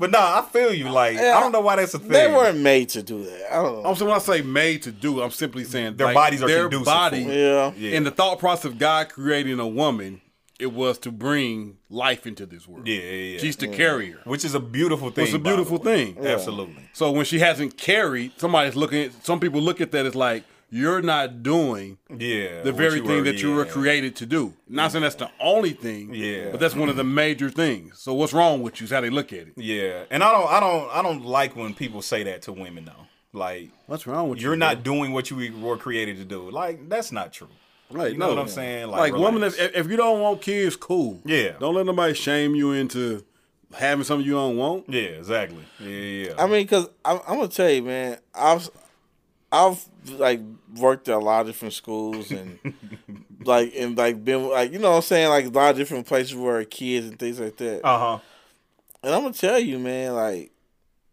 [SPEAKER 3] But no, I feel you. Like I don't know why that's a thing.
[SPEAKER 2] They weren't made to do that. I
[SPEAKER 3] Oh,
[SPEAKER 2] don't know.
[SPEAKER 1] I'm saying when I say made to do, I'm simply saying
[SPEAKER 3] Their
[SPEAKER 1] like,
[SPEAKER 3] bodies are
[SPEAKER 1] their
[SPEAKER 3] conducive
[SPEAKER 1] body
[SPEAKER 3] for it.
[SPEAKER 2] Yeah.
[SPEAKER 3] Yeah.
[SPEAKER 1] and the thought process of God creating a woman, it was to bring life into this world.
[SPEAKER 3] Yeah, yeah, yeah.
[SPEAKER 1] She's the carrier.
[SPEAKER 3] which is a beautiful thing.
[SPEAKER 1] It's a
[SPEAKER 3] by the
[SPEAKER 1] beautiful
[SPEAKER 3] way.
[SPEAKER 1] thing.
[SPEAKER 3] Absolutely.
[SPEAKER 1] So when she hasn't carried, somebody's looking. At, some people look at that as like you're not doing
[SPEAKER 3] Yeah.
[SPEAKER 1] the
[SPEAKER 3] what
[SPEAKER 1] very thing
[SPEAKER 3] were-
[SPEAKER 1] that you
[SPEAKER 3] yeah.
[SPEAKER 1] were created to do. Not saying that's the only thing,
[SPEAKER 3] Yeah.
[SPEAKER 1] but that's one of the major things. So what's wrong with you? Is how they look at it.
[SPEAKER 3] Yeah, and I don't, I don't, I don't like when people say that to women though. Like
[SPEAKER 1] What's wrong with you?
[SPEAKER 3] you're not doing what you were created to do. Like that's not true.
[SPEAKER 1] Right,
[SPEAKER 3] You know
[SPEAKER 1] no.
[SPEAKER 3] what I'm saying?
[SPEAKER 1] Like, woman,
[SPEAKER 3] relax.
[SPEAKER 1] if, if you don't want kids, cool.
[SPEAKER 3] Yeah.
[SPEAKER 1] Don't let nobody shame you into having something you don't want.
[SPEAKER 3] yeah, exactly. Yeah, yeah.
[SPEAKER 2] I mean, because I'm, I'm gonna tell you, man. I've I've like worked at a lot of different schools and like and like been like you know what I'm saying like a lot of different places where kids and things like that.
[SPEAKER 3] uh
[SPEAKER 1] Uh-huh.
[SPEAKER 3] huh.
[SPEAKER 2] and I'm gonna tell you, man, like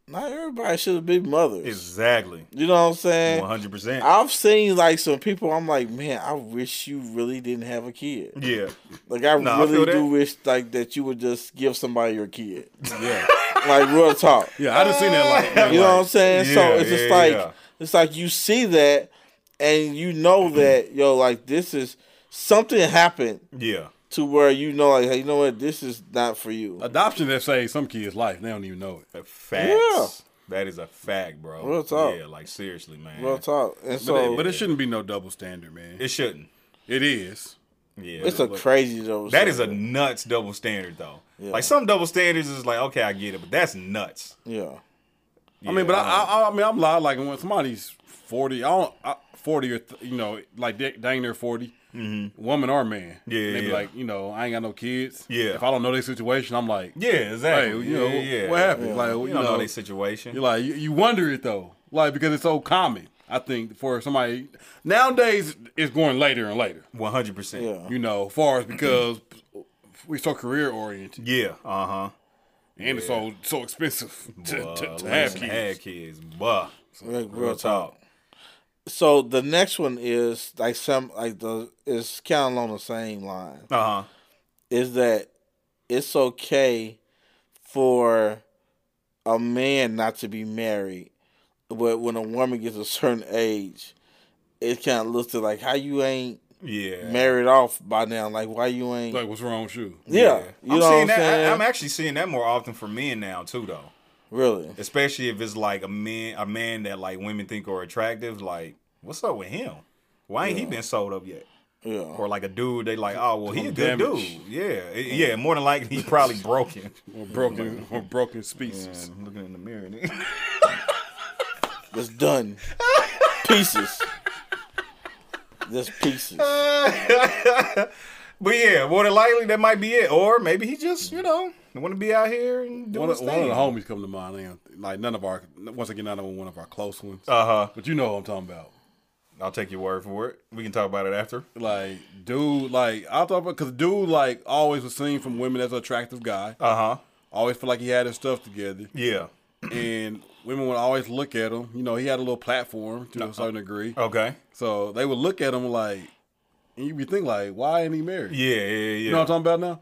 [SPEAKER 2] not everybody should have been mothers.
[SPEAKER 3] Exactly.
[SPEAKER 2] you know what I'm saying?
[SPEAKER 3] 100. percent
[SPEAKER 2] I've seen like some people. I'm like, man, I wish you really didn't have a kid.
[SPEAKER 3] Yeah.
[SPEAKER 2] Like, I
[SPEAKER 3] Nah, I
[SPEAKER 2] really
[SPEAKER 3] feel that.
[SPEAKER 2] do wish like that you would just give somebody your kid.
[SPEAKER 1] Yeah.
[SPEAKER 2] like real talk.
[SPEAKER 1] yeah, I just seen
[SPEAKER 3] Uh,
[SPEAKER 1] that like that.
[SPEAKER 2] You know what I'm saying? so
[SPEAKER 3] Yeah,
[SPEAKER 2] it's just
[SPEAKER 3] yeah,
[SPEAKER 2] like
[SPEAKER 3] yeah.
[SPEAKER 2] it's like you see that and you know that yo like this is something happened
[SPEAKER 3] Yeah.
[SPEAKER 2] to where you know like hey, you know what this is not for you.
[SPEAKER 1] Adoption that saves some kids' life. They don't even know it.
[SPEAKER 3] A Facts.
[SPEAKER 2] Yeah.
[SPEAKER 3] That is a fact, bro.
[SPEAKER 2] Real talk.
[SPEAKER 3] Yeah, like seriously, man.
[SPEAKER 2] Real talk. And
[SPEAKER 1] But,
[SPEAKER 2] so
[SPEAKER 1] it, but it shouldn't be no double standard, man.
[SPEAKER 3] It shouldn't.
[SPEAKER 1] it is.
[SPEAKER 3] Yeah.
[SPEAKER 2] it's a
[SPEAKER 3] but-
[SPEAKER 2] crazy though.
[SPEAKER 3] That is a nuts double standard though. Like some double standards is like okay, I get it, but that's nuts.
[SPEAKER 2] yeah.
[SPEAKER 1] I mean, but I,
[SPEAKER 3] Yeah, um, I
[SPEAKER 1] I, I mean, I'm loud. Like when somebody's 40, I don't, I, 40 or th- you know, like da- dang near 40, woman or man.
[SPEAKER 3] Mm-hmm. Yeah,
[SPEAKER 1] They be
[SPEAKER 3] yeah.
[SPEAKER 1] like, you know, I ain't got no kids.
[SPEAKER 3] Yeah.
[SPEAKER 1] If I don't know their situation, I'm like,
[SPEAKER 3] Yeah,
[SPEAKER 1] hey,
[SPEAKER 3] exactly.
[SPEAKER 1] you
[SPEAKER 3] yeah,
[SPEAKER 1] know,
[SPEAKER 3] yeah.
[SPEAKER 1] what happened? Like,
[SPEAKER 3] You,
[SPEAKER 1] you,
[SPEAKER 3] don't know,
[SPEAKER 1] know
[SPEAKER 3] their situation.
[SPEAKER 1] You're like you, you wonder it though, like because it's so common. I think for somebody nowadays it's going later and later.
[SPEAKER 3] One hundred percent.
[SPEAKER 2] Yeah.
[SPEAKER 1] You know, far as because we're so career oriented
[SPEAKER 3] Yeah. Uh huh.
[SPEAKER 1] and it's so so expensive to,
[SPEAKER 3] Uh,
[SPEAKER 1] to, to have
[SPEAKER 3] listen,
[SPEAKER 1] kids.
[SPEAKER 3] Had kids. Bah.
[SPEAKER 2] Like, real,
[SPEAKER 3] Real
[SPEAKER 2] talk.
[SPEAKER 3] talk.
[SPEAKER 2] So the next one is like some like the is kind of along the same line.
[SPEAKER 3] Uh huh.
[SPEAKER 2] is that it's okay for a man not to be married, but when a woman gets a certain age, it kind of looks at like how you ain't
[SPEAKER 3] Yeah.
[SPEAKER 2] married off by now. Like why you ain't?
[SPEAKER 1] Like what's wrong with you?
[SPEAKER 2] yeah, you
[SPEAKER 3] I'm seeing
[SPEAKER 2] know what I'm
[SPEAKER 3] that.
[SPEAKER 2] saying.
[SPEAKER 3] I, am actually seeing that more often for men now too, though.
[SPEAKER 2] really,
[SPEAKER 3] Especially if it's like a man, a man that like women think are attractive. Like, what's up with him? Why ain't he been sold up yet?
[SPEAKER 2] yeah.
[SPEAKER 3] Or like a dude, they like, oh well, he a good
[SPEAKER 1] Damaged.
[SPEAKER 3] dude. Yeah, It- yeah. More than likely, he probably broken.
[SPEAKER 1] Or broken or broken species.
[SPEAKER 3] I'm looking in the mirror. nigga.
[SPEAKER 2] It's done. pieces. Just pieces. Oh,
[SPEAKER 3] but yeah, more than likely, that might be it. Or maybe he just, you know, want to be out here and doing
[SPEAKER 1] One,
[SPEAKER 3] his
[SPEAKER 1] of, one of
[SPEAKER 3] thing.
[SPEAKER 1] the homies come to mind. and, Like none of our once again, not one of our close ones.
[SPEAKER 3] uh huh.
[SPEAKER 1] but you know what I'm talking about.
[SPEAKER 3] I'll take your word for it. We can talk about it after.
[SPEAKER 1] Like dude, like I thought because dude like always was seen from women as an attractive guy.
[SPEAKER 3] Uh huh.
[SPEAKER 1] always feel like he had his stuff together,
[SPEAKER 3] Yeah.
[SPEAKER 1] and women would always look at him. You know, he had a little platform
[SPEAKER 3] uh,
[SPEAKER 1] to a certain degree,
[SPEAKER 3] Okay.
[SPEAKER 1] so they would look at him like, and you'd be thinking like, why ain't he married?
[SPEAKER 3] Yeah, yeah, yeah.
[SPEAKER 1] You know what I'm talking about now?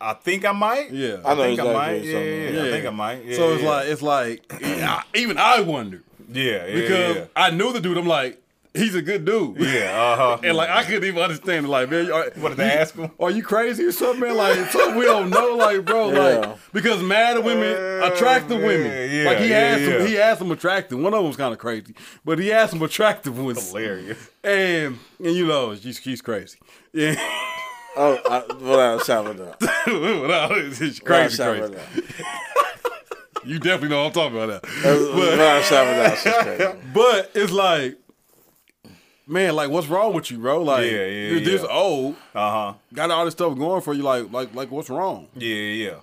[SPEAKER 3] I think I might.
[SPEAKER 1] Yeah.
[SPEAKER 3] I,
[SPEAKER 2] I know
[SPEAKER 3] think
[SPEAKER 2] exactly
[SPEAKER 3] I might.
[SPEAKER 2] what
[SPEAKER 3] Yeah,
[SPEAKER 2] you're talking
[SPEAKER 3] yeah, yeah, I think I might. Yeah,
[SPEAKER 1] so it's
[SPEAKER 3] yeah.
[SPEAKER 1] like it's like I- even I wondered
[SPEAKER 3] yeah, yeah,
[SPEAKER 1] because I knew the dude. I'm like, he's a good dude.
[SPEAKER 3] yeah, yeah. Uh huh.
[SPEAKER 1] And like I couldn't even understand. Like, man, are,
[SPEAKER 3] What did they ask him?
[SPEAKER 1] Are you crazy or something? Man? Like, something we don't know. Like, bro,
[SPEAKER 2] Yeah.
[SPEAKER 1] like because mad women
[SPEAKER 3] Yeah,
[SPEAKER 1] attract the
[SPEAKER 3] yeah,
[SPEAKER 1] women.
[SPEAKER 3] Oh, yeah,
[SPEAKER 1] like he
[SPEAKER 3] yeah,
[SPEAKER 1] had
[SPEAKER 3] yeah.
[SPEAKER 1] some, he had some attractive. One of them was kind of crazy, but he had some attractive ones.
[SPEAKER 3] Hilarious.
[SPEAKER 1] And and you know, she's she's crazy. Yeah,
[SPEAKER 2] Oh, I, what I was talking about. What
[SPEAKER 1] she's
[SPEAKER 2] I
[SPEAKER 1] crazy,
[SPEAKER 2] was talking
[SPEAKER 1] crazy.
[SPEAKER 2] about.
[SPEAKER 1] You definitely know what I'm talking about. Now.
[SPEAKER 2] What I was talking about. It's just crazy.
[SPEAKER 1] But it's like, man, like what's wrong with you, bro? Like
[SPEAKER 3] Yeah, yeah,
[SPEAKER 1] you're this
[SPEAKER 3] yeah.
[SPEAKER 1] old,
[SPEAKER 3] Uh huh.
[SPEAKER 1] got all this stuff going for you. Like like like what's wrong?
[SPEAKER 3] Yeah, yeah,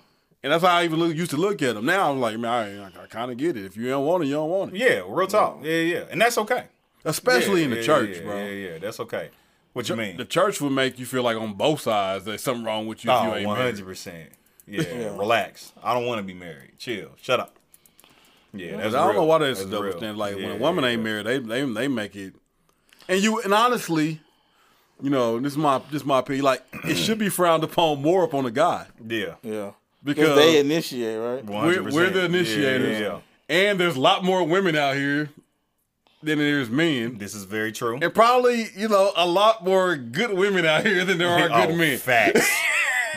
[SPEAKER 1] And that's how I even look, used to look at them. Now I'm like, man, I, I kind of get it. If you don't want it, you don't want it.
[SPEAKER 3] yeah. Real talk. Yeah, yeah, and that's okay.
[SPEAKER 1] Especially
[SPEAKER 3] Yeah,
[SPEAKER 1] in the
[SPEAKER 3] yeah,
[SPEAKER 1] church,
[SPEAKER 3] yeah,
[SPEAKER 1] bro.
[SPEAKER 3] Yeah, yeah, that's okay. What you mean?
[SPEAKER 1] The church will make you feel like on both sides there's something wrong with you if you
[SPEAKER 3] Oh,
[SPEAKER 1] ain't
[SPEAKER 3] one
[SPEAKER 1] married.
[SPEAKER 3] hundred percent. Yeah, relax. I don't want to be married. Chill. Shut up. Yeah, that's
[SPEAKER 1] I don't
[SPEAKER 3] real.
[SPEAKER 1] know why that's, a
[SPEAKER 3] That's
[SPEAKER 1] double
[SPEAKER 3] real.
[SPEAKER 1] standard. Like when
[SPEAKER 3] Yeah,
[SPEAKER 1] a woman
[SPEAKER 3] yeah,
[SPEAKER 1] ain't
[SPEAKER 3] yeah.
[SPEAKER 1] married, they, they they make it. And you and honestly, you know, this is my this is my opinion. Like it should be frowned upon more upon a guy
[SPEAKER 3] Yeah,
[SPEAKER 2] Yeah.
[SPEAKER 1] because
[SPEAKER 2] Because they initiate, right?
[SPEAKER 1] we're, we're the
[SPEAKER 3] 100%.
[SPEAKER 1] initiators,
[SPEAKER 3] Yeah.
[SPEAKER 1] and there's a lot more women out here than there's men,
[SPEAKER 3] This is very true.
[SPEAKER 1] and probably you know a lot more good women out here than there are
[SPEAKER 3] Oh,
[SPEAKER 1] good men.
[SPEAKER 3] Facts.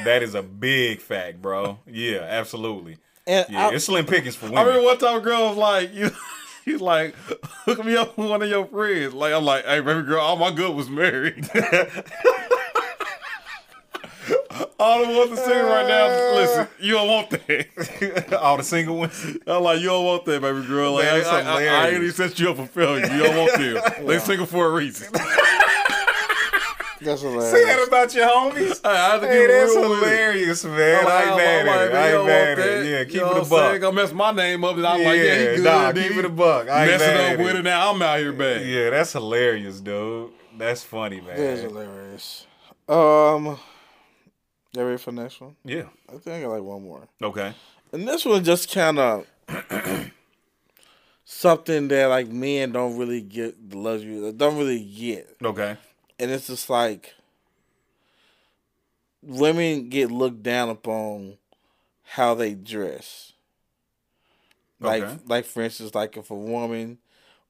[SPEAKER 3] that is a big fact, bro. Yeah, absolutely.
[SPEAKER 2] And
[SPEAKER 3] Yeah,
[SPEAKER 2] I-
[SPEAKER 3] it's slim pickings for
[SPEAKER 1] I remember
[SPEAKER 3] women.
[SPEAKER 1] one time a girl was like, you, he's like, hook me up with one of your friends. Like I'm like, hey baby girl, all my good was married. all I want to see right now. Listen, you don't want that.
[SPEAKER 3] All the single ones.
[SPEAKER 1] I'm like, you don't want that, baby girl. Like,
[SPEAKER 3] Man,
[SPEAKER 1] I,
[SPEAKER 3] that's
[SPEAKER 1] I, I, I ain't even
[SPEAKER 3] hilarious.
[SPEAKER 1] set you up for failure. You don't want them. They single for a reason.
[SPEAKER 2] That's
[SPEAKER 3] Say that
[SPEAKER 2] hilarious.
[SPEAKER 3] about your homies.
[SPEAKER 1] I, I have to
[SPEAKER 3] Hey,
[SPEAKER 1] be
[SPEAKER 3] that's
[SPEAKER 1] real with it.
[SPEAKER 3] hilarious, man. Oh, I ain't mad at it. I ain't mad at it. Yeah, keep it a buck.
[SPEAKER 1] Gonna mess my name up, and I'm
[SPEAKER 3] Yeah,
[SPEAKER 1] like, yeah, he good.
[SPEAKER 3] nah,
[SPEAKER 1] dude.
[SPEAKER 3] keep it a buck. I ain't
[SPEAKER 1] Messing
[SPEAKER 3] mad
[SPEAKER 1] up
[SPEAKER 3] at
[SPEAKER 1] with
[SPEAKER 3] it.
[SPEAKER 1] it now, I'm out here bad.
[SPEAKER 3] Yeah, that's hilarious, dude. That's funny, man.
[SPEAKER 2] That's hilarious. Um, you ready for the next one?
[SPEAKER 3] Yeah.
[SPEAKER 2] I think I got like one more.
[SPEAKER 3] Okay.
[SPEAKER 2] And this one just kind of something that like men don't really get the luxury, they don't really get,
[SPEAKER 3] Okay.
[SPEAKER 2] and it's just like women get looked down upon how they dress. Like,
[SPEAKER 3] Okay.
[SPEAKER 2] like for instance, like if a woman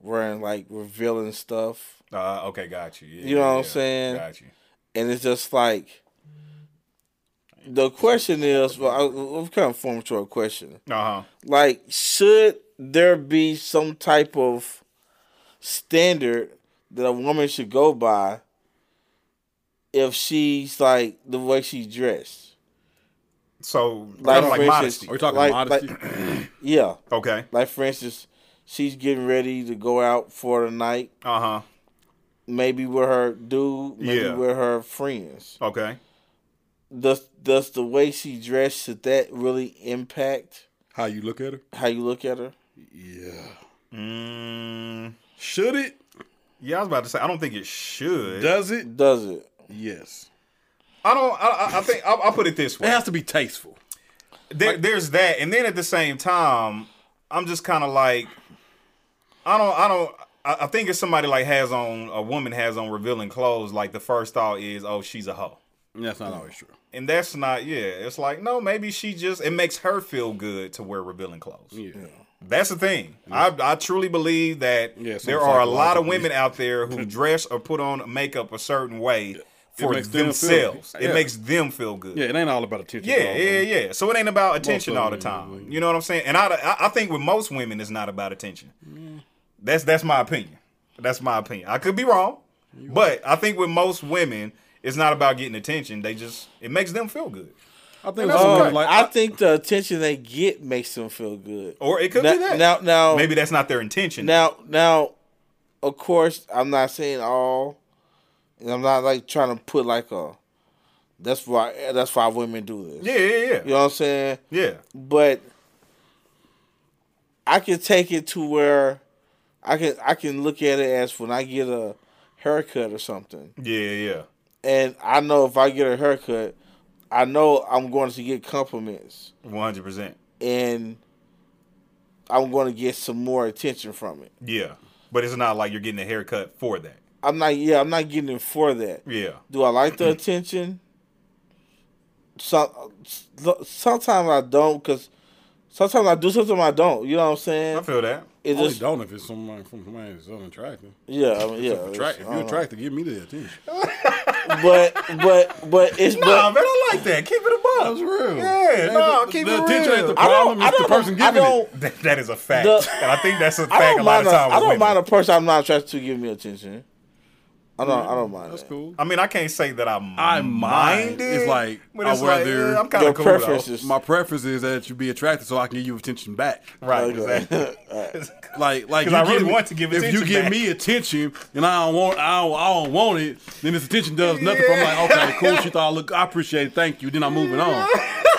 [SPEAKER 2] wearing like revealing stuff,
[SPEAKER 3] Uh, okay, got you. Yeah,
[SPEAKER 2] You know what
[SPEAKER 3] yeah,
[SPEAKER 2] I'm saying?
[SPEAKER 3] Got you.
[SPEAKER 2] and it's just like the question is, well, I, I'm kind of forming to a question.
[SPEAKER 3] Uh huh.
[SPEAKER 2] like should there be some type of standard that a woman should go by if she's like the way she dressed
[SPEAKER 3] So,
[SPEAKER 2] Like,
[SPEAKER 3] kind of
[SPEAKER 2] for
[SPEAKER 3] like
[SPEAKER 2] instance-
[SPEAKER 3] modesty.
[SPEAKER 1] Are we talking
[SPEAKER 2] Like-
[SPEAKER 1] modesty?
[SPEAKER 2] yeah
[SPEAKER 3] Okay.
[SPEAKER 2] like for instance she's getting ready to go out for the night
[SPEAKER 3] Uh huh.
[SPEAKER 2] maybe with her dude maybe
[SPEAKER 3] Yeah.
[SPEAKER 2] with her friends
[SPEAKER 3] Okay.
[SPEAKER 2] does does the way she dressed should that really impact
[SPEAKER 1] How you look at her?
[SPEAKER 2] how you look at her
[SPEAKER 1] Yeah.
[SPEAKER 3] Mm,
[SPEAKER 1] Should it?
[SPEAKER 3] yeah, I was about to say. I don't think it should.
[SPEAKER 1] Does it?
[SPEAKER 2] does it
[SPEAKER 1] Yes.
[SPEAKER 3] I don't. I, I- I think I'll, I'll put it this
[SPEAKER 1] It
[SPEAKER 3] way.
[SPEAKER 1] has to be tasteful.
[SPEAKER 3] There, there's that, and then at the same time, I'm just kind of like, I don't. I don't. I, I think if somebody like has on a woman has on revealing clothes, like the first thought is, oh, she's a hoe.
[SPEAKER 1] And That's not always true.
[SPEAKER 3] And that's not, yeah. It's like, no, maybe she just, it makes her feel good to wear revealing clothes.
[SPEAKER 1] Yeah.
[SPEAKER 3] That's the thing. I, I truly believe that
[SPEAKER 1] Yeah, some
[SPEAKER 3] there are a lot of
[SPEAKER 1] psychological
[SPEAKER 3] women out there who dress or put on makeup a certain way for
[SPEAKER 1] makes them feel-
[SPEAKER 3] themselves. it
[SPEAKER 1] yeah.
[SPEAKER 3] makes them feel good.
[SPEAKER 1] Yeah, it ain't all about attention.
[SPEAKER 3] Yeah, yeah, yeah. So it ain't about attention
[SPEAKER 1] of
[SPEAKER 3] all the
[SPEAKER 1] them,
[SPEAKER 3] time.
[SPEAKER 1] really.
[SPEAKER 3] You know what I'm saying? And I, I- I think with most women, it's not about attention. That's that's my opinion. That's my opinion. I could be wrong, but I think with most women, it's not about getting attention. They just it makes them feel good,
[SPEAKER 1] I think
[SPEAKER 3] that's
[SPEAKER 1] some
[SPEAKER 2] Um,
[SPEAKER 3] okay.
[SPEAKER 1] girls like
[SPEAKER 2] I think the attention they get makes them feel good.
[SPEAKER 3] or it could
[SPEAKER 2] now,
[SPEAKER 3] be that.
[SPEAKER 2] now, now,
[SPEAKER 3] Maybe that's not their intention.
[SPEAKER 2] now, now, of course, I'm not saying all, and I'm not like trying to put like a. That's why. That's why women do this.
[SPEAKER 3] yeah, yeah,
[SPEAKER 2] You
[SPEAKER 3] yeah,
[SPEAKER 2] know what I'm saying?
[SPEAKER 3] yeah.
[SPEAKER 2] But I can take it to where I can I can look at it as when I get a haircut or something,
[SPEAKER 3] Yeah, yeah.
[SPEAKER 2] and I know if I get a haircut, I know I'm going to get compliments.
[SPEAKER 3] One hundred percent.
[SPEAKER 2] and I'm going to get some more attention from it.
[SPEAKER 3] Yeah, but it's not like you're getting a haircut for that.
[SPEAKER 2] I'm not, yeah, I'm not getting it for that.
[SPEAKER 3] Yeah,
[SPEAKER 2] Do I like
[SPEAKER 1] Mm-hmm.
[SPEAKER 2] the attention? Some, sometimes I don't, cause sometimes I do, sometimes I don't. You know what I'm
[SPEAKER 3] I
[SPEAKER 2] saying?
[SPEAKER 3] feel that.
[SPEAKER 2] It
[SPEAKER 1] only
[SPEAKER 2] just,
[SPEAKER 1] don't if it's someone from somebody that's unattractive.
[SPEAKER 2] yeah, I mean, yeah. it's- I
[SPEAKER 1] Attract, if you're
[SPEAKER 2] don't know.
[SPEAKER 1] attractive, give me the attention.
[SPEAKER 2] but but but it's
[SPEAKER 3] Nah,
[SPEAKER 2] but,
[SPEAKER 3] man, I like that. Keep it above.
[SPEAKER 1] That's real.
[SPEAKER 3] Yeah, no,
[SPEAKER 1] the,
[SPEAKER 3] keep
[SPEAKER 1] the
[SPEAKER 3] it
[SPEAKER 1] attention
[SPEAKER 3] real.
[SPEAKER 1] ain't the
[SPEAKER 2] I
[SPEAKER 1] problem.
[SPEAKER 2] don't, I
[SPEAKER 1] It's the
[SPEAKER 2] don't,
[SPEAKER 1] person
[SPEAKER 2] I
[SPEAKER 1] giving
[SPEAKER 2] don't,
[SPEAKER 1] it.
[SPEAKER 3] That, that is a fact,
[SPEAKER 2] The-
[SPEAKER 3] and I think that's a
[SPEAKER 2] I
[SPEAKER 3] fact a
[SPEAKER 2] don't
[SPEAKER 3] lot
[SPEAKER 2] mind.
[SPEAKER 3] of
[SPEAKER 2] A,
[SPEAKER 3] time.
[SPEAKER 2] I
[SPEAKER 3] with
[SPEAKER 2] don't
[SPEAKER 3] women.
[SPEAKER 2] mind a person I'm not attracted to giving me attention. I don't, I don't mind.
[SPEAKER 1] That's
[SPEAKER 2] that.
[SPEAKER 1] cool.
[SPEAKER 3] I mean, I can't say that I mind.
[SPEAKER 1] I
[SPEAKER 3] it,
[SPEAKER 1] mind. It's like,
[SPEAKER 3] but
[SPEAKER 1] I
[SPEAKER 3] it's
[SPEAKER 1] wear
[SPEAKER 3] like,
[SPEAKER 1] their-
[SPEAKER 3] yeah, I'm kind
[SPEAKER 2] their
[SPEAKER 3] of cool
[SPEAKER 2] preferences.
[SPEAKER 1] My preference is that you be attracted so I can give you attention back.
[SPEAKER 3] though. Right,
[SPEAKER 2] Okay.
[SPEAKER 3] exactly.
[SPEAKER 1] Like, like
[SPEAKER 3] 'Cause
[SPEAKER 1] you
[SPEAKER 3] I really
[SPEAKER 1] give me-
[SPEAKER 3] want to give
[SPEAKER 1] If you
[SPEAKER 3] attention
[SPEAKER 1] give
[SPEAKER 3] back.
[SPEAKER 1] me attention and I don't want, I don't, I don't want it, then this attention does nothing. for me. I'm like, okay, cool. She thought I look, I appreciate, it, thank you. Then I'm moving on.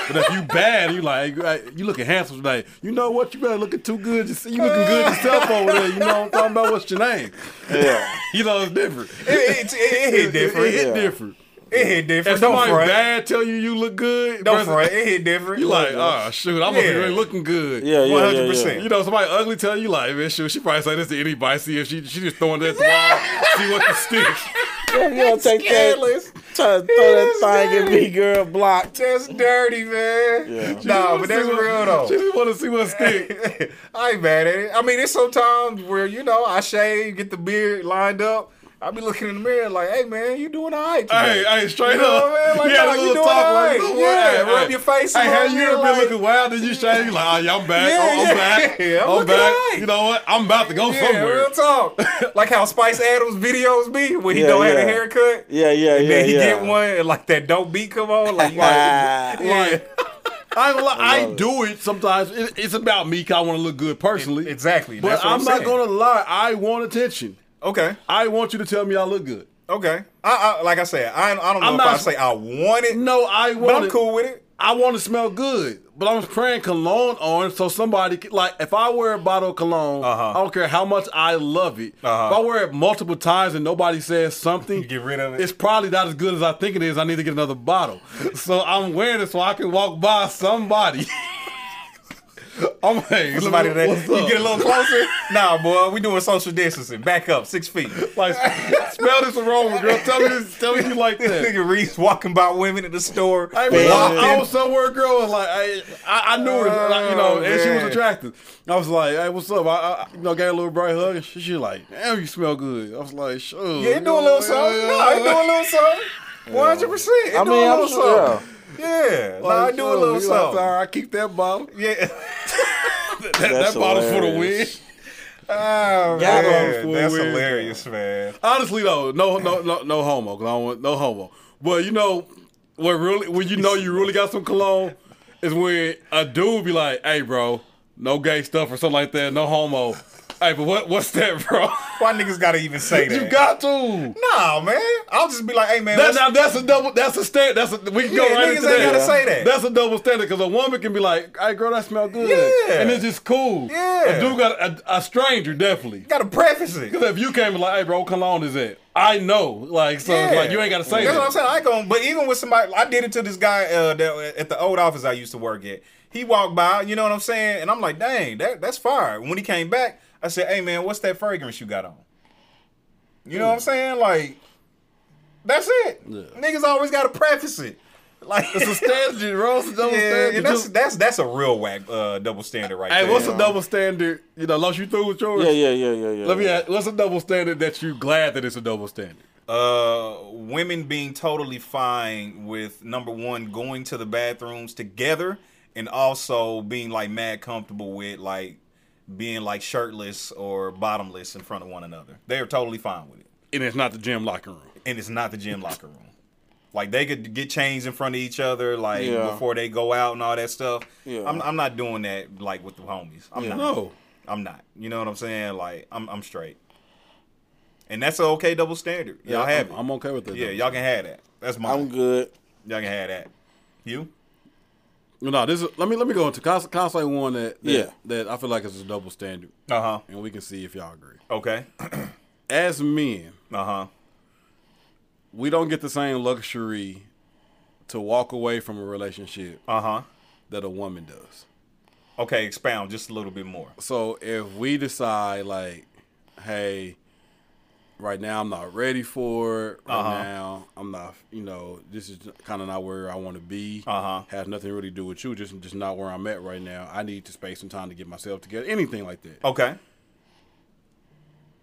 [SPEAKER 1] But if you bad, you like hey, you looking handsome today. You know what? You better looking too good. Just- You looking good
[SPEAKER 3] Uh.
[SPEAKER 1] yourself over there. You know what I'm talking about? What's your name?
[SPEAKER 2] Yeah,
[SPEAKER 1] You know it's different.
[SPEAKER 3] it, it, it, it hit different.
[SPEAKER 1] It hit
[SPEAKER 2] Yeah.
[SPEAKER 1] different.
[SPEAKER 3] It hit
[SPEAKER 1] If
[SPEAKER 3] different. Don't
[SPEAKER 1] somebody
[SPEAKER 3] front.
[SPEAKER 1] bad tell you you look good,
[SPEAKER 3] Don't
[SPEAKER 1] versus-
[SPEAKER 3] front. It hit different.
[SPEAKER 1] You like, oh shoot, I'm gonna be
[SPEAKER 3] Yeah.
[SPEAKER 1] really looking good.
[SPEAKER 2] yeah, yeah, yeah, yeah.
[SPEAKER 3] 100%.
[SPEAKER 1] You know, somebody ugly tell you like, man, shoot, she probably say this to anybody. See if she she just throwing that at the wall, see what the sticks.
[SPEAKER 2] Yeah, you gonna take that. trying to throw that thing at me, girl. Blocked.
[SPEAKER 3] That's dirty, man.
[SPEAKER 2] Yeah.
[SPEAKER 3] No, but that's real though.
[SPEAKER 1] Just want to see what stick.
[SPEAKER 3] I ain't mad at it. I mean, it's sometimes where you know I shave, get the beard lined up. I be looking in the mirror like, "Hey man, you doing all right?" Today.
[SPEAKER 1] Hey, hey, straight
[SPEAKER 3] You know
[SPEAKER 1] up.
[SPEAKER 3] what I mean? Like,
[SPEAKER 1] you had
[SPEAKER 3] nah,
[SPEAKER 1] a
[SPEAKER 3] you
[SPEAKER 1] little
[SPEAKER 3] doing
[SPEAKER 1] talk
[SPEAKER 3] all
[SPEAKER 1] like,
[SPEAKER 3] right.
[SPEAKER 1] "Oh,
[SPEAKER 3] Yeah,
[SPEAKER 1] hey,
[SPEAKER 3] rub
[SPEAKER 1] hey.
[SPEAKER 3] your face
[SPEAKER 1] Hey,
[SPEAKER 3] and
[SPEAKER 1] have
[SPEAKER 3] rub
[SPEAKER 1] you
[SPEAKER 3] your
[SPEAKER 1] ever been
[SPEAKER 3] leg.
[SPEAKER 1] looking wild? Did you shave? You Like, oh, yeah, I'm back.
[SPEAKER 3] Yeah,
[SPEAKER 1] oh, I'm
[SPEAKER 3] yeah.
[SPEAKER 1] back.
[SPEAKER 3] Yeah, I'm
[SPEAKER 1] I'm,
[SPEAKER 3] looking
[SPEAKER 1] back.
[SPEAKER 3] all right.
[SPEAKER 1] You know what? I'm about to go
[SPEAKER 3] yeah,
[SPEAKER 1] somewhere.
[SPEAKER 3] real talk. like how Spice Adams videos be when he
[SPEAKER 2] Yeah,
[SPEAKER 3] don't have
[SPEAKER 2] yeah.
[SPEAKER 3] a haircut.
[SPEAKER 2] Yeah, yeah,
[SPEAKER 3] And
[SPEAKER 2] yeah,
[SPEAKER 3] then he
[SPEAKER 2] yeah.
[SPEAKER 3] get one and like that dope beat come on. Like, you
[SPEAKER 2] Ah.
[SPEAKER 3] like yeah.
[SPEAKER 1] I, ain't gonna lie, I do it sometimes. It, it's about me 'cause I want to look good personally.
[SPEAKER 3] Exactly.
[SPEAKER 1] But
[SPEAKER 3] That's what
[SPEAKER 1] I'm,
[SPEAKER 3] I'm
[SPEAKER 1] not
[SPEAKER 3] saying.
[SPEAKER 1] gonna lie. I want attention.
[SPEAKER 3] Okay.
[SPEAKER 1] I want you to tell me I look good.
[SPEAKER 3] Okay. I, I like I said, I, I don't know
[SPEAKER 1] I'm
[SPEAKER 3] if
[SPEAKER 1] not-
[SPEAKER 3] I say I want it,
[SPEAKER 1] No, I want.
[SPEAKER 3] but I'm
[SPEAKER 1] it.
[SPEAKER 3] cool with it.
[SPEAKER 1] I want to smell good, but I'm spraying cologne on so somebody can- like if I wear a bottle of cologne,
[SPEAKER 3] Uh-huh.
[SPEAKER 1] I don't care how much I love it.
[SPEAKER 3] Uh-huh.
[SPEAKER 1] If I wear it multiple times and nobody says something,
[SPEAKER 3] You get rid of it?
[SPEAKER 1] It's probably not as good as I think it is. I need to get another bottle. so I'm wearing it so I can walk by somebody. I'm like, hey,
[SPEAKER 3] Somebody that
[SPEAKER 1] what's
[SPEAKER 3] you
[SPEAKER 1] up?
[SPEAKER 3] get a little closer. nah, boy, we doing social distancing. Back up six feet.
[SPEAKER 1] like smell this aroma, girl. Tell me, this, tell me you like
[SPEAKER 3] This
[SPEAKER 1] that.
[SPEAKER 3] nigga Reese walking by women in the store.
[SPEAKER 1] I, mean, I, I
[SPEAKER 3] walking.
[SPEAKER 1] was somewhere, girl, and like I, I, I knew her, like, you know, and she was
[SPEAKER 3] Oh, man.
[SPEAKER 1] attractive. I was like, "Hey, what's up?" I, I you know, gave her a little bright hug, and she, she like, "Damn, you smell good." I was like, "Sure."
[SPEAKER 3] Yeah, it doing a little something. No, it doing a little something. One hundred percent. It
[SPEAKER 2] I
[SPEAKER 3] doing
[SPEAKER 2] mean,
[SPEAKER 3] a
[SPEAKER 2] I'm
[SPEAKER 3] little
[SPEAKER 2] sure.
[SPEAKER 3] something. Yeah, no, I do a little something.
[SPEAKER 1] I keep that bottle.
[SPEAKER 3] Yeah,
[SPEAKER 1] That,
[SPEAKER 2] That's
[SPEAKER 1] that bottle for the win.
[SPEAKER 2] hilarious.
[SPEAKER 3] oh,
[SPEAKER 2] Y'all
[SPEAKER 3] man,
[SPEAKER 1] going
[SPEAKER 3] that's
[SPEAKER 1] for it.
[SPEAKER 3] hilarious, man.
[SPEAKER 1] Honestly, though, no, no, no, no homo. 'cause I don't want no homo. But you know, what really, when you know you really got some cologne, is when a dude be like, "Hey, bro, no gay stuff or something like that. No homo." Hey, but what, what's that, bro?
[SPEAKER 3] Why niggas gotta even say that?
[SPEAKER 1] you got to.
[SPEAKER 3] nah, man. I'll just be like, hey, man.
[SPEAKER 1] That,
[SPEAKER 3] what's-
[SPEAKER 1] now that's a double. That's a stand. That's a we can go
[SPEAKER 3] Yeah,
[SPEAKER 1] right
[SPEAKER 3] niggas
[SPEAKER 1] into
[SPEAKER 3] ain't
[SPEAKER 1] that.
[SPEAKER 3] gotta say that.
[SPEAKER 1] That's a double standard because a woman can be like, "Hey, girl, that smell good,"
[SPEAKER 3] Yeah.
[SPEAKER 1] and it's just cool.
[SPEAKER 3] Yeah.
[SPEAKER 1] a dude got a, a stranger definitely.
[SPEAKER 3] gotta preface it.
[SPEAKER 1] Because if you came and like, "Hey, bro, what cologne is that?" I know, like, so it's
[SPEAKER 3] Yeah.
[SPEAKER 1] like you ain't gotta say
[SPEAKER 3] That's
[SPEAKER 1] that.
[SPEAKER 3] what I'm saying. I ain't gonna. But even with somebody, I did it to this guy uh, that, at the old office I used to work at. He walked by, you know what I'm saying, and I'm like, dang, that that's fire. When he came back, I said, hey man, what's that fragrance you got on? You know what I'm saying? Like, that's it. Niggas always gotta preface it. Like,
[SPEAKER 1] It's a standard, bro. It's a double
[SPEAKER 3] yeah,
[SPEAKER 1] standard.
[SPEAKER 3] and that's that's that's a real whack uh, double standard right
[SPEAKER 1] hey,
[SPEAKER 3] there.
[SPEAKER 1] what's a double standard? You know, lost you through with yours.
[SPEAKER 2] Yeah, yeah, yeah, yeah, yeah.
[SPEAKER 1] Let me
[SPEAKER 2] yeah.
[SPEAKER 1] ask. What's a double standard that you glad that it's a double standard?
[SPEAKER 3] uh, women being totally fine with number one going to the bathrooms together and also being like mad comfortable with like being like shirtless or bottomless in front of one another. They are totally fine with it,
[SPEAKER 1] And it's not the gym locker room.
[SPEAKER 3] and it's not the gym locker room. Like they could get changed in front of each other, like
[SPEAKER 2] Yeah.
[SPEAKER 3] before they go out and all that stuff.
[SPEAKER 2] Yeah.
[SPEAKER 3] I'm, I'm not doing that like with the homies. I'm not.
[SPEAKER 1] No.
[SPEAKER 3] I'm not. You know what I'm saying? Like I'm I'm straight, and that's an okay double standard. Y'all
[SPEAKER 1] I'm-
[SPEAKER 3] have it.
[SPEAKER 1] I'm okay with that.
[SPEAKER 3] Yeah,
[SPEAKER 1] double
[SPEAKER 3] y'all can have that. That's mine.
[SPEAKER 2] I'm good.
[SPEAKER 3] Y'all can have that. You?
[SPEAKER 1] No, this is let me let me go into can I, can I say one that, that
[SPEAKER 2] Yeah.
[SPEAKER 1] that I feel like is a double standard,
[SPEAKER 3] Uh huh.
[SPEAKER 1] and we can see if y'all agree.
[SPEAKER 3] Okay. Uh-huh. Uh
[SPEAKER 1] As men,
[SPEAKER 3] huh.
[SPEAKER 1] we don't get the same luxury to walk away from a relationship
[SPEAKER 3] Uh huh.
[SPEAKER 1] that a woman does.
[SPEAKER 3] Okay, expound just a little bit more.
[SPEAKER 1] So if we decide like, hey, right now I'm not ready for it. Right
[SPEAKER 3] Uh-huh.
[SPEAKER 1] now I'm not, you know, this is kind of not where I want to be.
[SPEAKER 3] Uh-huh.
[SPEAKER 1] Has nothing really to do with you. Just just not where I'm at right now. I need to space some time to get myself together. Anything like that.
[SPEAKER 3] Okay.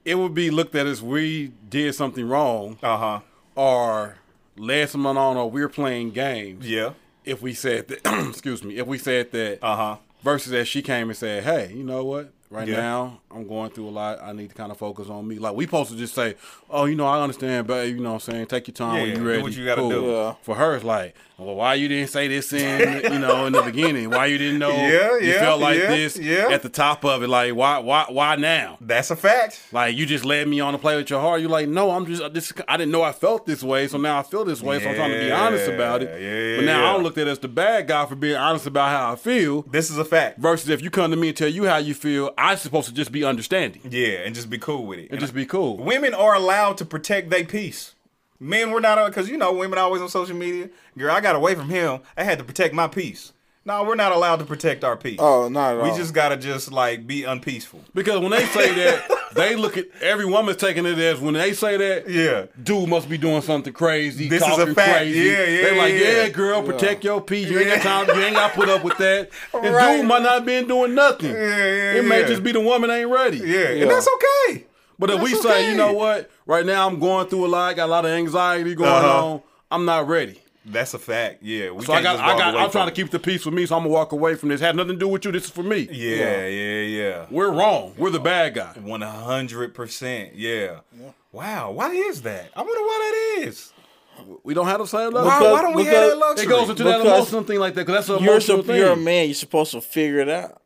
[SPEAKER 1] It would be looked at as we did something wrong
[SPEAKER 3] Uh huh.
[SPEAKER 1] or led someone on or we are playing games.
[SPEAKER 3] Yeah.
[SPEAKER 1] If we said that, excuse me, if we said that
[SPEAKER 3] Uh huh.
[SPEAKER 1] versus that she came and said, "Hey, you know what? Right
[SPEAKER 3] Yeah.
[SPEAKER 1] now, I'm going through a lot. I need to kind of focus on me." Like we supposed to just say, "Oh, you know, I understand, babe. You know, what I'm saying, take your time
[SPEAKER 3] Yeah,
[SPEAKER 1] when
[SPEAKER 3] do
[SPEAKER 1] you ready."
[SPEAKER 3] what you gotta do.
[SPEAKER 2] Yeah.
[SPEAKER 1] For her, it's like, "Well, why you didn't say this in you know in the beginning? Why you didn't know?
[SPEAKER 3] Yeah,
[SPEAKER 1] you
[SPEAKER 3] yeah,
[SPEAKER 1] felt like
[SPEAKER 3] yeah,
[SPEAKER 1] this
[SPEAKER 3] yeah.
[SPEAKER 1] at the top of it. Like, why, why, why now?"
[SPEAKER 3] That's a fact.
[SPEAKER 1] Like you just led me on to play with your heart. You're like, no, I'm just this. I didn't know I felt this way, so now I feel this way. So I'm trying to be
[SPEAKER 3] Yeah,
[SPEAKER 1] honest about it.
[SPEAKER 3] yeah,
[SPEAKER 1] but now I
[SPEAKER 3] yeah.
[SPEAKER 1] don't look at it as the bad guy for being honest about how I feel.
[SPEAKER 3] This is a fact.
[SPEAKER 1] Versus if you come to me and tell you how you feel, I'm supposed to just be understanding and
[SPEAKER 3] Yeah, and just be cool with it. And
[SPEAKER 1] just be cool.
[SPEAKER 3] women are allowed to protect their peace. Men, we're not because you know women always on social media. Girl, I got away from him. I had to protect my peace. No, we're not allowed to protect our peace.
[SPEAKER 2] Oh, not at
[SPEAKER 3] we
[SPEAKER 2] all.
[SPEAKER 3] just gotta just like be unpeaceful.
[SPEAKER 1] Because when they say that, They look at every woman's taking it as when they say that.
[SPEAKER 3] Yeah.
[SPEAKER 1] Dude must be doing something crazy.
[SPEAKER 3] This is a
[SPEAKER 1] talking
[SPEAKER 3] fact.
[SPEAKER 1] Crazy.
[SPEAKER 3] Yeah, yeah,
[SPEAKER 1] They like,
[SPEAKER 3] yeah.
[SPEAKER 1] yeah, girl, protect your pee. You ain't
[SPEAKER 3] Yeah.
[SPEAKER 1] got time. You ain't got to put up with that. And
[SPEAKER 3] Right.
[SPEAKER 1] dude might not been doing nothing.
[SPEAKER 3] yeah,
[SPEAKER 1] it may
[SPEAKER 3] yeah.
[SPEAKER 1] just be the woman ain't ready.
[SPEAKER 3] Yeah, and that's okay.
[SPEAKER 1] But if we
[SPEAKER 3] That's
[SPEAKER 1] say,
[SPEAKER 3] okay.
[SPEAKER 1] you know what, right now I'm going through a lot, I got a lot of anxiety going
[SPEAKER 3] Uh-huh.
[SPEAKER 1] on. I'm not ready.
[SPEAKER 3] That's a fact. Yeah, we
[SPEAKER 1] So I got,
[SPEAKER 3] just walk
[SPEAKER 1] I got,
[SPEAKER 3] away
[SPEAKER 1] I'm
[SPEAKER 3] from
[SPEAKER 1] trying to
[SPEAKER 3] it.
[SPEAKER 1] keep the peace with me. So I'm gonna walk away from this. Had nothing to do with you. This is for me.
[SPEAKER 3] Yeah, yeah, yeah.
[SPEAKER 1] We're wrong. We're the bad guy.
[SPEAKER 3] One hundred percent. Yeah. Wow. Why is that? I wonder why that is.
[SPEAKER 1] We don't have the same level.
[SPEAKER 3] Why, why don't we have that
[SPEAKER 2] because-
[SPEAKER 3] luxury?
[SPEAKER 1] It goes into that
[SPEAKER 2] Because
[SPEAKER 1] emotional thing like that because that's an
[SPEAKER 2] You're,
[SPEAKER 1] emotional
[SPEAKER 2] sup-
[SPEAKER 1] thing.
[SPEAKER 2] you're a man. You're supposed to figure it out.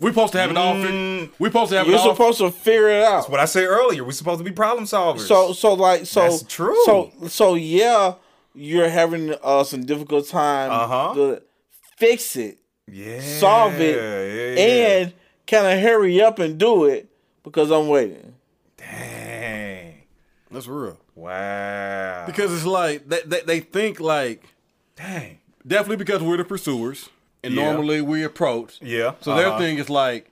[SPEAKER 1] We're supposed to have it all.
[SPEAKER 3] Mm.
[SPEAKER 1] Fi- we're supposed to have
[SPEAKER 2] You're
[SPEAKER 1] it all.
[SPEAKER 2] supposed to figure it out.
[SPEAKER 3] what I said earlier. We're supposed to be problem solvers.
[SPEAKER 2] So so like so
[SPEAKER 3] That's true.
[SPEAKER 2] So so yeah, you're having uh some difficult time
[SPEAKER 3] Uh-huh.
[SPEAKER 2] to fix it,
[SPEAKER 3] yeah,
[SPEAKER 2] solve it,
[SPEAKER 3] yeah, yeah.
[SPEAKER 2] and kind of hurry up and do it because I'm waiting.
[SPEAKER 3] dang,
[SPEAKER 1] that's real.
[SPEAKER 3] wow,
[SPEAKER 1] Because it's like they, they, they think like
[SPEAKER 3] dang,
[SPEAKER 1] definitely because we're the pursuers and
[SPEAKER 3] Yeah.
[SPEAKER 1] normally we approach.
[SPEAKER 3] yeah.
[SPEAKER 1] So
[SPEAKER 3] uh-huh.
[SPEAKER 1] their thing is like,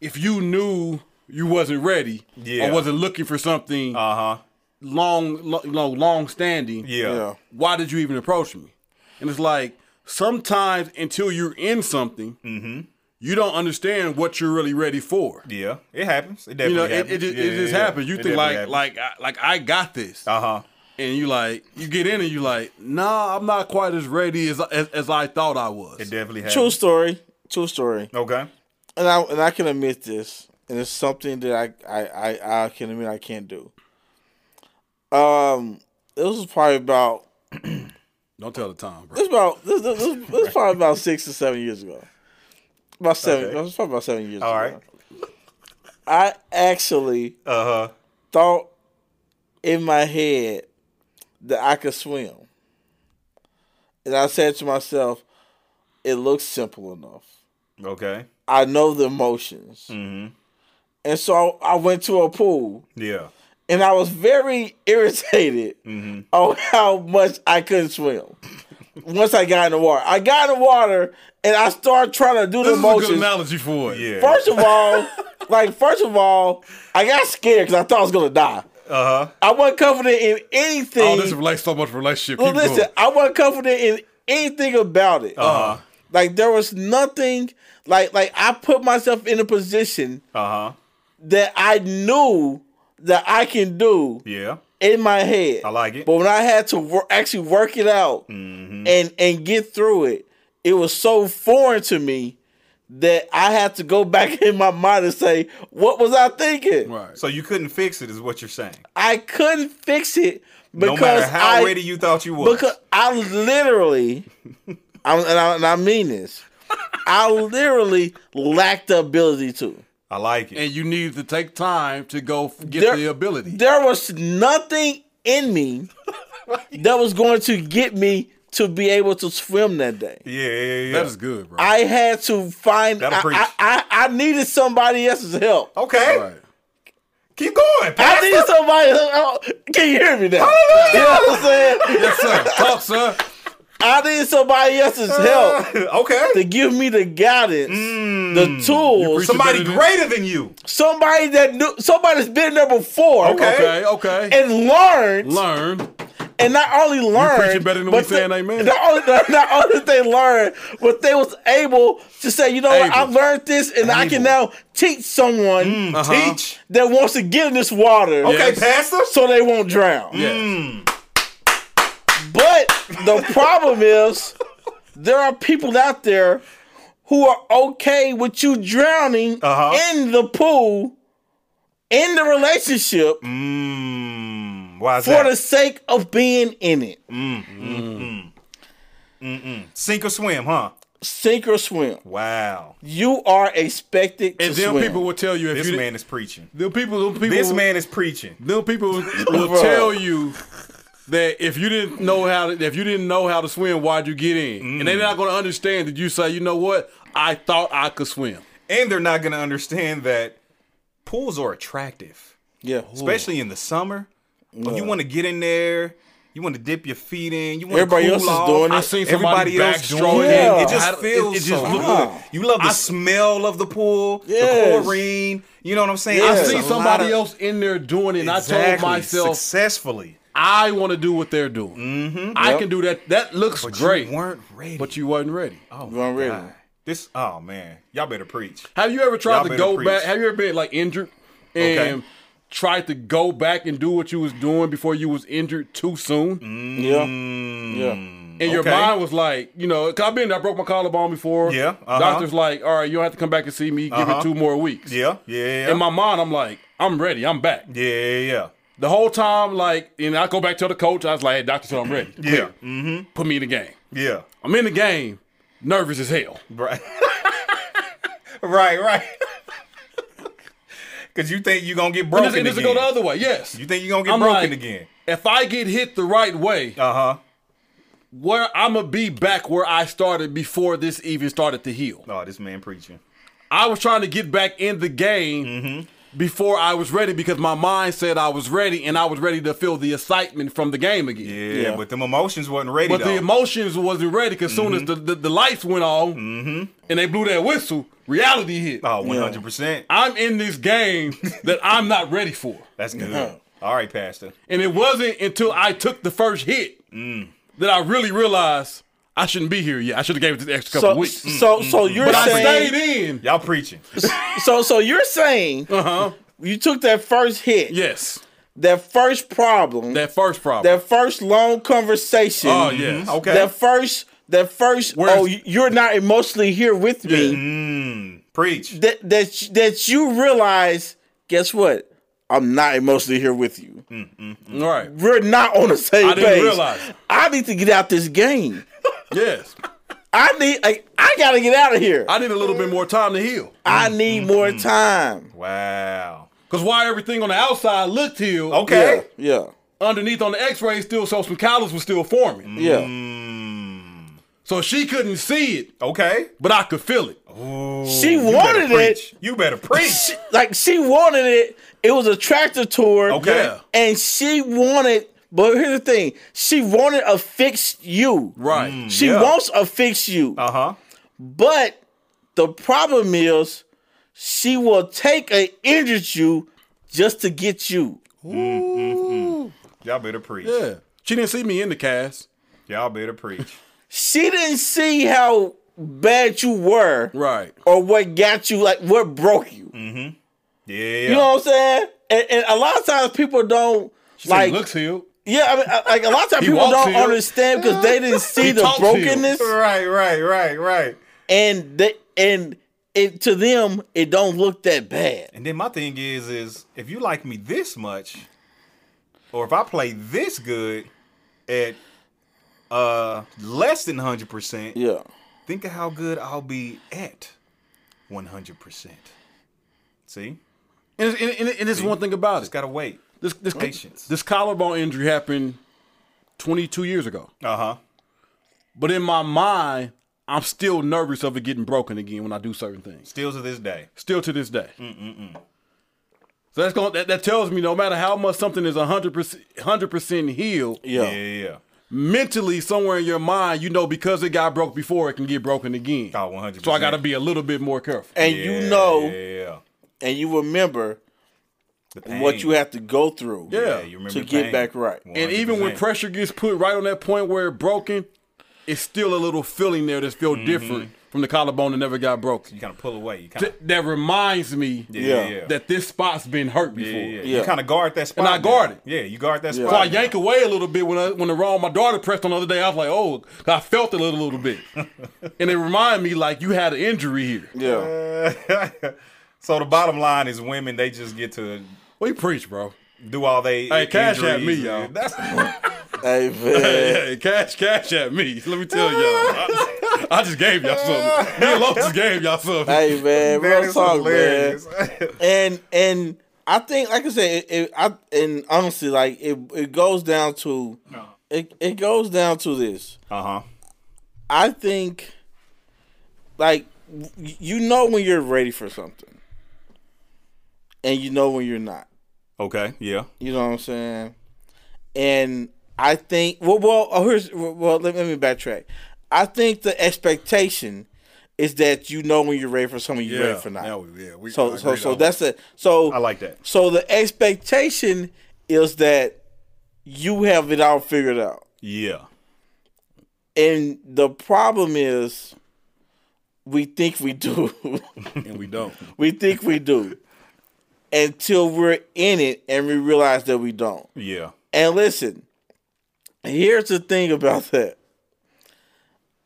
[SPEAKER 1] if you knew you wasn't ready
[SPEAKER 3] Yeah.
[SPEAKER 1] or wasn't looking for something
[SPEAKER 3] uh huh,
[SPEAKER 1] long, lo- you know, long standing,
[SPEAKER 3] yeah.
[SPEAKER 2] Yeah.
[SPEAKER 1] why did you even approach me? And it's like sometimes until you're in something, you don't understand what you're really ready for.
[SPEAKER 3] Yeah, Mm-hmm. it happens. It
[SPEAKER 1] You know,
[SPEAKER 3] definitely
[SPEAKER 1] it,
[SPEAKER 3] happens.
[SPEAKER 1] it just,
[SPEAKER 3] Yeah,
[SPEAKER 1] it just
[SPEAKER 3] yeah, yeah.
[SPEAKER 1] happens. You
[SPEAKER 3] It
[SPEAKER 1] think like
[SPEAKER 3] definitely Uh-huh.
[SPEAKER 1] like I, like I got this,
[SPEAKER 3] happens.
[SPEAKER 1] and you like you get in and you like, nah, I'm not quite as ready as as, as I thought I was.
[SPEAKER 3] It definitely happens.
[SPEAKER 2] True story. True story.
[SPEAKER 3] Okay.
[SPEAKER 2] And I and I can admit this, and it's something that I I I, I can admit I can't do. Um, this was probably about
[SPEAKER 1] Don't tell the time, bro.
[SPEAKER 2] this about this this, this, this was probably about six or seven years ago. About seven. It was probably about seven years.
[SPEAKER 3] All
[SPEAKER 2] ago.
[SPEAKER 3] right.
[SPEAKER 2] I actually
[SPEAKER 3] Uh huh.
[SPEAKER 2] thought in my head that I could swim. And I said to myself, it looks simple enough.
[SPEAKER 3] Okay.
[SPEAKER 2] I know the emotions.
[SPEAKER 1] Mm-hmm.
[SPEAKER 2] And so I went to a pool
[SPEAKER 3] Yeah.
[SPEAKER 2] and I was very irritated
[SPEAKER 1] Mm-hmm.
[SPEAKER 2] on how much I couldn't swim. Once I got in the water, I got in the water and I started trying to do
[SPEAKER 1] This
[SPEAKER 2] the
[SPEAKER 1] is a good
[SPEAKER 2] motions.
[SPEAKER 1] analogy for it.
[SPEAKER 3] Yeah.
[SPEAKER 2] First of all, like first of all, I got scared because I thought I was gonna die.
[SPEAKER 3] Uh huh.
[SPEAKER 2] I wasn't confident in anything.
[SPEAKER 1] Uh-huh. Oh, this relates so much to relationship.
[SPEAKER 2] Well,
[SPEAKER 1] Keep
[SPEAKER 2] listen,
[SPEAKER 1] going. Uh-huh.
[SPEAKER 2] I wasn't confident in anything about it.
[SPEAKER 3] Uh huh.
[SPEAKER 2] Like there was nothing. Like like I put myself in a position
[SPEAKER 3] Uh
[SPEAKER 1] Uh-huh.
[SPEAKER 3] huh.
[SPEAKER 2] that I knew that I can do
[SPEAKER 3] Yeah.
[SPEAKER 2] in my head.
[SPEAKER 3] I like it. Mm-hmm.
[SPEAKER 2] But when I had to wor- actually work it out and and get through it, it was so foreign to me that I had to go back in my mind and say, "What was I thinking?"
[SPEAKER 1] Right.
[SPEAKER 3] So you couldn't fix it, is what you're saying.
[SPEAKER 2] I couldn't fix it
[SPEAKER 3] No
[SPEAKER 2] because
[SPEAKER 3] matter how
[SPEAKER 2] I
[SPEAKER 3] ready you thought you was.
[SPEAKER 2] Because I literally, I, and, I, and I mean this, I literally lacked the ability to.
[SPEAKER 3] I like it.
[SPEAKER 1] and you need to take time to go f- get
[SPEAKER 2] There-
[SPEAKER 1] the ability.
[SPEAKER 2] There was nothing in me that was going to get me to be able to swim that day.
[SPEAKER 3] Yeah, yeah, yeah.
[SPEAKER 1] that is good, bro.
[SPEAKER 2] I had to find. I,
[SPEAKER 3] That'll preach.
[SPEAKER 2] I, I, I needed somebody else's help.
[SPEAKER 1] Oh.
[SPEAKER 3] okay.
[SPEAKER 1] Right.
[SPEAKER 3] Keep going.
[SPEAKER 2] I
[SPEAKER 3] Pastor.
[SPEAKER 2] needed somebody. else's help. Can you hear me now? You know what I'm saying?
[SPEAKER 1] Yes, sir. Talk, sir.
[SPEAKER 2] I needed somebody else's help
[SPEAKER 1] Ah.
[SPEAKER 2] to
[SPEAKER 3] okay.
[SPEAKER 2] give me the guidance, the tools,
[SPEAKER 1] Mm. preaching
[SPEAKER 3] Somebody
[SPEAKER 1] Better than-
[SPEAKER 3] greater than you.
[SPEAKER 2] somebody that knew somebody's been there before
[SPEAKER 3] Okay.
[SPEAKER 1] Okay, okay.
[SPEAKER 2] and learned
[SPEAKER 1] Learn.
[SPEAKER 2] and not only learned
[SPEAKER 1] preaching better than we
[SPEAKER 2] but
[SPEAKER 1] saying
[SPEAKER 2] they-
[SPEAKER 1] amen.
[SPEAKER 2] not only, not only did they learned but they was able to say you know what
[SPEAKER 1] Able.
[SPEAKER 2] I learned this and I can now teach someone
[SPEAKER 1] Uh-huh.
[SPEAKER 3] Teach.
[SPEAKER 2] that wants to get in this water
[SPEAKER 3] Okay,
[SPEAKER 1] Yes.
[SPEAKER 3] Pastor.
[SPEAKER 2] so they won't drown
[SPEAKER 1] Yes.
[SPEAKER 3] Mm.
[SPEAKER 2] but the problem is there are people out there who are okay with you drowning
[SPEAKER 3] Uh-huh.
[SPEAKER 2] in the pool in the relationship
[SPEAKER 3] Mm, why is
[SPEAKER 2] for the
[SPEAKER 3] that?
[SPEAKER 2] sake of being in it.
[SPEAKER 3] Sink or swim, huh?
[SPEAKER 2] Sink or swim.
[SPEAKER 3] Wow.
[SPEAKER 2] You are expected to
[SPEAKER 1] And then
[SPEAKER 2] swim.
[SPEAKER 1] people will tell you if
[SPEAKER 3] This
[SPEAKER 1] you
[SPEAKER 3] man is preaching.
[SPEAKER 1] Them people, them people,
[SPEAKER 3] This man is preaching.
[SPEAKER 1] them people will
[SPEAKER 2] Bro.
[SPEAKER 1] tell you that if you didn't know how to, if you didn't know how to swim, why'd you get in? And they're not going to understand that you say, you know what? I thought I could swim.
[SPEAKER 3] And they're not going to understand that pools are attractive,
[SPEAKER 2] yeah.
[SPEAKER 3] especially in the summer. When you want to get in there You want to dip your feet in. You want
[SPEAKER 2] Everybody
[SPEAKER 3] to cool
[SPEAKER 2] else is
[SPEAKER 3] off.
[SPEAKER 2] doing it.
[SPEAKER 1] I seen somebody
[SPEAKER 3] Everybody else
[SPEAKER 1] backstroke
[SPEAKER 3] doing
[SPEAKER 2] Yeah.
[SPEAKER 3] it. It
[SPEAKER 1] How
[SPEAKER 3] just
[SPEAKER 1] do-
[SPEAKER 3] feels
[SPEAKER 1] it- it just
[SPEAKER 3] so
[SPEAKER 1] look-
[SPEAKER 3] good. You love the smell of the pool,
[SPEAKER 2] Yes.
[SPEAKER 3] the chlorine. You know what I'm saying?
[SPEAKER 2] Yes.
[SPEAKER 3] It's
[SPEAKER 2] I
[SPEAKER 3] a lot
[SPEAKER 1] See somebody
[SPEAKER 3] of-
[SPEAKER 1] else in there doing it. and I told
[SPEAKER 3] Exactly.
[SPEAKER 1] myself,
[SPEAKER 3] successfully,
[SPEAKER 1] I want to do what they're doing. I can do that. That looks
[SPEAKER 3] Mm-hmm. but
[SPEAKER 1] great,
[SPEAKER 3] you weren't ready.
[SPEAKER 1] but you wasn't ready.
[SPEAKER 3] oh,
[SPEAKER 2] Going ready.
[SPEAKER 3] God. This oh man, y'all better preach.
[SPEAKER 1] Have you ever
[SPEAKER 3] Y'all
[SPEAKER 1] tried to
[SPEAKER 3] better
[SPEAKER 1] go
[SPEAKER 3] preach.
[SPEAKER 1] back? Have you ever been like injured and
[SPEAKER 3] Okay.
[SPEAKER 1] tried to go back and do what you was doing before you was injured too soon?
[SPEAKER 2] Yeah.
[SPEAKER 1] Mm. And your
[SPEAKER 3] Mm, okay.
[SPEAKER 1] mind was like, you know, cause I've been, I broke my collarbone before.
[SPEAKER 3] Yeah, uh-huh.
[SPEAKER 1] Doctor's like, all right, you don't have to come back and see me. Give
[SPEAKER 3] Uh-huh.
[SPEAKER 1] it two more weeks.
[SPEAKER 3] Yeah, yeah,
[SPEAKER 1] In my mind, I'm like, I'm ready. I'm back.
[SPEAKER 3] yeah, yeah,
[SPEAKER 1] The whole time, like, and I go back to the coach. I was like, hey, doctor said I'm ready.
[SPEAKER 3] yeah, Mm-hmm. yeah.
[SPEAKER 1] Put me in the game.
[SPEAKER 3] yeah.
[SPEAKER 1] I'm in the game, nervous as hell.
[SPEAKER 3] Right. right, right. Cause you think you gonna get
[SPEAKER 1] And
[SPEAKER 3] broken
[SPEAKER 1] this, and this will
[SPEAKER 3] again.
[SPEAKER 1] go the other way. Yes.
[SPEAKER 3] you think you gonna get
[SPEAKER 1] I'm
[SPEAKER 3] broken
[SPEAKER 1] like-
[SPEAKER 3] again.
[SPEAKER 1] if I get hit the right way,
[SPEAKER 3] Uh-huh.
[SPEAKER 1] where I'm gonna be back where I started before this even started to heal.
[SPEAKER 3] Oh, this man preaching.
[SPEAKER 1] I was trying to get back in the game
[SPEAKER 3] Mm-hmm.
[SPEAKER 1] before I was ready because my mind said I was ready and I was ready to feel the excitement from the game again.
[SPEAKER 3] Yeah,
[SPEAKER 2] Yeah.
[SPEAKER 3] but them emotions wasn't ready
[SPEAKER 1] But
[SPEAKER 3] though.
[SPEAKER 1] the emotions wasn't ready because soon as the,
[SPEAKER 3] Mm-hmm.
[SPEAKER 1] the, the lights went on and they blew that whistle, reality hit.
[SPEAKER 3] oh, 100 percent
[SPEAKER 1] I'm in this game that I'm not ready for.
[SPEAKER 3] That's good. All right, Pastor.
[SPEAKER 1] And it wasn't until I took the first hit that I really realized I shouldn't be here yet. I should have gave it this extra couple
[SPEAKER 2] So,
[SPEAKER 1] weeks. Mm,
[SPEAKER 2] so, so you're
[SPEAKER 1] But I
[SPEAKER 2] saying,
[SPEAKER 1] stayed in.
[SPEAKER 3] Y'all preaching.
[SPEAKER 2] so, so you're saying,
[SPEAKER 1] Uh-huh.
[SPEAKER 2] you took that first hit,
[SPEAKER 1] Yes.
[SPEAKER 2] that first problem, that,
[SPEAKER 1] That first problem.
[SPEAKER 2] first long conversation,
[SPEAKER 1] oh, yes.
[SPEAKER 3] Okay.
[SPEAKER 2] that first, that first,
[SPEAKER 1] Where's-
[SPEAKER 2] oh, you- you're not emotionally here with me.
[SPEAKER 3] Mm, Preach.
[SPEAKER 2] That that that you realize, guess what? I'm not emotionally here with you.
[SPEAKER 1] All right.
[SPEAKER 2] We're not on the same
[SPEAKER 1] I
[SPEAKER 2] page.
[SPEAKER 1] didn't realize.
[SPEAKER 2] I need to get out this game.
[SPEAKER 1] Yes.
[SPEAKER 2] I need. I, I gotta get out of here. I,
[SPEAKER 1] I need a little bit more time to heal.
[SPEAKER 2] need more time.
[SPEAKER 3] Wow.
[SPEAKER 1] Because why everything on the outside looked healed,
[SPEAKER 3] Okay.
[SPEAKER 2] Yeah.
[SPEAKER 1] underneath on the x ray still so some callus was still forming.
[SPEAKER 2] Yeah.
[SPEAKER 1] So she couldn't see it,
[SPEAKER 3] Mm. Okay.
[SPEAKER 1] but I could feel it.
[SPEAKER 2] She
[SPEAKER 3] Better
[SPEAKER 2] wanted it.
[SPEAKER 3] preach. You better preach.
[SPEAKER 2] She- like she wanted it. It was attractive to her.
[SPEAKER 3] Okay.
[SPEAKER 1] Yeah.
[SPEAKER 2] And she wanted. But here's the thing. She wanted a fixed you.
[SPEAKER 1] Right.
[SPEAKER 2] She
[SPEAKER 3] yeah.
[SPEAKER 2] wants a fixed you.
[SPEAKER 3] Uh-huh.
[SPEAKER 2] But the problem is, she will take an injured you just to get you.
[SPEAKER 3] Y'all better preach.
[SPEAKER 1] Yeah. She didn't see me in the cast.
[SPEAKER 3] Y'all better preach.
[SPEAKER 2] She didn't see how bad you were
[SPEAKER 1] Right.
[SPEAKER 2] or what got you, like what broke you.
[SPEAKER 3] Yeah.
[SPEAKER 2] You know what I'm saying? And, and a lot of times people don't like.
[SPEAKER 1] Like, looks healed.
[SPEAKER 2] yeah, I mean, I- like a lot of times
[SPEAKER 1] He
[SPEAKER 2] people
[SPEAKER 1] walks
[SPEAKER 2] don't
[SPEAKER 1] here.
[SPEAKER 2] understand because they didn't see the
[SPEAKER 1] talks here.
[SPEAKER 2] brokenness
[SPEAKER 3] Right, right, right, right.
[SPEAKER 2] and they and it to them it don't look that bad.
[SPEAKER 3] And then my thing is, is if you like me this much, or if I play this good at uh less than hundred percent,
[SPEAKER 2] Yeah,
[SPEAKER 3] think of how good I'll be at one hundred percent. See,
[SPEAKER 1] And, and, and, and it's one thing about
[SPEAKER 3] just
[SPEAKER 1] it.
[SPEAKER 3] gotta wait.
[SPEAKER 1] This, this,
[SPEAKER 3] Patience.
[SPEAKER 1] this collarbone injury happened 22 years ago.
[SPEAKER 3] Uh huh.
[SPEAKER 1] But in my mind, I'm still nervous of it getting broken again when I do certain things.
[SPEAKER 3] Still to this day.
[SPEAKER 1] Still to this day. So that's going that, that tells me no matter how much something is 100% 100% healed,
[SPEAKER 3] Yeah,
[SPEAKER 2] yeah,
[SPEAKER 3] yeah.
[SPEAKER 1] mentally somewhere in your mind, you know because it got broke before, it can get broken again.
[SPEAKER 3] Oh, one hundred.
[SPEAKER 1] So I got to be a little bit more careful.
[SPEAKER 2] and you know,
[SPEAKER 3] Yeah.
[SPEAKER 2] and you remember
[SPEAKER 3] The pain.
[SPEAKER 2] what you have to go through.
[SPEAKER 3] Yeah, you remember
[SPEAKER 2] to get
[SPEAKER 3] pain.
[SPEAKER 2] back right.
[SPEAKER 1] And even when
[SPEAKER 3] 100%.
[SPEAKER 1] pressure gets put right on that point where it broken, it's still a little feeling there that's
[SPEAKER 3] Mm-hmm.
[SPEAKER 1] feel different from the collarbone that never got broken.
[SPEAKER 3] you kind of pull away, you kind of
[SPEAKER 1] Th- that reminds me
[SPEAKER 3] yeah,
[SPEAKER 2] Yeah.
[SPEAKER 3] yeah.
[SPEAKER 1] that this spot's been hurt
[SPEAKER 3] yeah,
[SPEAKER 1] before.
[SPEAKER 3] yeah.
[SPEAKER 2] Yeah.
[SPEAKER 3] You kind of guard that spot.
[SPEAKER 1] I
[SPEAKER 3] now.
[SPEAKER 1] guard it.
[SPEAKER 3] Yeah, you guard that spot.
[SPEAKER 1] So I
[SPEAKER 3] now.
[SPEAKER 1] yank away a little bit when I, when the wrong my daughter pressed on the other day. I was like, oh, I felt it a little, little bit, and it reminded me like you had an injury here.
[SPEAKER 2] Yeah,
[SPEAKER 3] so the bottom line is women they just get to
[SPEAKER 1] We preach, bro.
[SPEAKER 3] do all they
[SPEAKER 1] Hey, cash at me,
[SPEAKER 3] injuries.
[SPEAKER 1] y'all.
[SPEAKER 3] That's
[SPEAKER 2] hey man.
[SPEAKER 1] Hey, cash, cash at me. Let me tell y'all. I, I just gave y'all something. Me and Lo just gave y'all something.
[SPEAKER 2] Hey man,
[SPEAKER 3] that
[SPEAKER 2] real
[SPEAKER 3] is
[SPEAKER 2] talk,
[SPEAKER 3] hilarious.
[SPEAKER 2] man. And and I think, like I said, it, it, I and honestly, like it, it goes down to it, it goes down to this.
[SPEAKER 3] uh-huh.
[SPEAKER 2] I think, like y- you know when you're ready for something, and you know when you're not.
[SPEAKER 3] Okay, yeah.
[SPEAKER 2] You know what I'm saying? And I think. Well, well, oh, here's. Well, let, let me backtrack. I think the expectation is that you know when you're ready for something, you're ready for not.
[SPEAKER 1] now we- yeah, we-
[SPEAKER 2] so,
[SPEAKER 1] I
[SPEAKER 2] so,
[SPEAKER 1] agree
[SPEAKER 2] so
[SPEAKER 1] on
[SPEAKER 2] that's the so.
[SPEAKER 3] I like that.
[SPEAKER 2] So the expectation is that you have it all figured out,
[SPEAKER 3] Yeah.
[SPEAKER 2] and the problem is, we think we do.
[SPEAKER 1] and we don't.
[SPEAKER 2] we think we do, until we're in it and we realize that we don't.
[SPEAKER 3] Yeah.
[SPEAKER 2] And listen, here's the thing about that.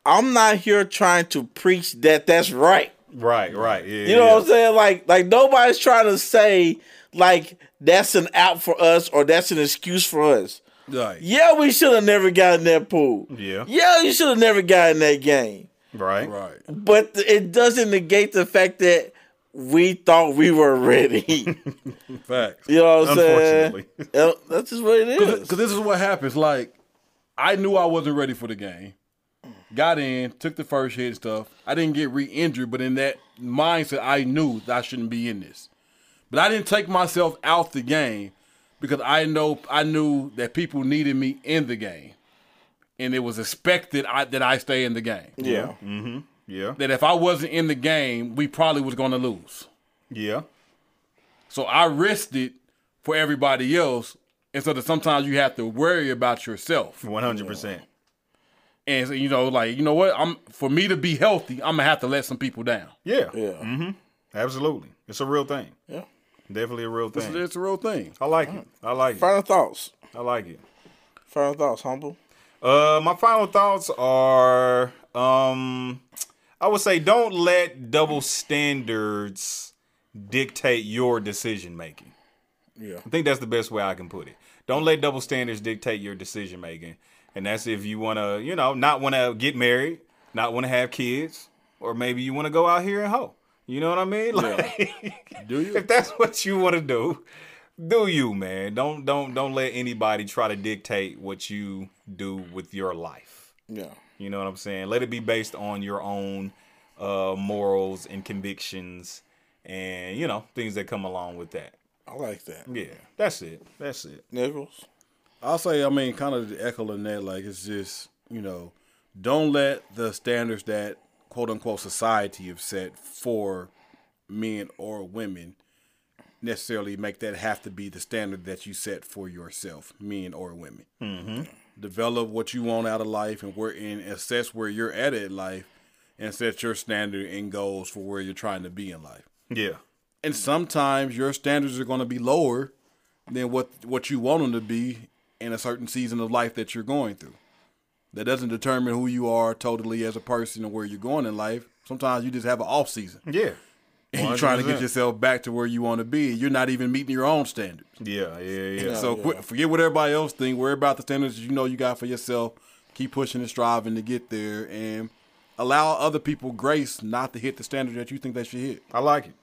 [SPEAKER 2] I'm not here trying to preach that that's right.
[SPEAKER 3] Right. Right. Yeah.
[SPEAKER 2] You know what I'm saying? Like like nobody's trying to say like that's an out for us or that's an excuse for us.
[SPEAKER 1] Like,
[SPEAKER 2] Yeah, we should have never gotten that pool.
[SPEAKER 3] Yeah.
[SPEAKER 2] Yeah, you should have never gotten that game.
[SPEAKER 3] Right.
[SPEAKER 1] right.
[SPEAKER 2] But it doesn't negate the fact that we thought we were ready.
[SPEAKER 1] Facts.
[SPEAKER 2] you know what I'm saying?
[SPEAKER 3] Unfortunately.
[SPEAKER 2] Yeah, That's just what it is.
[SPEAKER 1] Because this is what happens. Like, I knew I wasn't ready for the game. Got in, took the first hit and stuff. I didn't get re injured, but in that mindset, I knew that I shouldn't be in this. But I didn't take myself out the game because I know I knew that people needed me in the game, and it was expected I, that I stay in the game.
[SPEAKER 2] Yeah.
[SPEAKER 3] Yeah.
[SPEAKER 1] That if I wasn't in the game, we probably was going to lose.
[SPEAKER 3] Yeah.
[SPEAKER 1] So I risked it for everybody else, and so that sometimes you have to worry about yourself.
[SPEAKER 3] One hundred percent.
[SPEAKER 1] And so, you know, like you know what? I'm for me to be healthy, I'm gonna have to let some people down.
[SPEAKER 3] Yeah.
[SPEAKER 2] Yeah.
[SPEAKER 3] Absolutely. It's a real thing.
[SPEAKER 2] Yeah.
[SPEAKER 3] Definitely a real
[SPEAKER 1] It's,
[SPEAKER 3] thing.
[SPEAKER 1] it's a real thing.
[SPEAKER 3] I like it. I like it.
[SPEAKER 2] Final thoughts.
[SPEAKER 3] I like it.
[SPEAKER 2] Final thoughts, humble.
[SPEAKER 3] Uh, my final thoughts are, um, I would say don't let double standards dictate your decision making.
[SPEAKER 2] Yeah.
[SPEAKER 3] I think that's the best way I can put it. Don't let double standards dictate your decision making, and that's if you want to, you know, not want to get married, not want to have kids, or maybe you want to go out here and hoe. You know what I mean? Like,
[SPEAKER 1] Do you?
[SPEAKER 3] if that's what you want to do do you man don't don't don't let anybody try to dictate what you do with your life
[SPEAKER 2] Yeah.
[SPEAKER 3] you know what i'm saying let it be based on your own uh morals and convictions and you know things that come along with that
[SPEAKER 2] I like that.
[SPEAKER 3] yeah that's it that's it
[SPEAKER 2] Nichols.
[SPEAKER 1] I'll say, I mean, kind of echoing that, like it's just you know, don't let the standards that quote unquote society have set for men or women necessarily make that have to be the standard that you set for yourself, men or women. Mm-hmm. Develop what you want out of life and where and assess where you're at in life, and set your standard and goals for where you're trying to be in life.
[SPEAKER 3] yeah
[SPEAKER 1] and sometimes your standards are going to be lower than what what you want them to be in a certain season of life that you're going through. That doesn't determine who you are totally as a person and where you're going in life. Sometimes you just have an off season
[SPEAKER 3] yeah
[SPEAKER 1] and you're trying to get
[SPEAKER 3] 100%.
[SPEAKER 1] yourself back to where you want to be. You're not even meeting your own standards.
[SPEAKER 3] yeah yeah yeah
[SPEAKER 1] so quit, forget what everybody else think. Worry about the standards you know you got for yourself. Keep pushing and striving to get there, and allow other people grace not to hit the standard that you think they should hit.
[SPEAKER 3] i like it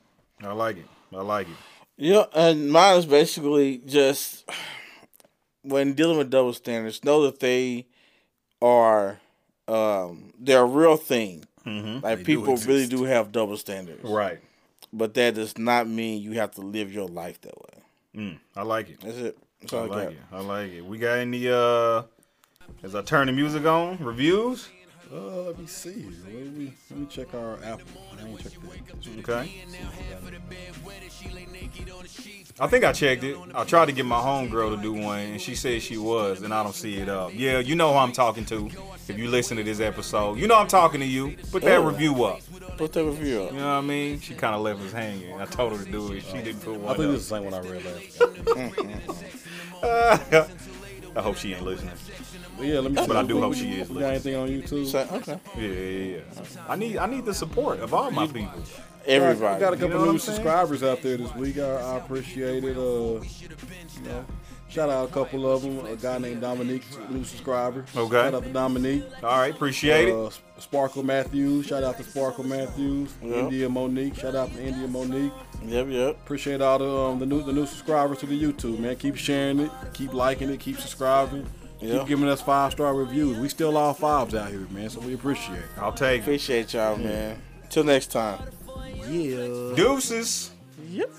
[SPEAKER 3] i like it i like it
[SPEAKER 2] Yeah, and mine is basically just when dealing with double standards, know that they are um they're a real thing. Like people really Mm-hmm. do have double standards,
[SPEAKER 3] right
[SPEAKER 2] but that does not mean you have to live your life that way.
[SPEAKER 3] i like it
[SPEAKER 2] That's it. That's
[SPEAKER 3] i
[SPEAKER 2] all I,
[SPEAKER 3] like
[SPEAKER 2] got.
[SPEAKER 3] it i like it we got any uh as i turn the music on reviews
[SPEAKER 1] Uh, let me see. Let me, let me check our Apple. I ain't checked that.
[SPEAKER 3] Okay. I think I checked it. I tried to get my homegirl to do one, and she said she was, and I don't see it up. Yeah, you know who I'm talking to. If you listen to this episode, you know I'm talking to you. Put that
[SPEAKER 2] Ooh.
[SPEAKER 3] review up.
[SPEAKER 2] Put that review up.
[SPEAKER 3] You know what I mean? She kind of left us hanging. I told her to do it. She didn't put
[SPEAKER 1] I
[SPEAKER 3] one
[SPEAKER 1] think
[SPEAKER 3] up.
[SPEAKER 1] this is the same one I read last. time.
[SPEAKER 3] I hope she ain't listening.
[SPEAKER 1] But yeah, let me.
[SPEAKER 3] But I do hope she is
[SPEAKER 1] You got
[SPEAKER 3] listening.
[SPEAKER 1] anything on YouTube?
[SPEAKER 2] So, okay.
[SPEAKER 3] Yeah, yeah, yeah. I need, I need the support of all my people.
[SPEAKER 1] We got a
[SPEAKER 2] Everybody.
[SPEAKER 1] couple
[SPEAKER 3] You know what
[SPEAKER 1] new
[SPEAKER 3] I'm saying?
[SPEAKER 1] subscribers out there this week. I, I appreciate it. Uh, you know, shout out a couple of them. A guy named Dominique, new subscriber.
[SPEAKER 3] Okay.
[SPEAKER 1] Shout out to Dominique.
[SPEAKER 3] All right, appreciate it.
[SPEAKER 1] Uh, Sparkle Matthews. Shout out to Sparkle Matthews. India Monique. Shout out to India Monique.
[SPEAKER 2] Yep, yep.
[SPEAKER 1] Appreciate all the um, the new the new subscribers to the YouTube man. Keep sharing it, keep liking it, keep subscribing,
[SPEAKER 2] Yeah.
[SPEAKER 1] keep giving us five star reviews. We still all fives out here, man. So we appreciate. it.
[SPEAKER 3] I'll take it.
[SPEAKER 2] Appreciate y'all, man. Till next time.
[SPEAKER 3] Deuces.
[SPEAKER 2] Yep.